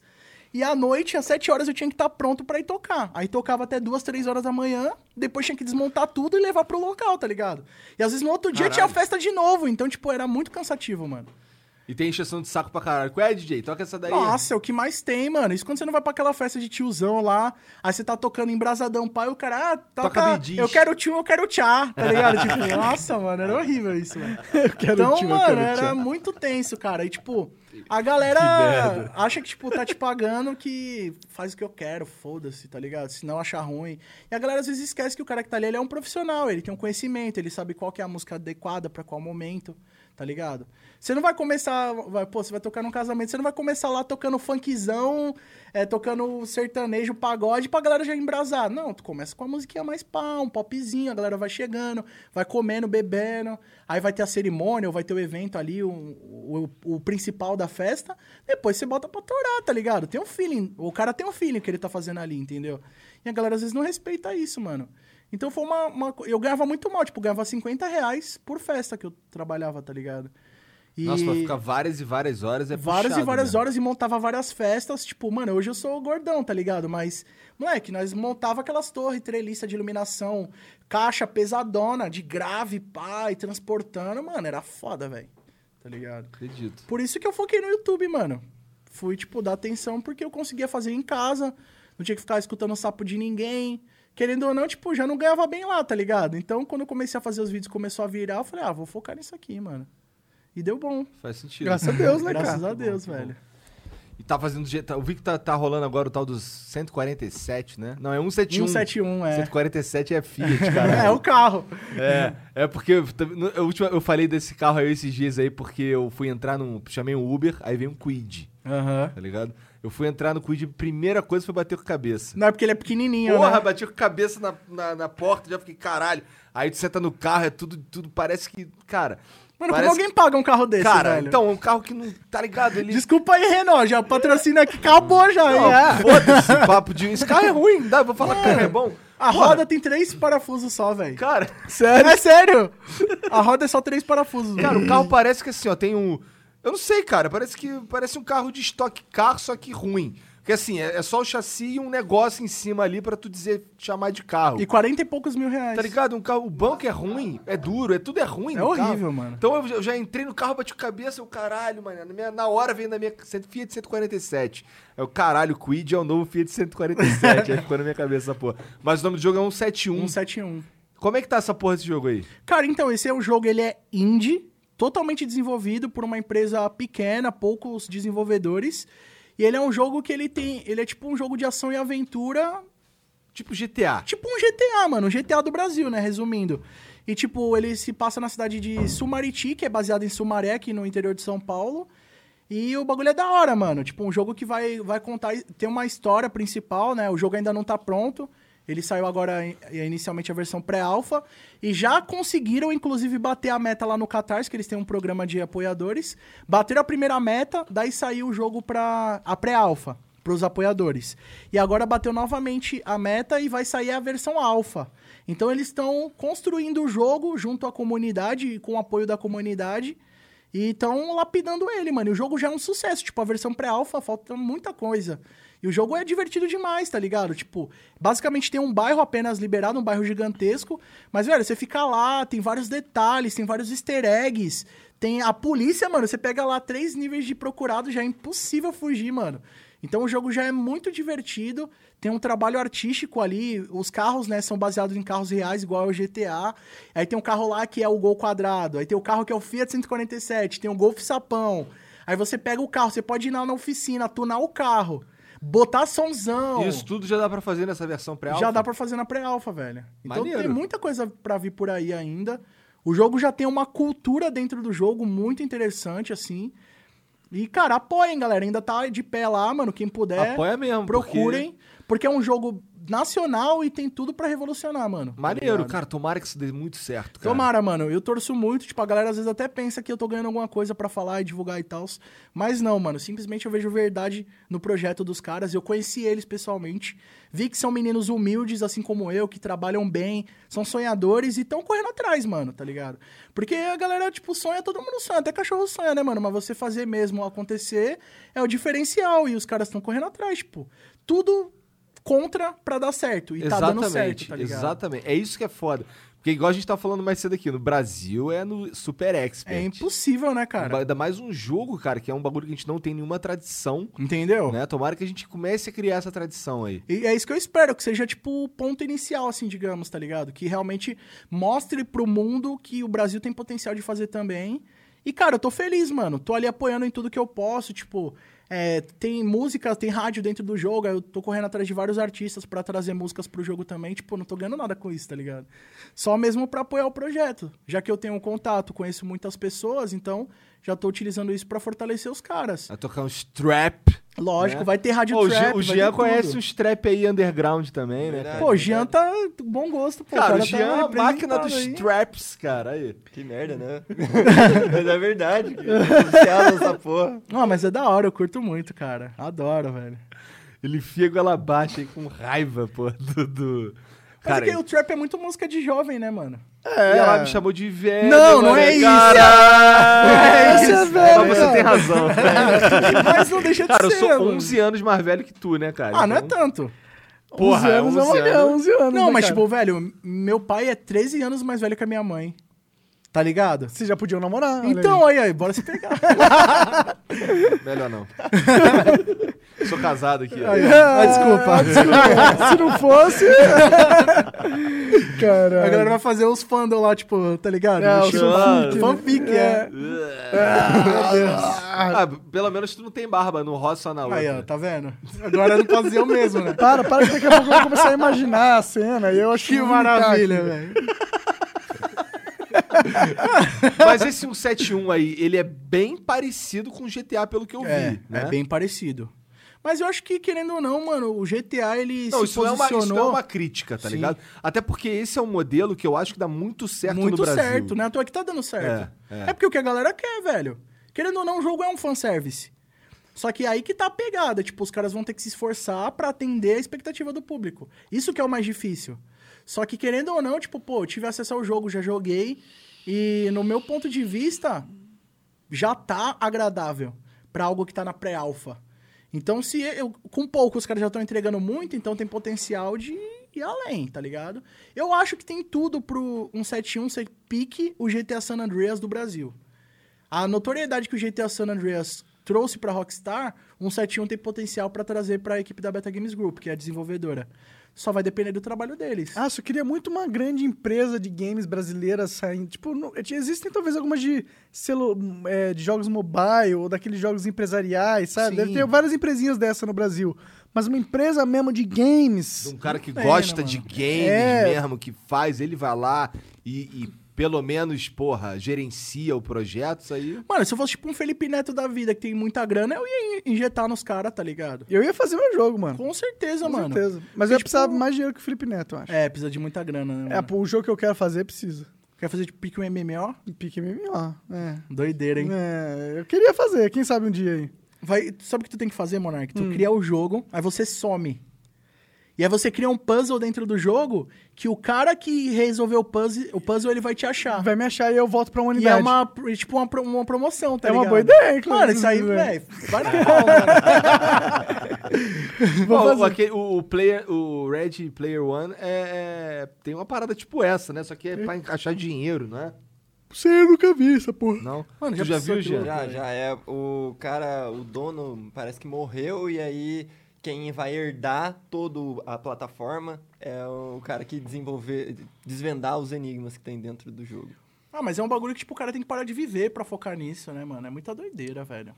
C: E à noite, às sete horas, eu tinha que estar pronto pra ir tocar. Aí tocava até duas, três horas da manhã. Depois tinha que desmontar tudo e levar pro local, tá ligado? E às vezes no outro dia tinha festa de novo. Então, tipo, era muito cansativo, mano.
A: E tem encheção de saco pra caralho. Qual é, DJ? Toca essa daí.
C: Nossa, é o que mais tem, mano. Isso quando você não vai pra aquela festa de tiozão lá, aí você tá tocando embrasadão, pai, o cara, ah, toca,
A: Toca Bee Gees.
C: eu quero tio, eu quero tchá, tá ligado? tipo, (laughs) nossa, mano, era horrível isso, mano.
B: quero
C: então,
B: tchá, eu
C: mano,
B: quero
C: era
B: tchá.
C: muito tenso, cara. E, tipo, a galera acha que, tipo, tá te pagando que faz o que eu quero, foda-se, tá ligado? Se não achar ruim. E a galera às vezes esquece que o cara que tá ali, ele é um profissional, ele tem um conhecimento, ele sabe qual que é a música adequada pra qual momento, tá ligado? Você não vai começar, vai, pô, você vai tocar num casamento, você não vai começar lá tocando funkzão, é, tocando sertanejo, pagode, pra galera já embrasar. Não, tu começa com a musiquinha mais pá, um popzinho, a galera vai chegando, vai comendo, bebendo, aí vai ter a cerimônia, ou vai ter o evento ali, o, o, o principal da festa, depois você bota pra torar, tá ligado? Tem um feeling, o cara tem um feeling que ele tá fazendo ali, entendeu? E a galera às vezes não respeita isso, mano. Então foi uma, uma co- Eu ganhava muito mal, tipo, eu ganhava 50 reais por festa que eu trabalhava, tá ligado? E-
A: Nossa, pra ficar várias e várias horas é
C: várias
A: puxado,
C: e várias
A: né?
C: horas e montava várias festas. Tipo, mano, hoje eu sou gordão, tá ligado? Mas, moleque, nós montava aquelas torres, treliça de iluminação, caixa pesadona, de grave, pá, e transportando. Mano, era foda, velho. Tá ligado?
A: Acredito.
C: Por isso que eu foquei no YouTube, mano. Fui, tipo, dar atenção porque eu conseguia fazer em casa. Não tinha que ficar escutando sapo de ninguém. Querendo ou não, tipo, já não ganhava bem lá, tá ligado? Então, quando eu comecei a fazer os vídeos, começou a virar, eu falei, ah, vou focar nisso aqui, mano. E
A: (laughs)
C: deu bom.
A: Faz sentido.
B: Graças a Deus, né, cara?
C: Graças a Deus, velho.
A: E tá fazendo. do jeito- tá- Eu vi que tá, tá rolando agora o tal dos 147, né? Não, é 171.
C: 171, é.
A: 147 é Fiat,
C: (laughs) É,
A: cara.
C: o carro.
A: é, é porque eu, também- no- eu, última- eu falei desse carro aí esses dias aí, porque eu fui entrar num. Chamei um Uber, aí veio um Quid, tá ligado? Eu fui entrar no Quid, primeira coisa foi bater com a cabeça.
C: Não é porque ele é pequenininho,
A: Porra,
C: né?
A: bati com a cabeça na, na, na porta, já fiquei, caralho. Aí tu senta no carro, é tudo, tudo parece que. Cara.
C: Mano, como
A: parece
C: alguém paga um carro desse,
A: Cara,
C: velho?
A: então, é um carro que não. Tá ligado? Ele.
C: Desculpa aí, Renault, já patrocina aqui, acabou já.
A: Não,
C: hein? É.
A: Foda-se, papo de. Esse carro é ruim, dá, eu vou falar que o carro é bom.
C: A
A: Porra,
C: roda tem três parafusos só, velho.
A: Cara,
C: Sério? É sério. A roda é só três parafusos.
A: cara, o
C: velho.
A: carro parece que assim, ó, tem um. Eu não sei, cara, parece que parece um carro de estoque car, só que ruim. Porque assim, é, é só o chassi e um negócio em cima ali pra tu dizer, chamar de carro.
C: E 40 e poucos mil reais.
A: Tá ligado? Um carro, o banco é ruim, é duro, é tudo é ruim.
C: É
A: no
C: horrível,
A: carro.
C: mano.
A: Então eu, já- eu já entrei no carro, bati o cabeça, eu caralho, mano. Na, minha- na hora vem da minha cento- Fiat 147. Eu, caralho, Quid é o novo Fiat 147. aí ficou na minha cabeça essa porra. Mas o nome do jogo é 171.
C: 171.
A: Como é que tá essa porra desse jogo aí?
C: Cara, então, esse é o jogo, ele é indie, totalmente desenvolvido por uma empresa pequena, poucos desenvolvedores. E ele é um jogo que ele tem. Ele é tipo um jogo de ação e aventura
A: Tipo GTA.
C: Tipo um GTA, mano. Um GTA do Brasil, né? Resumindo. E, tipo, ele se passa na cidade de Sumariti, que é baseado em Sumaré, aqui no interior de São Paulo. E o bagulho é da hora, mano. Tipo, um jogo que vai, vai contar. Tem uma história principal, né? O jogo ainda não tá pronto. Ele saiu agora, in- é inicialmente, a versão pré-alpha. E já conseguiram, inclusive, bater a meta lá no Catarse, que eles têm um programa de apoiadores. Bateram a primeira meta, daí saiu o jogo pra. a pré-alpha para os apoiadores. E agora bateu novamente a meta e vai sair a versão alfa. Então eles estão construindo o jogo junto à comunidade e com o apoio da comunidade. E estão lapidando ele, mano. E o jogo já é um sucesso. Tipo, a versão pré-alfa falta muita coisa. E o jogo é divertido demais, tá ligado? Tipo, basicamente tem um bairro apenas liberado, um bairro gigantesco. Mas, velho, você fica lá, tem vários detalhes, tem vários easter eggs. Tem a polícia, mano. Você pega lá três níveis de procurado, já é impossível fugir, mano. Então o jogo já é muito divertido, tem um trabalho artístico ali, os carros, né, são baseados em carros reais, igual ao GTA. Aí tem um carro lá que é o Gol Quadrado, aí tem o carro que é o Fiat 147, tem o Golf Sapão. Aí você pega o carro, você pode ir lá na oficina, tunar o carro, botar somzão.
A: Isso tudo já dá pra fazer nessa versão pré
C: Já dá pra fazer na pré-alfa, velho. Então
A: Maneiro.
C: tem muita coisa pra vir por aí ainda. O jogo já tem uma cultura dentro do jogo muito interessante, assim. E, cara, apoiem, galera. Ainda tá de pé lá, mano. Quem puder,
A: Apoia mesmo. porque-
C: é. procurem. Porque... é um jogo nacional e tem tudo pra revolucionar, mano. Tá
A: Maneiro, cara. Tomara que isso dê muito certo, cara.
C: Tomara, mano. Eu torço muito. Tipo, a galera às vezes até pensa que eu tô ganhando alguma coisa pra falar e divulgar e tal. Mas não, mano. Simplesmente eu vejo verdade no projeto dos caras. Eu conheci eles pessoalmente. Vi que são meninos humildes, assim como eu, que trabalham bem, são sonhadores e estão correndo atrás, mano, tá ligado? Porque a galera, tipo, sonha, todo mundo sonha. Até cachorro sonha, né, mano? Mas você fazer mesmo acontecer é o diferencial. E os caras estão correndo atrás, tipo. Tudo contra pra dar certo. E tá dando certo, tá ligado?
A: exatamente. É isso que é foda. Porque igual a gente tá falando mais cedo aqui, no Brasil é no Super Expert.
C: É impossível, né, cara?
A: Ainda mais um jogo, cara, que é um bagulho que a gente não tem nenhuma tradição,
C: Entendeu?
A: né? Tomara que a gente comece a criar essa tradição aí.
C: E é isso que eu espero, que seja tipo o ponto inicial, assim, digamos, tá ligado? Que realmente mostre pro mundo que o Brasil tem potencial de fazer também. E, cara, eu tô feliz, mano. Tô ali apoiando em tudo que eu posso, tipo. é, tem música, tem rádio dentro do jogo, aí eu tô correndo atrás de vários artistas pra trazer músicas pro jogo também. Tipo, eu não tô ganhando nada com isso, tá ligado? Só mesmo pra apoiar o projeto. Já que eu tenho um contato, conheço muitas pessoas, então já tô utilizando isso pra fortalecer os caras.
A: A tocar uns trap.
C: Lógico,
A: Né?
C: vai ter rádio
A: Pô, É. o
C: trap,
A: Jean, o
C: vai
A: Jean
C: ter
A: conhece
C: tudo.
A: uns trap aí underground também, né?
D: Verdade.
A: Cara,
C: Pô, o Jean tá com bom gosto, pô.
A: cara o
C: cara tá
A: Jean é a máquina
C: representado
A: dos
C: aí.
A: traps, cara. Aí.
D: Que merda, né? (laughs) Mas é verdade. que Cancela essa porra.
C: Não, mas é da hora, eu curto muito, cara. Adoro, velho.
A: Ele enfia a goela abaixo aí com raiva, pô, do... do...
C: Mas
A: Cara,
C: é que o trap é muito música de jovem, né,
A: (laughs)
C: mano?
A: e ela me chamou de velho.
C: Não, não
A: mano,
C: é
A: (laughs)
C: isso.
A: Caralho!
B: Esse é
A: Mas
B: velho,
A: você
B: cara.
A: tem
C: (laughs)
A: razão.
C: É mas não deixa de
A: Cara, eu
C: ser.
A: sou
C: mano.
A: 11 anos mais velho que tu, né, cara?
C: Ah, não é
A: Então,
C: tanto.
A: Porra,
B: 11
C: é
B: anos,
A: 11
B: é 11 anos.
A: anos.
B: 11 anos
C: Não,
B: né,
C: mas
B: cara?
C: tipo, velho, meu pai é 13 anos mais velho que a minha mãe. Tá ligado?
B: Vocês já podiam namorar. olha
C: Então, aí, aí, bora se pegar.
A: Melhor
C: (laughs)
A: não. sou casado aqui. ó.
B: aí.
A: (laughs)
B: Ah, desculpa. (laughs) desculpa. né? Se não fosse.
C: A galera
B: Caralho.
C: vai fazer os fandom lá, tipo, tá ligado?
B: É, o
C: Mexendo-
A: fanfic, né?
C: fanfic, é.
A: Ah, pelo menos tu não tem barba, não roça só na outra.
C: Aí, ó, tá vendo? Agora eu não fazia o mesmo, né?
B: Para, para, que daqui a pouco eu vou começar a imaginar a cena. E eu acho
C: Que
A: um
B: muito né?
C: maravilha,
B: aqui.
C: velho.
A: Mas esse 171 aí, ele é bem parecido com o GTA, pelo que eu vi.
C: É,
A: né?
C: é bem parecido. Mas eu acho que, querendo ou não, mano, o GTA, ele
A: Não,
C: se
A: isso,
C: posicionou...
A: é uma, isso é uma crítica, tá
C: Sim.
A: ligado? Até porque esse é um modelo que eu acho que dá muito certo
C: muito
A: no Brasil.
C: certo, né? À toa que tá dando certo.
A: É,
C: É,
A: é.
C: porque o que a galera quer, velho. Querendo ou não, o jogo é um fanservice. Só que aí que tá a pegada. Tipo, os caras vão ter que se esforçar pra atender a expectativa do público. Isso que é o mais difícil. Só que, querendo ou não, tipo, pô, eu tive acesso ao jogo, já joguei. E, no meu ponto de vista, já tá agradável pra algo que tá na pré-alfa. Então, se eu, com pouco os caras já estão entregando muito, então tem potencial de ir além, tá ligado? Eu acho que tem tudo pro 171 ser pique o GTA San Andreas do Brasil. A notoriedade que o GTA San Andreas trouxe pra Rockstar, o 171 tem potencial pra trazer pra equipe da Beta Games Group, que é a desenvolvedora. Só vai depender do trabalho deles.
B: Ah, só queria muito uma grande empresa de games brasileira saindo. Tipo, não- existem talvez algumas de, celu, é, de jogos mobile ou daqueles jogos empresariais, sabe?
C: Sim.
B: Deve ter várias empresinhas dessa no Brasil. Mas uma empresa mesmo de games.
A: De um cara que
C: Não tem,
A: gosta
C: né,
A: de
C: mano?
A: games
B: É.
A: mesmo, que faz, ele vai lá e, e pelo menos, porra, gerencia o projeto, isso aí.
C: Mano, se eu fosse tipo um Felipe Neto da vida, que tem muita grana, eu ia in- injetar nos caras, tá ligado?
B: Eu ia fazer meu jogo, mano.
C: Com certeza,
B: Com
C: mano.
B: certeza. Mas
C: E,
B: eu ia
C: tipo,
B: precisar mais dinheiro que o Felipe Neto, eu acho. É,
C: É, precisa de muita grana, né? mano?
B: pô, o jogo que eu quero fazer precisa.
C: Quer fazer tipo pique um MMO?
B: Pique MMO. É.
C: Doideira, hein?
B: É, eu queria fazer, quem sabe um dia aí.
C: Vai, tu sabe o que tu tem que fazer, Monark?
B: Hum.
C: Tu cria o jogo, aí você some. E aí você cria um puzzle dentro do jogo que o cara que resolveu o puzzle, o puzzle ele vai te achar.
B: Vai me achar e eu volto pra
C: E é
B: humanidade.
C: uma, pro- tipo, uma, pro- uma promoção, tá
B: É uma
C: ligado?
B: boa ideia, inclusive, né?
C: Mano, isso aí,
B: velho.
C: velho, vai na
B: (laughs)
C: pau, cara.
A: Ó, o, aquele- o, o player, o Red Player One é, é- tem uma parada tipo essa, né? Só que é pra encaixar dinheiro, não é?
B: Você eu nunca vi essa porra.
A: Não?
B: Mano,
A: tu
B: já
A: já
B: pensou
A: viu,
B: aquilo?
A: Jean?
D: Já, já. É o cara, o dono parece que morreu e aí quem vai herdar toda a plataforma é o cara que desenvolver, desvendar os enigmas que tem dentro do jogo.
C: Ah, mas é um bagulho que, tipo, o cara tem que parar de viver pra focar nisso, né, mano? É muita doideira, velho.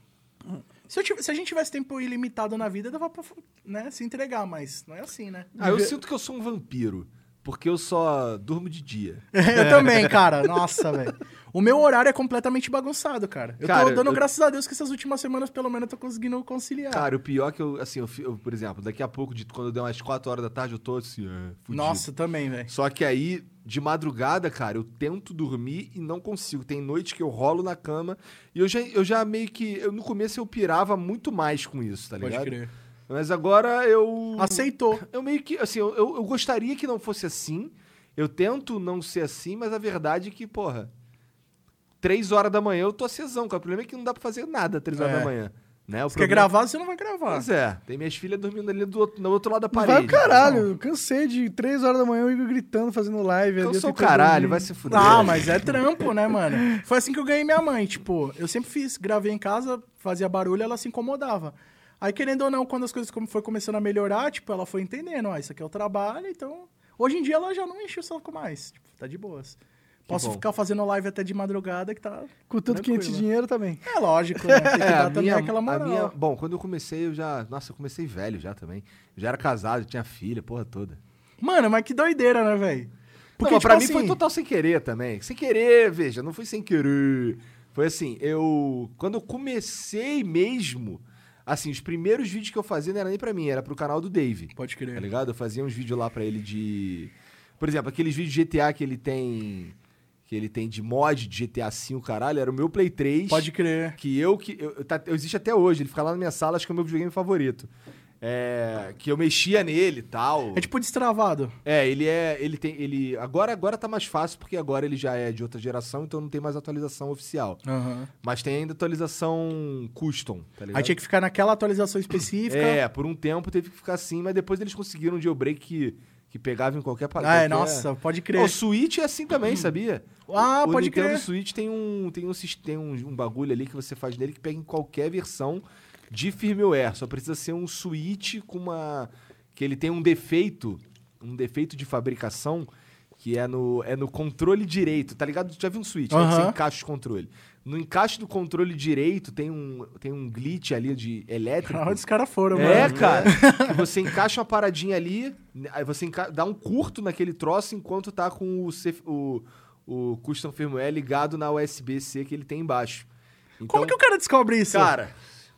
B: Hum.
C: Se, eu tive- se a gente tivesse tempo ilimitado na vida, dava pra né, se entregar, mas não é assim, né?
A: Ah, eu sinto que eu sou um vampiro, porque eu só durmo de dia.
C: (laughs) eu também, cara. Nossa, velho. O meu horário é completamente bagunçado, cara. Eu
A: Cara,
C: tô dando
A: eu-
C: graças a Deus que essas últimas semanas, pelo menos, eu tô conseguindo conciliar.
A: Cara, o pior é que eu, assim, eu, fi- eu, por exemplo, daqui a pouco, de, quando der umas 4 horas da tarde, eu tô assim, é, fudido.
C: Nossa, também, velho.
A: Só que aí, de madrugada, cara, eu tento dormir e não consigo. Tem noite que eu rolo na cama e eu já, eu já meio que. Eu, no começo eu pirava muito mais com isso, tá ligado? Mas agora eu.
C: Aceitou.
A: Eu meio que. Assim, eu, eu, eu gostaria que não fosse assim. Eu tento não ser assim, mas a verdade é que, porra. Três horas da manhã eu tô acesão, cara. O problema é que não dá pra fazer nada três horas
C: É.
A: da manhã. Né? O
C: Se quer
A: problema-
C: gravar, você não vai gravar.
A: Pois é. Tem minhas filhas dormindo ali do outro, no outro lado da
B: Não Vai o
A: parede.
C: então, tá
B: caralho, eu cansei de 3 horas da manhã o Igor gritando, fazendo live.
A: Então, Eu
B: ali,
A: sou o
B: tentando
A: caralho,
B: dormir.
A: vai se fuder.
C: (laughs) Ah, mas é trampo, né, mano? Foi assim que eu ganhei minha mãe, tipo, eu sempre fiz, gravei em casa, fazia barulho, ela se incomodava. Aí, querendo ou não, quando as coisas como foi começando a melhorar, tipo, ela foi entendendo, ó, isso aqui é o trabalho, então... Hoje em dia ela já não enche o saco mais, tipo, tá de boas. Posso
A: bom.
C: ficar fazendo live até de madrugada que tá...
B: Com tanto que enche
C: Tranquilo.
B: dinheiro também.
C: É lógico, né? Tem que
A: (laughs) É,
C: dar
A: a
C: também
A: minha,
C: aquela moral.
A: a minha- bom, quando eu comecei, eu já. Nossa, eu comecei velho já também. Eu já era casado, tinha filha, porra toda.
C: Mano, mas que doideira, né, velho?
A: Porque, não, mas
C: assim
A: pra mim foi total sem querer também. Sem querer, veja, não foi sem querer. Foi assim, eu. Quando eu comecei mesmo, assim, os primeiros vídeos que eu fazia não era nem pra mim, era pro canal do Dave.
C: Pode
A: Tá
C: crer.
A: ligado? Eu fazia uns vídeos lá pra ele de. Por exemplo, aqueles vídeos de GTA que ele tem. Que ele tem de mod de GTA V, caralho, era o meu Play 3.
C: Pode crer.
A: Que eu que. Eu, eu tá- eu existe até hoje, ele fica lá na minha sala, acho que é o meu videogame favorito. É, que eu mexia nele e tal.
C: É tipo destravado.
A: É, ele é. Ele tem. Ele. Agora, agora tá mais fácil, porque agora ele já é de outra geração, então não tem mais atualização oficial. Mas tem ainda atualização custom, tá ligado?
C: Aí tinha que ficar naquela atualização específica.
A: É, por um tempo teve que ficar assim, mas depois eles conseguiram um jailbreak que, que pegava em qualquer parada.
C: Ah, é, nossa, pode crer.
A: O Switch é assim também, sabia?
C: Ah,
A: o
C: pode
A: Nintendo
C: crer.
A: Switch tem um tem um sis- tem um, um bagulho ali que você faz nele que pega em qualquer versão de firmware. Só precisa ser um Switch com uma que ele tem um defeito, um defeito de fabricação que é no é no controle direito, tá ligado? Tu já viu um Switch, né, que
C: Aham.
A: você encaixa os controle. No encaixe do controle direito tem um tem um glitch ali de elétrico.
C: Pra onde os caras foram, mano?
A: É, cara. que você encaixa uma paradinha ali, aí você enca- dá um curto naquele troço enquanto tá com o, C- o, o custom firmware ligado na USB-C que ele tem embaixo. Então,
C: Como que o cara descobre isso?
A: Cara,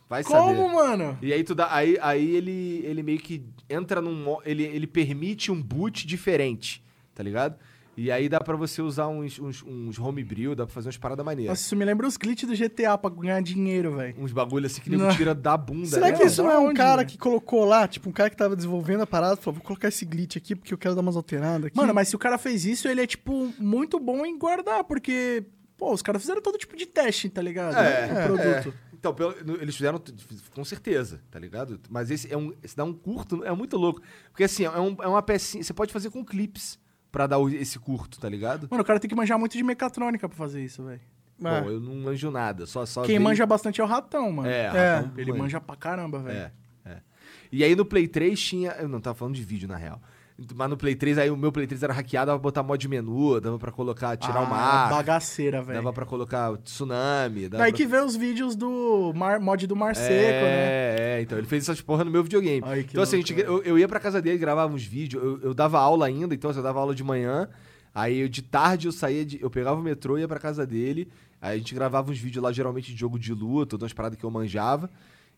A: vai
C: Como,
A: saber.
C: mano?
A: E aí tu dá, aí, aí ele, ele meio que entra num, mo- ele, ele permite um boot diferente, tá ligado? E aí dá pra você usar uns, uns, uns homebrew, dá pra fazer umas paradas maneiras.
C: Nossa, isso me lembra os glitches do GTA pra ganhar dinheiro, velho.
A: Uns bagulho assim que nego
C: Não.
A: tira da bunda.
B: Será
A: né,
B: que
A: mano?
B: isso não é
C: Da
B: um
C: onde,
B: cara
C: velho?
B: que colocou lá, tipo, um cara que tava desenvolvendo a parada, falou, vou colocar esse glitch aqui porque eu quero dar umas alteradas aqui.
C: Mano, mas se o cara fez isso, ele é, tipo, muito bom em guardar, porque, pô, os caras fizeram todo tipo de teste, tá ligado?
A: É,
C: O produto.
A: é. Então, pelo- no- eles fizeram t- com certeza, tá ligado? Mas esse é um, esse dá um curto, é muito louco. Porque assim, é, um- é uma pecinha, você pode fazer com clips pra dar o- esse curto, tá ligado?
C: Mano, o cara tem que manjar muito de mecatrônica pra fazer isso, velho.
B: Ah,
A: Bom, eu não manjo nada, só só
C: É. Quem
A: veio-
C: manja bastante é o ratão, mano.
A: É,
B: É.
A: ratão
C: Ele
A: manja.
C: manja pra caramba, velho.
A: É, é. E aí no Play 3 tinha, eu não tava falando de vídeo na real. Mas no Play 3 aí o meu Play 3 era hackeado, dava pra botar mod menu, dava pra colocar tirar
C: Ah,
A: o mar,
C: Bagaceira, velho.
A: dava pra colocar tsunami, dava
C: Daí
A: pra...
C: que vê os vídeos do mar- mod do Mar Seco, né?
A: é, é, então ele fez essas porra no meu videogame.
C: Ai, que
A: então assim, a
C: louco,
A: gente-
C: velho.
A: eu, eu ia pra casa dele, gravava uns vídeos, eu, eu dava aula ainda, então assim, eu dava aula de manhã, aí eu, de tarde eu saía, de- eu pegava o metrô, ia pra casa dele, aí a gente gravava uns vídeos lá, geralmente de jogo de luta, ou de umas paradas que eu manjava,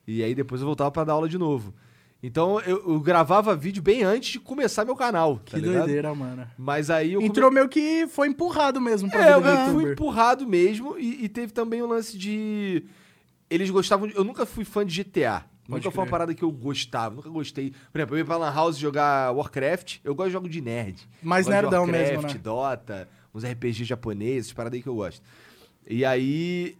A: e aí depois eu voltava pra dar aula de novo. Então eu, eu gravava vídeo bem antes de começar meu canal, tá
C: Que
A: ligado?
C: doideira, Então, mano.
A: Mas aí eu
C: Entrou meio que foi empurrado mesmo pra
A: é, eu
C: vida do
A: meio que fui
C: youtuber.
A: empurrado mesmo. E, e teve também o lance de. Eles gostavam. de- Eu nunca fui fã de GTA.
C: Pode
A: nunca foi uma
C: crer.
A: parada que eu gostava, nunca gostei. Por exemplo, eu ia pra Lan House jogar Warcraft. Eu gosto de jogo de nerd.
C: Mais
A: Eu gosto de
C: nerdão
A: Warcraft,
C: mesmo, né?
A: Dota, uns RPG japoneses, parada aí que eu gosto. E aí.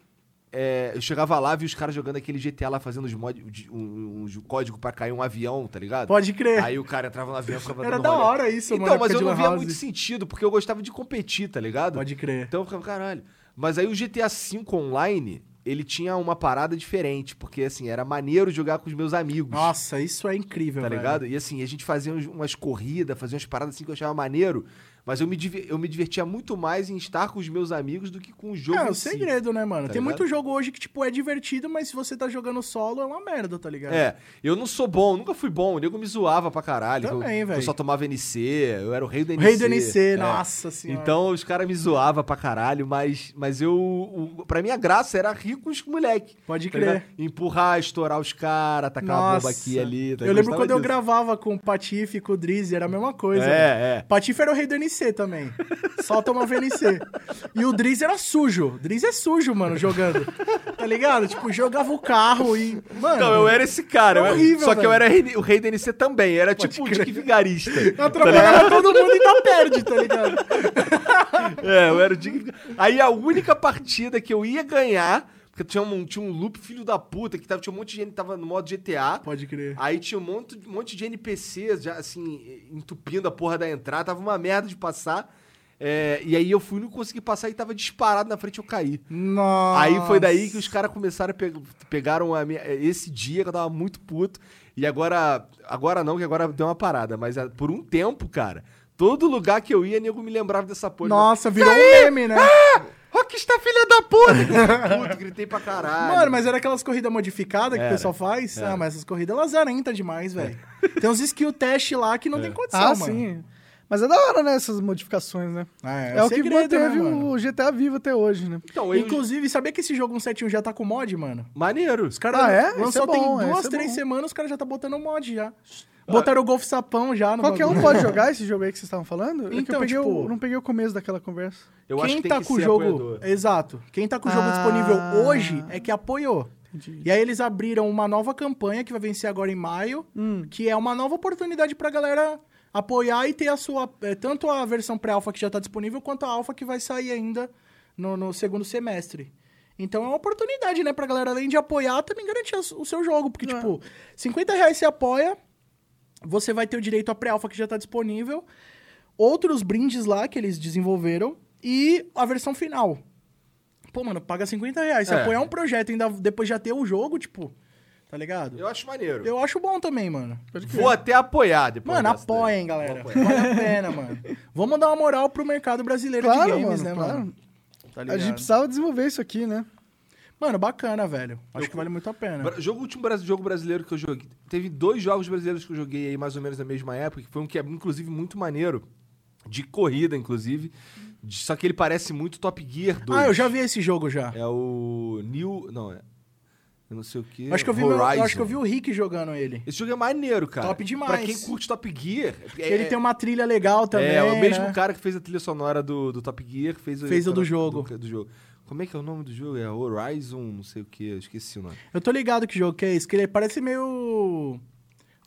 A: é, eu chegava lá, vi os caras jogando aquele GTA lá, fazendo os mod, de- um, um- um código pra cair um avião, tá ligado?
C: Pode crer.
A: Aí o cara entrava no avião e ficava
C: Era
A: dando
C: da
A: rolê.
C: hora isso, mano.
A: Então, mas
C: época
A: eu
C: de
A: não
C: lan
A: via
C: house.
A: muito sentido, porque eu gostava de competir, tá ligado?
C: Pode crer.
A: Então eu ficava, caralho. Mas aí o GTA V Online, ele tinha uma parada diferente, porque assim, era maneiro jogar com os meus amigos.
C: Nossa, isso é incrível,
A: Tá
C: velho.
A: ligado? E assim, a gente fazia uns- umas corridas, fazia umas paradas assim que eu achava maneiro, mas eu me, diver- eu me divertia muito mais em estar com os meus amigos do que com o jogo.
C: É,
A: em
C: o
A: si.
C: segredo, né, mano?
A: tá
C: Tem
A: ligado?
C: muito jogo hoje que, tipo, é divertido, mas se você tá jogando solo, é uma merda, tá ligado?
A: É, eu não sou bom, nunca fui bom, o nego me zoava pra caralho. que eu-
C: Também,
A: que eu,
C: velho.
A: só tomava NC, eu era o rei do
C: O
A: NC.
C: Rei do NC,
A: é.
C: nossa senhora.
A: Então os caras me zoavam pra caralho, mas, mas eu. O, pra mim a graça era rir com os moleque.
C: Pode
A: tá
C: crer.
A: ligado? Empurrar, estourar os caras, atacar a bomba aqui e ali. tá?
C: eu lembro
A: gostava
C: quando eu
A: disso.
C: gravava com o Patife, com o Drizzy, era a mesma coisa. velho.
A: É, é.
C: Patife era o rei do NC também. Só tomava
A: (laughs)
C: NC. E o Drizzy era sujo. O Drizzy é sujo, mano, jogando. Tá ligado? Tipo, jogava o carro e. Mano.
A: Então, eu era esse cara.
C: É
A: eu era-
C: horrível,
A: só que eu
C: velho.
A: era rei- o rei do NC também. eu Era tipo um dick vigarista. tá ligado?
C: Atrapalhava todo mundo e tá perde, tá ligado?
A: É, eu era o Dick. Aí a única partida que eu ia ganhar, porque tinha um, tinha um loop filho da puta, que tava, tinha um monte de gente que tava no modo GTA.
C: Pode crer.
A: Aí tinha um monte, um monte de NPCs já, assim, entupindo a porra da entrada. Tava uma merda de passar. É, e aí eu fui, não consegui passar e tava disparado na frente, eu caí.
C: Nossa.
A: Aí foi daí que os caras começaram a pe pegaram a minha- esse dia que eu tava muito puto. E agora, agora não, que agora deu uma parada, mas ah, por um tempo, cara, todo lugar que eu ia, nego me lembrava dessa porra.
C: Nossa, virou um meme, né?
A: Rockstar, filha da
C: (laughs)
A: puta! Puto, gritei pra caralho.
C: Mano, mas era aquelas corridas modificadas que
A: Era. É.
C: o pessoal faz? Ah, mas essas corridas elas arentam demais, velho. Tem uns skill test lá que não tem condição,
B: (laughs) Ah,
C: mano.
B: sim. Mas é da hora, né, essas modificações, né?
C: Ah,
B: É,
C: um
B: o que
C: segredo,
B: manteve
C: né, mano? Tá
B: o GTA vivo até hoje, né?
A: Então, eu...
C: Inclusive, sabia que esse jogo 171 já tá com mod, mano?
A: Maneiro.
C: Os caras
B: Ah, é?
C: lançou
B: Isso é bom,
C: tem duas,
B: isso é
C: três
B: bom.
C: semanas, os caras já tá botando mod já.
A: Ah,
C: Botaram o Golf Sapão já no
B: Qualquer um
C: bagulho. (laughs)
B: pode jogar esse jogo aí que vocês estavam falando? É que
C: Então,
B: eu peguei
C: tipo-
B: o- não peguei o começo daquela conversa.
A: Eu
C: Quem
A: acho que tem
C: tá
A: que
C: com o
A: ser
C: jogo.
A: apoiador.
C: Exato. Quem tá com o jogo
B: Ah.
C: disponível hoje é que apoiou.
B: Entendi.
C: E aí eles abriram uma nova campanha que vai vencer agora em maio, que é uma nova oportunidade pra galera apoiar e ter a sua. eh, tanto a versão pré-alfa que já tá disponível, quanto a alfa que vai sair ainda no, no segundo semestre. Então é uma oportunidade, né, pra galera, além de apoiar, também garantir as- o seu jogo. Porque, tipo, 50 reais você apoia, você vai ter o direito à pré-alfa que já tá disponível, outros brindes lá que eles desenvolveram e a versão final. Pô, mano, paga 50 reais. Se
A: É.
C: apoiar um projeto e ainda depois já ter o jogo, tipo, tá ligado? Eu,
A: Eu acho maneiro.
C: acho bom também, mano.
A: Vou até apoiar depois.
C: Mano,
A: dessa daí.
C: apoiem, galera. Vale a pena, mano. Vamos dar uma moral pro mercado brasileiro de
B: Claro,
C: games,
B: mano,
C: né,
B: claro.
C: mano? Tá
B: a
C: ligado?
B: gente precisava desenvolver isso aqui, né?
C: Mano, bacana, velho. Acho que vale muito a pena.
A: Bra- Jogo, o último bra- jogo brasileiro que eu joguei. Teve dois jogos brasileiros que eu joguei aí mais ou menos na mesma época, que foi um que é, inclusive, muito maneiro. De corrida, inclusive. De- só que ele parece muito Top Gear 2.
C: Ah, eu já vi esse jogo já.
A: É o New. Não, é. Eu não sei o que.
C: Eu acho, que eu vi meu- eu acho que eu vi o Rick jogando ele.
A: Esse jogo é maneiro, cara.
C: Top demais.
A: Pra quem curte Top Gear. é-
C: ele tem uma trilha legal também.
A: É, o mesmo
C: né?
A: cara que fez a trilha sonora do, do Top Gear fez,
C: Fez o do jogo.
A: Do, do jogo. Como é que é o nome do jogo? É Horizon, não sei o que, esqueci o nome.
C: Eu tô ligado que jogo que é esse, que ele parece meio.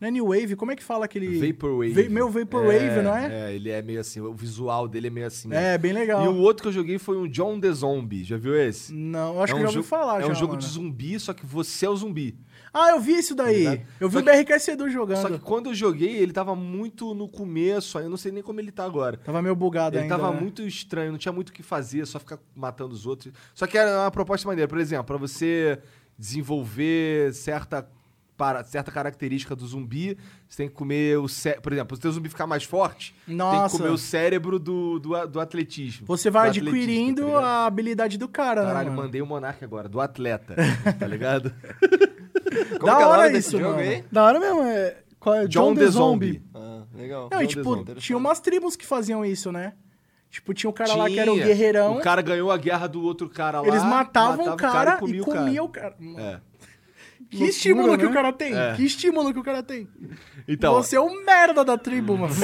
C: Não é New Wave? Como é que fala aquele.
A: Vaporwave.
C: Ve- Meio Vaporwave, não é?
A: É, ele é meio assim, o visual dele é meio assim. mesmo.
C: É, bem legal.
A: E o outro que eu joguei foi um John the Zombie, já viu esse?
C: Não, eu acho
A: É
C: que eu
A: um
C: já ouvi
A: jogo-
C: falar.
A: É
C: já,
A: um jogo
C: mano.
A: de zumbi, só que você é o zumbi.
C: Ah, eu vi isso daí.
A: Tá ligado?
C: eu vi um
A: Só
C: o BRK Sedu
A: Só que
C: jogando.
A: quando eu joguei, ele tava muito no começo, aí eu não sei nem como ele tá agora.
C: Tava meio bugado
A: Ele
C: ainda.
A: tava
C: né?
A: muito estranho, não tinha muito o que fazer, só ficar matando os outros. Só que era uma proposta maneira, por exemplo, pra você desenvolver certa, para, certa característica do zumbi, você tem que comer o cérebro. Por exemplo, pra o teu zumbi ficar mais forte, tem que
C: Nossa.
A: comer o cérebro do, do, a- do atletismo.
C: Você vai
A: do
C: adquirindo
A: atletista, tá ligado?
C: a habilidade do cara,
A: Caralho,
C: né? mano?
A: mandei o Monark agora, do atleta,
C: (laughs)
A: tá ligado?
D: Como
C: Da
D: que é o
C: hora
D: nome desse
C: isso,
D: jogo
C: mano.
D: aí?
B: Da hora mesmo, é. Qual é?
A: John, the Zombie.
D: Ah, legal.
C: Não, e
A: John
C: tipo,
A: Desmond.
C: tinha umas tribos que faziam isso, né? Tipo, tinha um cara lá que era um
A: Tinha.
C: guerreirão.
A: O cara ganhou a guerra do outro cara lá.
C: Eles matavam
A: matava
C: o cara,
A: comia
C: e
A: o cara.
C: comiam o cara.
A: É.
C: Que
B: Loucura,
C: estímulo que
B: né?
C: o cara tem!
A: É.
C: Que estímulo que o cara tem!
A: Então,
C: Você é um merda da
A: (laughs)
C: tribo, mano.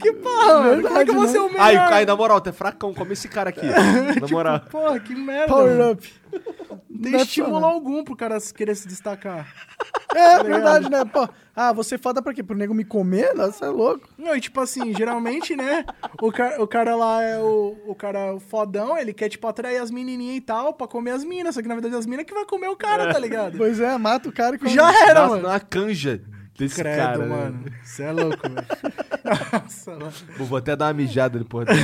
C: que porra, mano. Como é que
B: Verdade,
C: você é o
B: né?
C: melhor? Tipo,
A: Ai, ai, na moral, tu é fracão, come esse cara
C: (laughs)
A: aqui. na moral.
C: Porra, que merda. mano.
B: Power Up.
C: Não
B: Não
C: Tem
B: é
C: estímulo
B: só, né?
C: algum pro cara se- querer se destacar.
B: É,
C: Tá
B: verdade, né? Pô, ah, você é foda pra quê? Pro nego me comer? Nossa, é louco.
C: Não, e tipo assim, geralmente, né? O, ca- o cara lá é o, o cara fodão, ele quer, tipo, atrair as menininhas e tal pra comer
A: (laughs)
C: as minas. Só que na verdade as minas que vai comer o cara, tá ligado?
B: Pois é, mata o cara e come.
C: Já era,
A: Nossa,
C: mano.
A: uma canja desse
C: Credo,
A: cara, né?
C: mano. Você é louco, velho. (laughs) Nossa, mano.
A: Pô, Vou até dar uma mijada depois dele.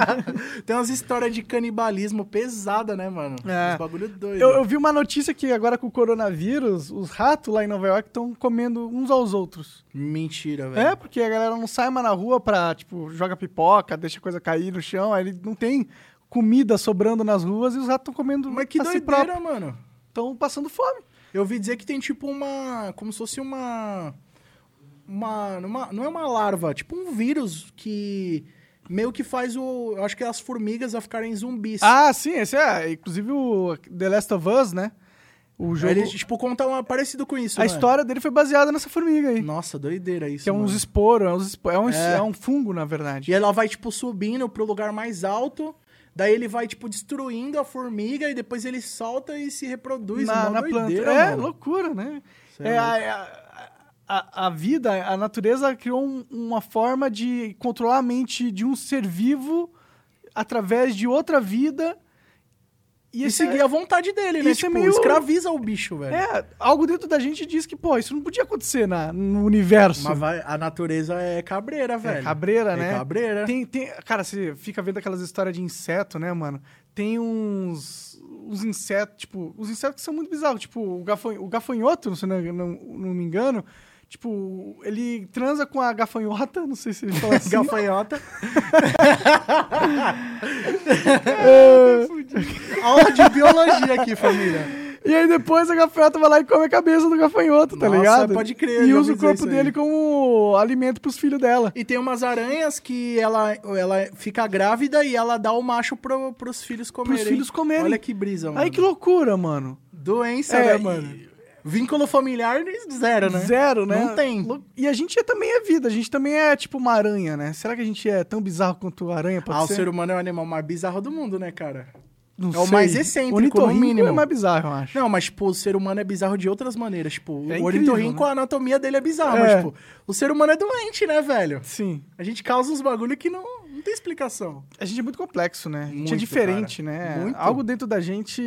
C: (laughs) Tem umas histórias de canibalismo pesada, né, mano?
B: É.
C: Uns bagulho doido.
B: Eu, eu vi uma notícia que agora com o coronavírus, os ratos lá em Nova York estão comendo uns aos outros.
C: Mentira, velho.
B: É, porque a galera não sai mais na rua pra, tipo, joga pipoca, deixa coisa cair no chão, aí ele não tem comida sobrando nas ruas e os ratos estão comendo
C: Mas que
B: a si
C: doideira, mano.
B: Estão passando fome.
C: Eu ouvi dizer que tem tipo uma. Como se fosse uma. Uma. numa- não é uma larva, tipo um vírus que meio que faz o. Eu acho que é as formigas a ficarem zumbis.
B: Ah, sim, esse é, inclusive o The Last of Us, né? O
C: Aí
B: jogo,
C: Eles, tipo, conta uma parecido com isso.
B: a
C: mano.
B: história dele foi baseada nessa formiga aí,
C: né? Nossa, doideira isso.
B: que é uns
C: mano.
B: esporos, é, uns espo- é um,
C: É.
B: é um fungo, na verdade.
C: E ela vai, tipo, subindo pro lugar mais alto. Daí ele vai, tipo, destruindo a formiga e depois ele solta e se reproduz.
B: na,
C: Mó
B: na planta.
C: doideira,
B: É,
C: mano.
B: loucura, né?
C: Cê é
B: É, a, a, a vida, a natureza criou um- uma forma de controlar a mente de um ser vivo através de outra vida. E,
C: E
B: esse
C: seguir a vontade dele, né?
B: é- Isso é
C: tipo,
B: meio-
C: escraviza o bicho, velho.
B: é, algo dentro da gente diz que, pô, isso não podia acontecer na, no universo.
C: Mas vai- a natureza é cabreira, velho.
B: É cabreira,
C: É
B: né?
C: cabreira.
B: Tem, tem, cara, você fica vendo aquelas histórias de inseto, né, mano? Tem uns, uns insetos, tipo, os insetos que são muito bizarros. Tipo, o, gafan, o gafanhoto, se não, não, não me engano, tipo, ele transa com a gafanhota, não sei se ele
C: (laughs)
B: fala assim. (laughs)
C: Gafanhota. Aula de biologia aqui, família.
B: e aí depois a gafanhota vai lá e come a cabeça do gafanhoto, tá
C: Nossa,
B: ligado?
C: pode crer,
B: E usa
C: já
B: o
C: ouvi dizer
B: corpo
C: isso aí.
B: dele como alimento pros filhos dela.
C: E tem umas aranhas que ela, ela fica grávida e ela dá o macho pro, pros filhos comerem.
B: filhos comerem.
C: Olha que brisa, mano.
B: Aí que loucura, mano.
C: Doença,
B: É,
C: né,
B: e-
C: mano? Vínculo familiar, zero, né?
B: Zero, né?
C: Não tem.
B: Lou- E a gente é, também é vida, a gente também é tipo uma aranha, né? Será que a gente é tão bizarro quanto a aranha pode
C: Ah, o
B: ser?
C: ser humano é o animal mais bizarro do mundo, né, cara?
B: Não
C: é o mais excêntrico,
B: Ornitorrinco
C: no mínimo.
B: é mais bizarro, eu acho.
C: Não, mas, tipo, o ser humano é bizarro de outras maneiras. Tipo,
B: É
C: o
B: incrível,
C: ornitorrinco,
B: né?
C: a anatomia dele é bizarra,
B: É.
C: mas, tipo, o ser humano é doente, né, velho?
B: Sim.
C: A gente causa uns bagulho que não, não tem explicação.
B: A gente é muito complexo, né? A gente é
C: Muito,
B: diferente,
C: cara.
B: né?
C: Muito.
B: Algo dentro da gente...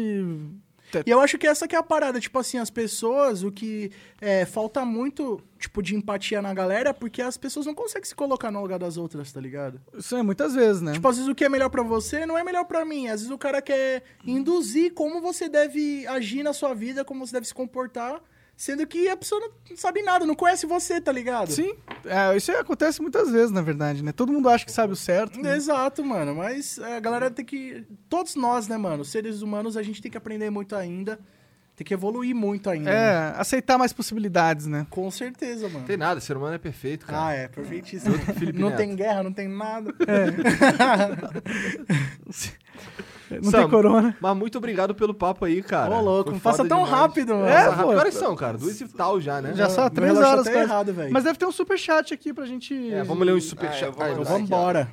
C: E eu acho que essa que é a parada, tipo assim, as pessoas, o que é, falta muito, tipo, de empatia na galera, porque as pessoas não conseguem se colocar no lugar das outras, tá ligado?
B: Isso é muitas vezes, né?
C: Tipo, às vezes o que é melhor pra você não é melhor pra mim. Às vezes o cara quer induzir como você deve agir na sua vida, como você deve se comportar, sendo que a pessoa não sabe nada, não conhece você, tá ligado?
B: Sim. É, isso aí acontece muitas vezes, na verdade, né? Todo mundo acha que sabe o certo. né?
C: Exato, mano. Mas é, a galera tem que. Todos nós, né, mano? Seres humanos, a gente tem que aprender muito ainda. Tem que evoluir muito ainda. né?
B: É, aceitar mais possibilidades, né?
C: Com certeza, mano.
A: tem nada, ser humano é perfeito, cara.
C: Ah, é, perfeitíssimo.
A: Felipe
C: não
A: Neto.
C: tem guerra, não
A: (laughs)
C: tem nada.
A: É.
C: É,
B: Não
A: Sam,
B: tem corona.
A: Mas muito obrigado pelo papo aí, cara.
C: Ô, louco,
A: Foi
C: passa
A: foda
C: tão
A: demais.
C: rápido, mano.
A: Passa
B: É,
A: rápido.
B: pô.
A: Que horas são, cara? Duas e tal já, né?
B: Já são
C: meu
B: três
C: relógio
B: horas,
C: tá
B: quase.
C: errado, velho.
B: Mas deve ter um superchat aqui pra gente...
A: É, vamos ler uns super
D: Ah, eu vou
A: Ah,
D: mandar.
A: vai.
C: Vambora.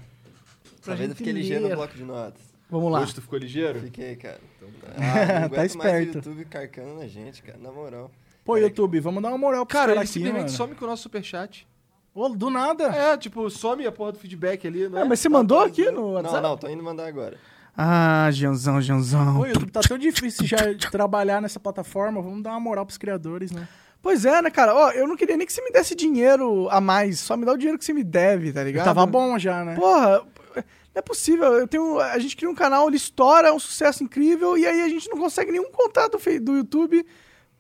B: pra
D: Essa vez eu
B: gente
D: fiquei ligeiro
B: ler.
D: no bloco de notas.
B: Vamos lá.
A: Hoje tu ficou ligeiro?
D: Fiquei, cara.
A: Então
D: Ah,
C: (laughs)
D: não
C: Tá
D: aguento mais
C: esperto.
D: o YouTube carcando na gente, cara, na moral.
C: Pô, YouTube, vamos dar uma moral pro
A: Cara,
C: cara
A: ele
C: aqui,
A: simplesmente
C: mano. Ah.
A: some com o nosso superchat.
C: Ô, do nada.
A: É, tipo, some a porra do feedback ali,
C: É,
A: né?
B: Ah, mas você mandou aqui no
D: Não,
B: WhatsApp?
D: não, tô indo mandar agora.
B: Ah, Gianzão, Gianzão.
C: Ô, YouTube, tá tão difícil já trabalhar nessa plataforma. Vamos dar uma moral pros criadores, né?
B: Pois é, né, cara? Ó, eu não queria nem que você me desse dinheiro a mais. Só me dá o dinheiro que você me deve, tá ligado?
C: Tava bom já, né?
B: Porra, não é possível. Eu tenho, a gente cria um canal, ele estoura, é um sucesso incrível, e aí a gente não consegue nenhum contato do Fe- do YouTube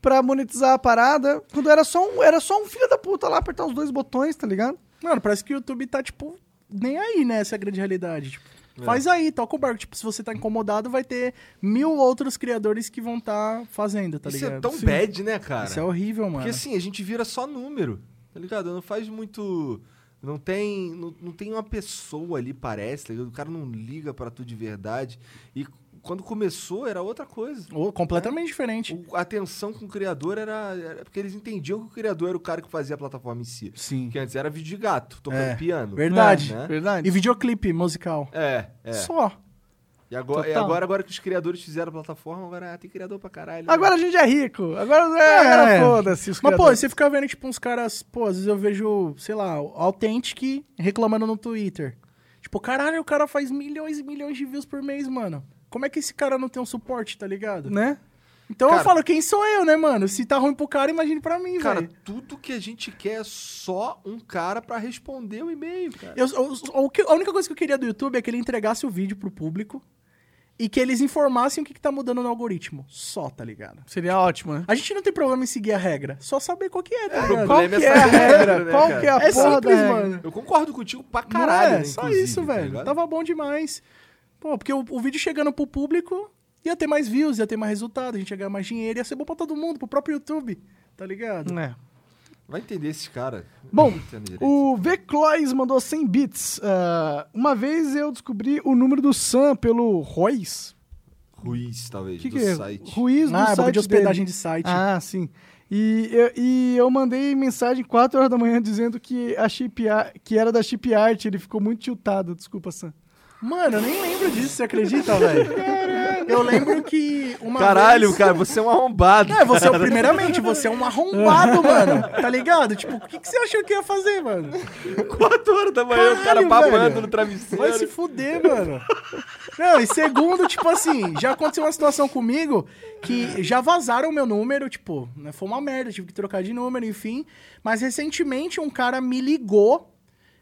B: pra monetizar a parada. Quando era só um, era só um filho da puta lá apertar os dois botões, tá ligado?
C: Mano, parece que o YouTube tá, tipo, nem aí, né? Essa é a grande realidade. Tipo,
A: É.
C: Faz aí, toca o barco. Tipo, se você tá incomodado, vai ter mil outros criadores que vão tá fazendo, tá
A: Isso
C: ligado?
A: é tão
C: Sim.
A: bad, né, cara?
C: Isso é horrível, mano.
A: Porque assim, a gente vira só número, tá ligado? Não faz muito. Não tem, não, não tem uma pessoa ali, parece, tá ligado? O cara não liga pra tu de verdade. E quando começou era outra coisa.
C: Ô, completamente diferente.
A: O- a atenção com o criador era, era. Porque eles entendiam que o criador era o cara que fazia a plataforma em si.
C: Sim.
A: Que antes era vídeo de gato, tocando
C: É,
A: piano.
C: Verdade.
A: Né?
B: Verdade.
C: E videoclipe musical.
A: É, é.
C: Só.
A: E agora, e
B: Total.
A: agora, agora que os criadores fizeram a plataforma, agora ah, tem criador pra caralho. né?
B: Agora a gente é rico. Agora é, agora foda-se. os
C: Mas, pô,
B: criadores.
C: você fica vendo, tipo, uns caras... Pô, às vezes eu vejo, sei lá, o Authentic reclamando no Twitter. Tipo, caralho, o cara faz milhões e milhões de views por mês, mano. Como é que esse cara não tem um suporte, tá ligado?
B: né?
C: Então
A: Cara-
C: eu falo, quem sou eu, né, mano? Se tá ruim pro cara, imagine pra mim,
A: Cara,
C: velho.
A: tudo que a gente quer é só um cara pra responder o e-mail, cara.
C: Eu, eu- o que- a única coisa que eu queria do YouTube é que ele entregasse o vídeo pro público e que eles informassem o que, que tá mudando no algoritmo. Só, tá ligado?
B: Seria ótimo, né?
C: A gente não tem problema em seguir a regra, só saber qual que é, tá
B: Qual
C: ligado?
A: problema é
B: que é a
A: essa regra,
B: regra?
A: né,
B: Qual
A: cara?
B: que é a porra
C: É
B: da
C: simples,
B: regra?
C: mano.
A: Eu concordo contigo pra
C: Não
A: caralho,
C: é,
A: né,
C: só
A: inclusive,
C: isso,
A: tá
C: velho.
A: ligado?
C: Tava bom demais. Pô, porque o, o vídeo chegando pro público ia ter mais views, ia ter mais resultado, a gente ia ganhar mais dinheiro, ia ser bom pra todo mundo, pro próprio YouTube, tá ligado?
B: É.
A: Vai entender esse cara.
B: Bom,
A: Não entendo direito.
B: O V. Clois mandou 100 bits. Ah, uma vez eu descobri o número do Sam pelo Ruiz.
A: Ruiz,
B: O
A: talvez,
B: que,
A: do
B: que é?
A: site.
B: Ruiz do
C: Ah, é
B: site
C: bagulho de hospedagem
B: dele.
C: de site.
B: Ah, sim. E eu, e eu mandei mensagem 4 horas da manhã dizendo que, a chip Ar- que era da Chip Art. Ele ficou muito tiltado. Desculpa, Sam.
C: Mano, eu nem lembro disso, você acredita, velho? Eu lembro que uma
A: Caralho,
C: vez...
A: cara, você é um arrombado.
C: É, você é o primeiramente, você é um arrombado, mano. Tá ligado? Tipo, o que, que você achou que eu ia fazer, mano?
A: 4 horas da manhã, o cara
C: Caralho,
A: babando
C: velho.
A: no travesseiro.
C: Vai se fuder, mano. Não, e segundo, tipo assim, já aconteceu uma situação comigo que já vazaram o meu número, tipo, né, foi uma merda, tive que trocar de número, enfim. Mas recentemente um cara me ligou,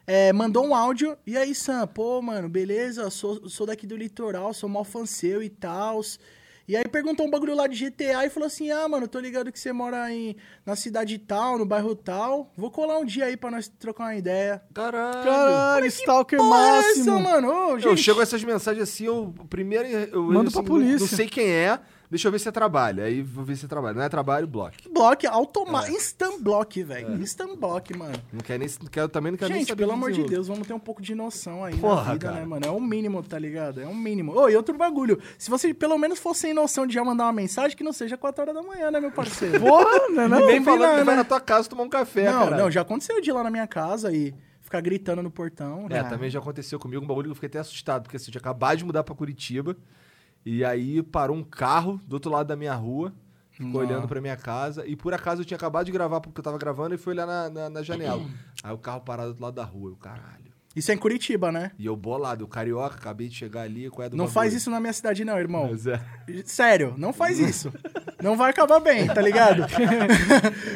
C: é, mandou um áudio, e aí, Sam, pô, mano, beleza, sou, sou daqui do litoral, sou mal fã seu e tal. E aí perguntou um bagulho lá de GTA e falou assim: Ah, mano, tô ligado que você mora em, na cidade tal, no bairro tal. Vou colar um dia aí pra nós trocar uma ideia.
A: Caralho.
B: Caralho, Stalker
C: Porra, é essa,
B: máximo.
C: mano. Ô,
A: Eu
C: gente.
A: chego essas mensagens assim, eu primeiro eu
B: Manda
A: eu,
B: pra
A: não-
B: polícia.
A: Não, sei quem é, deixa eu ver se é trabalho. Aí vou ver se é trabalho. Não é trabalho, bloco.
C: Block,
A: É.
C: automático. Instant block, velho. Instant block, mano.
A: Não quer nem não quero também não quero nem
C: Gente,
A: saber
C: pelo
A: quem
C: amor de
A: desenvolve.
C: Deus, vamos ter um pouco de noção aí na
A: Porra,
C: vida,
A: cara.
C: né, mano? É o mínimo, tá ligado? É o mínimo. Ô, e outro bagulho. Se você pelo menos fosse sem noção de já mandar uma mensagem, que não seja 4 horas da manhã, né,
A: (laughs)
C: meu parceiro?
B: Porra, né? não?
A: E nem falando
C: lá,
A: que vai
C: né?
A: na tua casa tomar um café,
C: não,
A: cara.
C: não, já aconteceu de ir lá na minha casa e ficar gritando no portão.
A: É,
C: né?
A: também já aconteceu comigo um bagulho que eu fiquei até assustado, porque assim, eu tinha acabado de mudar pra Curitiba, e aí parou um carro do outro lado da minha rua, ficou olhando pra minha casa, e por acaso eu tinha acabado de gravar porque eu tava gravando e foi olhar na, na, na
C: (clears throat)
A: janela. aí o carro parado do outro lado da rua, eu, caralho.
C: Isso é em Curitiba, né?
A: E eu bolado, eu carioca, acabei de chegar ali, qual é do
C: Não
A: bagulho?
C: faz isso na minha cidade, não, irmão.
A: Mas é.
C: Sério, não faz isso. Não vai acabar bem, tá (laughs) ligado?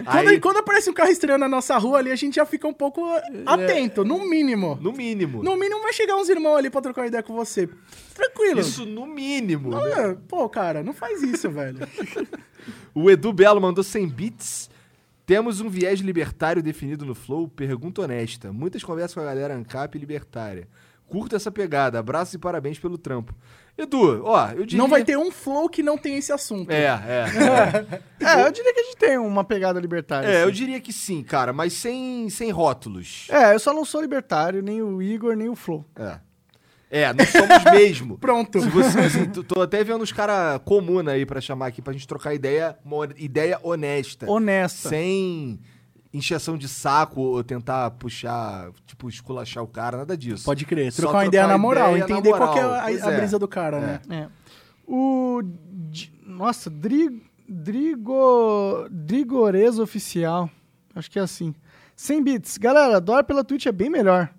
C: quando,
A: Aí-
C: quando aparece um carro estranho na nossa rua ali, a gente já fica um pouco atento, no mínimo.
A: No mínimo.
C: No mínimo vai chegar uns irmãos ali pra trocar ideia com você. Tranquilo.
A: Isso no mínimo.
C: Não
A: né?
C: é- Pô, cara, não faz isso, velho.
A: O Edu Belo mandou 100 bits. Temos um viés libertário definido no Flow? Pergunta honesta. Muitas conversas com a galera ANCAP e libertária. Curta essa pegada. Abraço e parabéns pelo trampo. Edu, ó, eu diria...
C: Não vai ter um flow que não tenha esse assunto.
A: É,
C: (laughs)
A: é.
B: É, eu diria que a gente tem uma pegada libertária.
A: é, É,
B: assim.
A: eu diria que sim, cara, mas sem, sem rótulos.
B: É, eu só não sou libertário, nem o Igor, nem o Flow.
A: É. É, nós somos (laughs) mesmo.
C: Pronto.
A: Se você- assim, tô- tô até vendo uns caras comum aí pra chamar aqui pra gente trocar ideia, uma hon- ideia honesta.
B: Honesta.
A: sem injeção de saco ou tentar puxar, tipo, esculachar o cara, nada disso.
C: Pode crer.
A: Só
C: Trocar uma ideia
A: trocar
C: na moral,
A: ideia na
C: entender
A: moral,
C: qual que é a-
A: pois
C: a,
A: é.
C: brisa do cara, né?
B: É. O. Di- Nossa, Dri... Drigo. Drigorez Oficial. Acho que é assim. 100 bits. Galera, doar pela Twitch é bem melhor.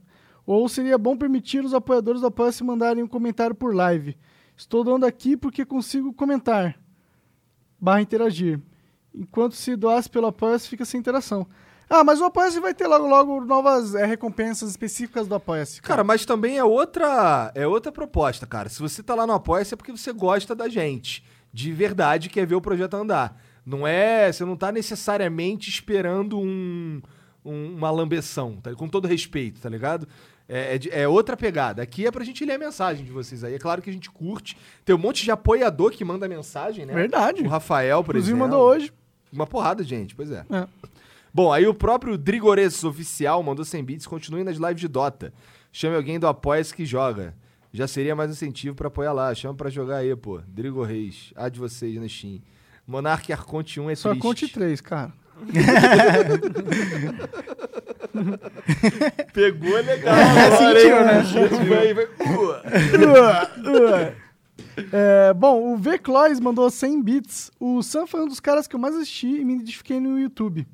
B: Ou seria bom permitir os apoiadores do apoia se mandarem um comentário por live. Estou dando aqui porque consigo comentar. Barra interagir. Enquanto se doasse pelo Apoia-se, fica sem interação. Ah, mas o Apoia-se vai ter logo logo novas eh, recompensas específicas do Apoia-se.
A: Cara, mas também é outra, é outra proposta, cara. Se você tá lá no Apoia-se é porque você gosta da gente. De verdade quer ver o projeto andar. Não é, você não tá necessariamente esperando um, um- uma lambeção, tá? com todo respeito, tá ligado? É, é de- é outra pegada. Aqui é pra gente ler a mensagem de vocês aí. É claro que a gente curte. Tem um monte de apoiador que manda mensagem, né?
B: Verdade.
A: O Rafael, por
B: Inclusive
A: exemplo. é
B: mandou hoje.
A: Uma porrada, gente, pois é.
B: É.
A: Bom, aí o próprio Drigores Oficial mandou 100 bits, continue nas lives de Dota. Chame alguém do Apoia-se que joga. Já seria mais incentivo pra apoiar lá. Chama pra jogar aí, pô. Drigo Reis, a de vocês né, na Steam. Monark Arconte 1 é
B: Só
A: triste.
B: conte três, cara.
A: Pegou é legal.
C: É,
A: agora, tipo,
C: sentiu,
A: hein?
C: né?
A: Sentiu aí, vai- Ua.
B: É, bom, o V. Clois mandou 100 bits. O Sam foi um dos caras que eu mais assisti e me identifiquei no YouTube.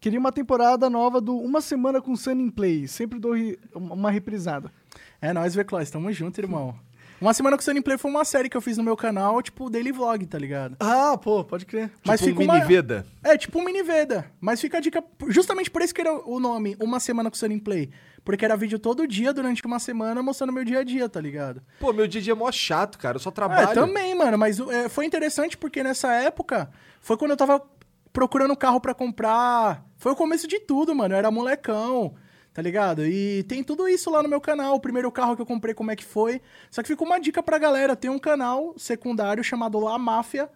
B: Queria uma temporada nova do Uma Semana com Sun in Play. Sempre dou ri- uma reprisada.
C: É, nós, V-Cloys, tamo junto, irmão. Uma semana com o Sony Player foi uma série que eu fiz no meu canal, tipo, daily vlog, tá ligado?
B: Ah, pô, pode crer.
C: Mas
A: tipo um
C: fica uma-
A: mini Veda.
C: É, tipo um mini Veda. Mas fica a dica, justamente por isso que era o nome, Uma Semana com Sunny Play. Porque era vídeo todo dia, durante uma semana, mostrando meu dia a dia, tá ligado?
A: Pô, meu dia a dia é mó chato, cara. Eu só
C: É,
A: trabalho.
C: também, mano. Mas é, foi interessante porque nessa época foi quando eu tava procurando carro pra comprar. Foi o começo de tudo, mano. Eu era molecão, tá ligado? E tem tudo isso lá no meu canal. O primeiro carro que eu comprei, como é que foi. Só que fica uma dica pra galera. Tem um canal secundário chamado La Máfia.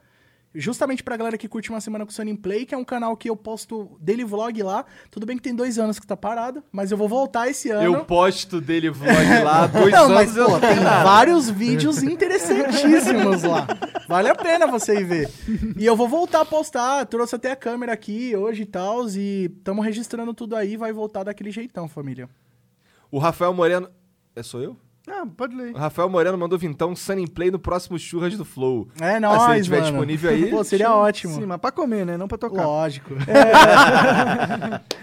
C: Justamente pra galera que curte uma semana com o Sony in Play, que é um canal que eu posto daily vlog lá. Tudo bem que tem dois anos que tá parado, mas eu vou voltar esse ano.
A: Eu posto dele
C: (laughs)
A: vlog lá, dois
C: né, Não,
A: anos
C: mas
A: eu
C: pô, tem vários vídeos interessantíssimos lá. Vale a pena você ir ver. E eu vou voltar a postar. Trouxe até a câmera aqui hoje e tal. E estamos registrando tudo aí. Vai voltar daquele jeitão, família.
A: O Rafael Moreno. É, sou eu?
B: Ah, pode ler.
A: O Rafael Moreno mandou vintão Sun in Play no próximo Churras do Flow.
C: É
A: Ah,
C: nóis,
A: se ele tiver
C: mano.
A: disponível aí.
C: (laughs) Pô, seria ótimo. É,
B: Sim, mas pra comer, né? Não pra tocar.
C: Lógico.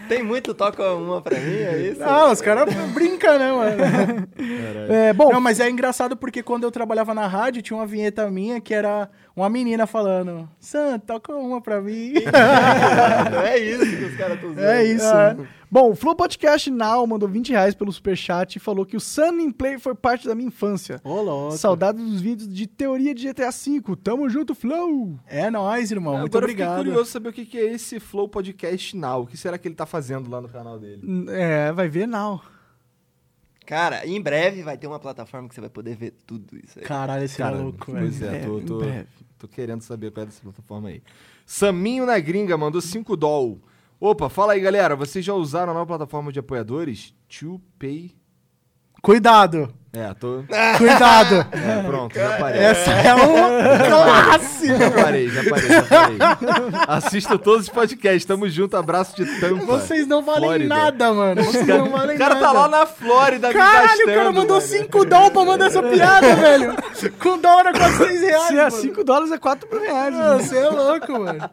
D: Tem muito toca uma pra mim, é isso?
C: Ah, os caras brincam, né, mano? (laughs)
B: É, bom,
C: Não, mas é engraçado porque quando eu trabalhava na rádio, tinha uma vinheta minha que era uma menina falando: Sam, toca uma pra (laughs) mim.
D: Não é isso que os caras estão usando.
C: É isso.
B: É. Bom, o Flow Podcast Now mandou 20 reais pelo superchat e falou que o Sun in Play foi parte da minha infância.
C: Ô, louco.
B: Saudades dos vídeos de teoria de GTA V. Tamo junto, Flow!
C: É nóis, irmão. Muito
A: Agora eu
C: obrigado.
A: fiquei curioso saber o que que é esse Flow Podcast Now. O que será que ele tá fazendo lá no canal dele?
B: N- É, vai ver Now.
D: Cara, em breve vai ter uma plataforma que você vai poder ver tudo isso aí.
C: Caralho, esse
A: Cara,
C: maluco, velho.
A: pois Tá é,
B: É,
A: tô,
B: em
A: tô-
B: breve.
A: tô querendo saber qual é dessa plataforma aí. Saminho na gringa mandou 5 doll. Opa, fala aí galera, vocês já usaram a nova plataforma de apoiadores? To Pay.
C: Cuidado!
A: É, tô.
C: Cuidado!
A: (laughs) É, pronto, já parei.
C: Essa é um clássico!
A: Já parei, já parei, já parei. Assista todos os podcasts, tamo junto, abraço de tampa.
C: Vocês não valem
A: Flórida.
C: nada, mano. Vocês não valem
A: O cara
C: nada.
A: tá lá na Flórida me
C: Caralho, o
A: gastando,
C: cara mandou
A: velho.
C: 5 dólar pra mandar essa piada, velho! Com dólar era quase 6 reais,
B: Se é
C: mano.
B: 5 dólares, é 4 mil reais.
C: Ah, Você é louco, mano.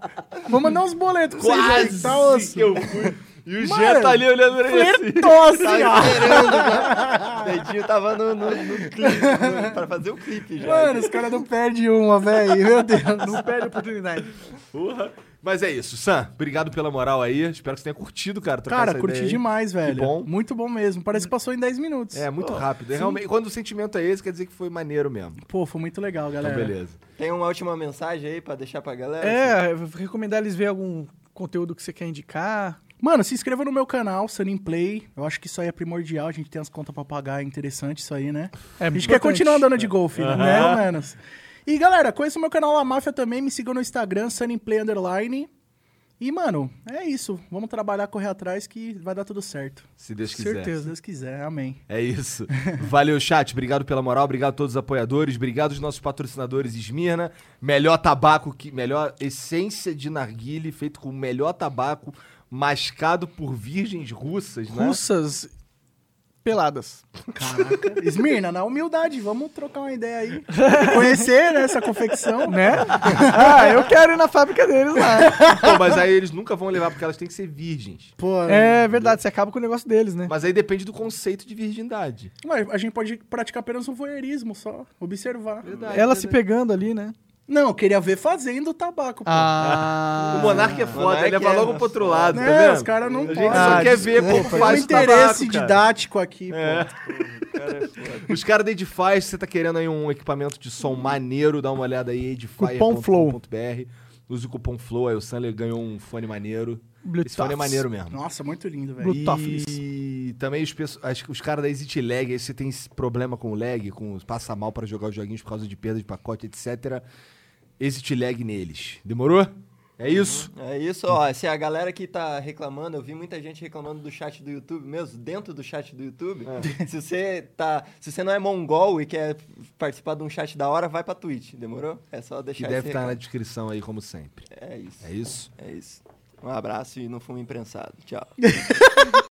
C: Vou mandar uns boletos pra vocês aí,
A: Quase
C: tá osso?
A: que eu fui. E o
C: Mano,
A: Jean tá ali olhando pra ele assim.
C: Flertoso,
D: Tava
C: ó.
D: esperando, já. O dedinho tava no, no, no clipe, no- (laughs) pra fazer o clipe já.
C: Mano, os caras não perdem uma, velho. Meu Deus.
B: Não perde a oportunidade.
A: Porra. Mas é isso, Sam. Obrigado pela moral aí. Espero que você tenha curtido, cara. trocar
C: Cara,
A: essa
C: curti
A: ideia aí.
C: demais, velho.
A: bom.
C: Muito bom mesmo. Parece que passou em 10 minutos.
A: É, muito rápido. E Realmente, quando o sentimento é esse, quer dizer que foi maneiro mesmo.
C: Pô, foi muito legal,
A: Então,
C: galera.
A: beleza.
D: Tem uma última mensagem aí pra deixar pra galera?
B: É, eu vou recomendar eles verem algum conteúdo que você quer indicar.
C: Mano, se inscreva no meu canal, Sunny Play. Eu acho que isso aí é primordial. A gente tem as contas pra pagar. É interessante isso aí, né?
B: É
C: a gente
B: importante.
C: quer continuar andando de golfe, né? Ao menos. E galera, conheça o meu canal La Máfia também. Me sigam no Instagram, Sunny Play Underline. E, mano, é isso. Vamos trabalhar, correr atrás que vai dar tudo certo.
A: Se Deus quiser.
C: Certeza, se Deus quiser. Amém.
A: É isso. Valeu, chat. Obrigado pela moral. Obrigado a todos os apoiadores. Obrigado aos nossos patrocinadores Esmirna. Melhor tabaco, que melhor essência de narguile feito com o melhor tabaco mascado por virgens russas, né?
B: Russas (laughs) peladas.
C: Caraca. (laughs) Esmirna, na humildade, vamos trocar uma
A: (laughs)
C: ideia aí. Conhecer né, essa confecção.
B: Né? (laughs) ah, eu quero ir na fábrica deles lá.
A: Pô, mas aí eles nunca vão levar porque elas têm que ser virgens.
C: Pô,
B: É verdade, você acaba com o negócio deles, né?
A: Mas aí depende do conceito de virgindade.
C: Mas a gente pode praticar apenas um voyeurismo só, observar.
A: Verdade.
B: Ela se pegando ali, né?
C: Não, eu queria ver fazendo o tabaco, pô.
B: Ah.
A: O Monark é foda,
D: Monark
A: ele leva
D: é,
A: logo
D: nossa.
A: pro outro lado, tá
C: né?
A: vendo?
C: Os caras não
A: A
C: podem.
A: gente só
B: Ah,
A: quer ver, pô,
C: Tem um
A: faz o
C: interesse
A: tabaco, cara. É.
C: didático aqui, pô.
A: Os caras da Edify, se você tá querendo aí um equipamento de som maneiro, dá uma olhada aí,
B: Cupom Flow.
A: edify.com.br. Use o cupom FLOW, aí o Sandler ganhou um fone maneiro. Esse
B: tá
A: fone é maneiro mesmo.
C: Nossa, muito lindo, velho.
B: Bluetoothless.
A: E também os, pesso- as- os caras da Exit Lag, aí você tem esse problema com o lag, com passa mal para jogar os joguinhos por causa de perda de pacote, etc. Exit Lag neles. Demorou? É isso?
D: É isso, ó. Se a galera que tá reclamando, eu vi muita gente reclamando do chat do YouTube mesmo, dentro do chat do YouTube.
A: É.
D: Se você tá, se você não é mongol e quer participar de um chat da hora, vai pra Twitch, demorou? É só
A: Que
D: deixar
A: deve tá, né?
D: esse
A: estar na
D: recado.
A: descrição aí, como sempre.
D: É isso.
A: É isso?
D: É isso. Um abraço e não fumo imprensado. Tchau.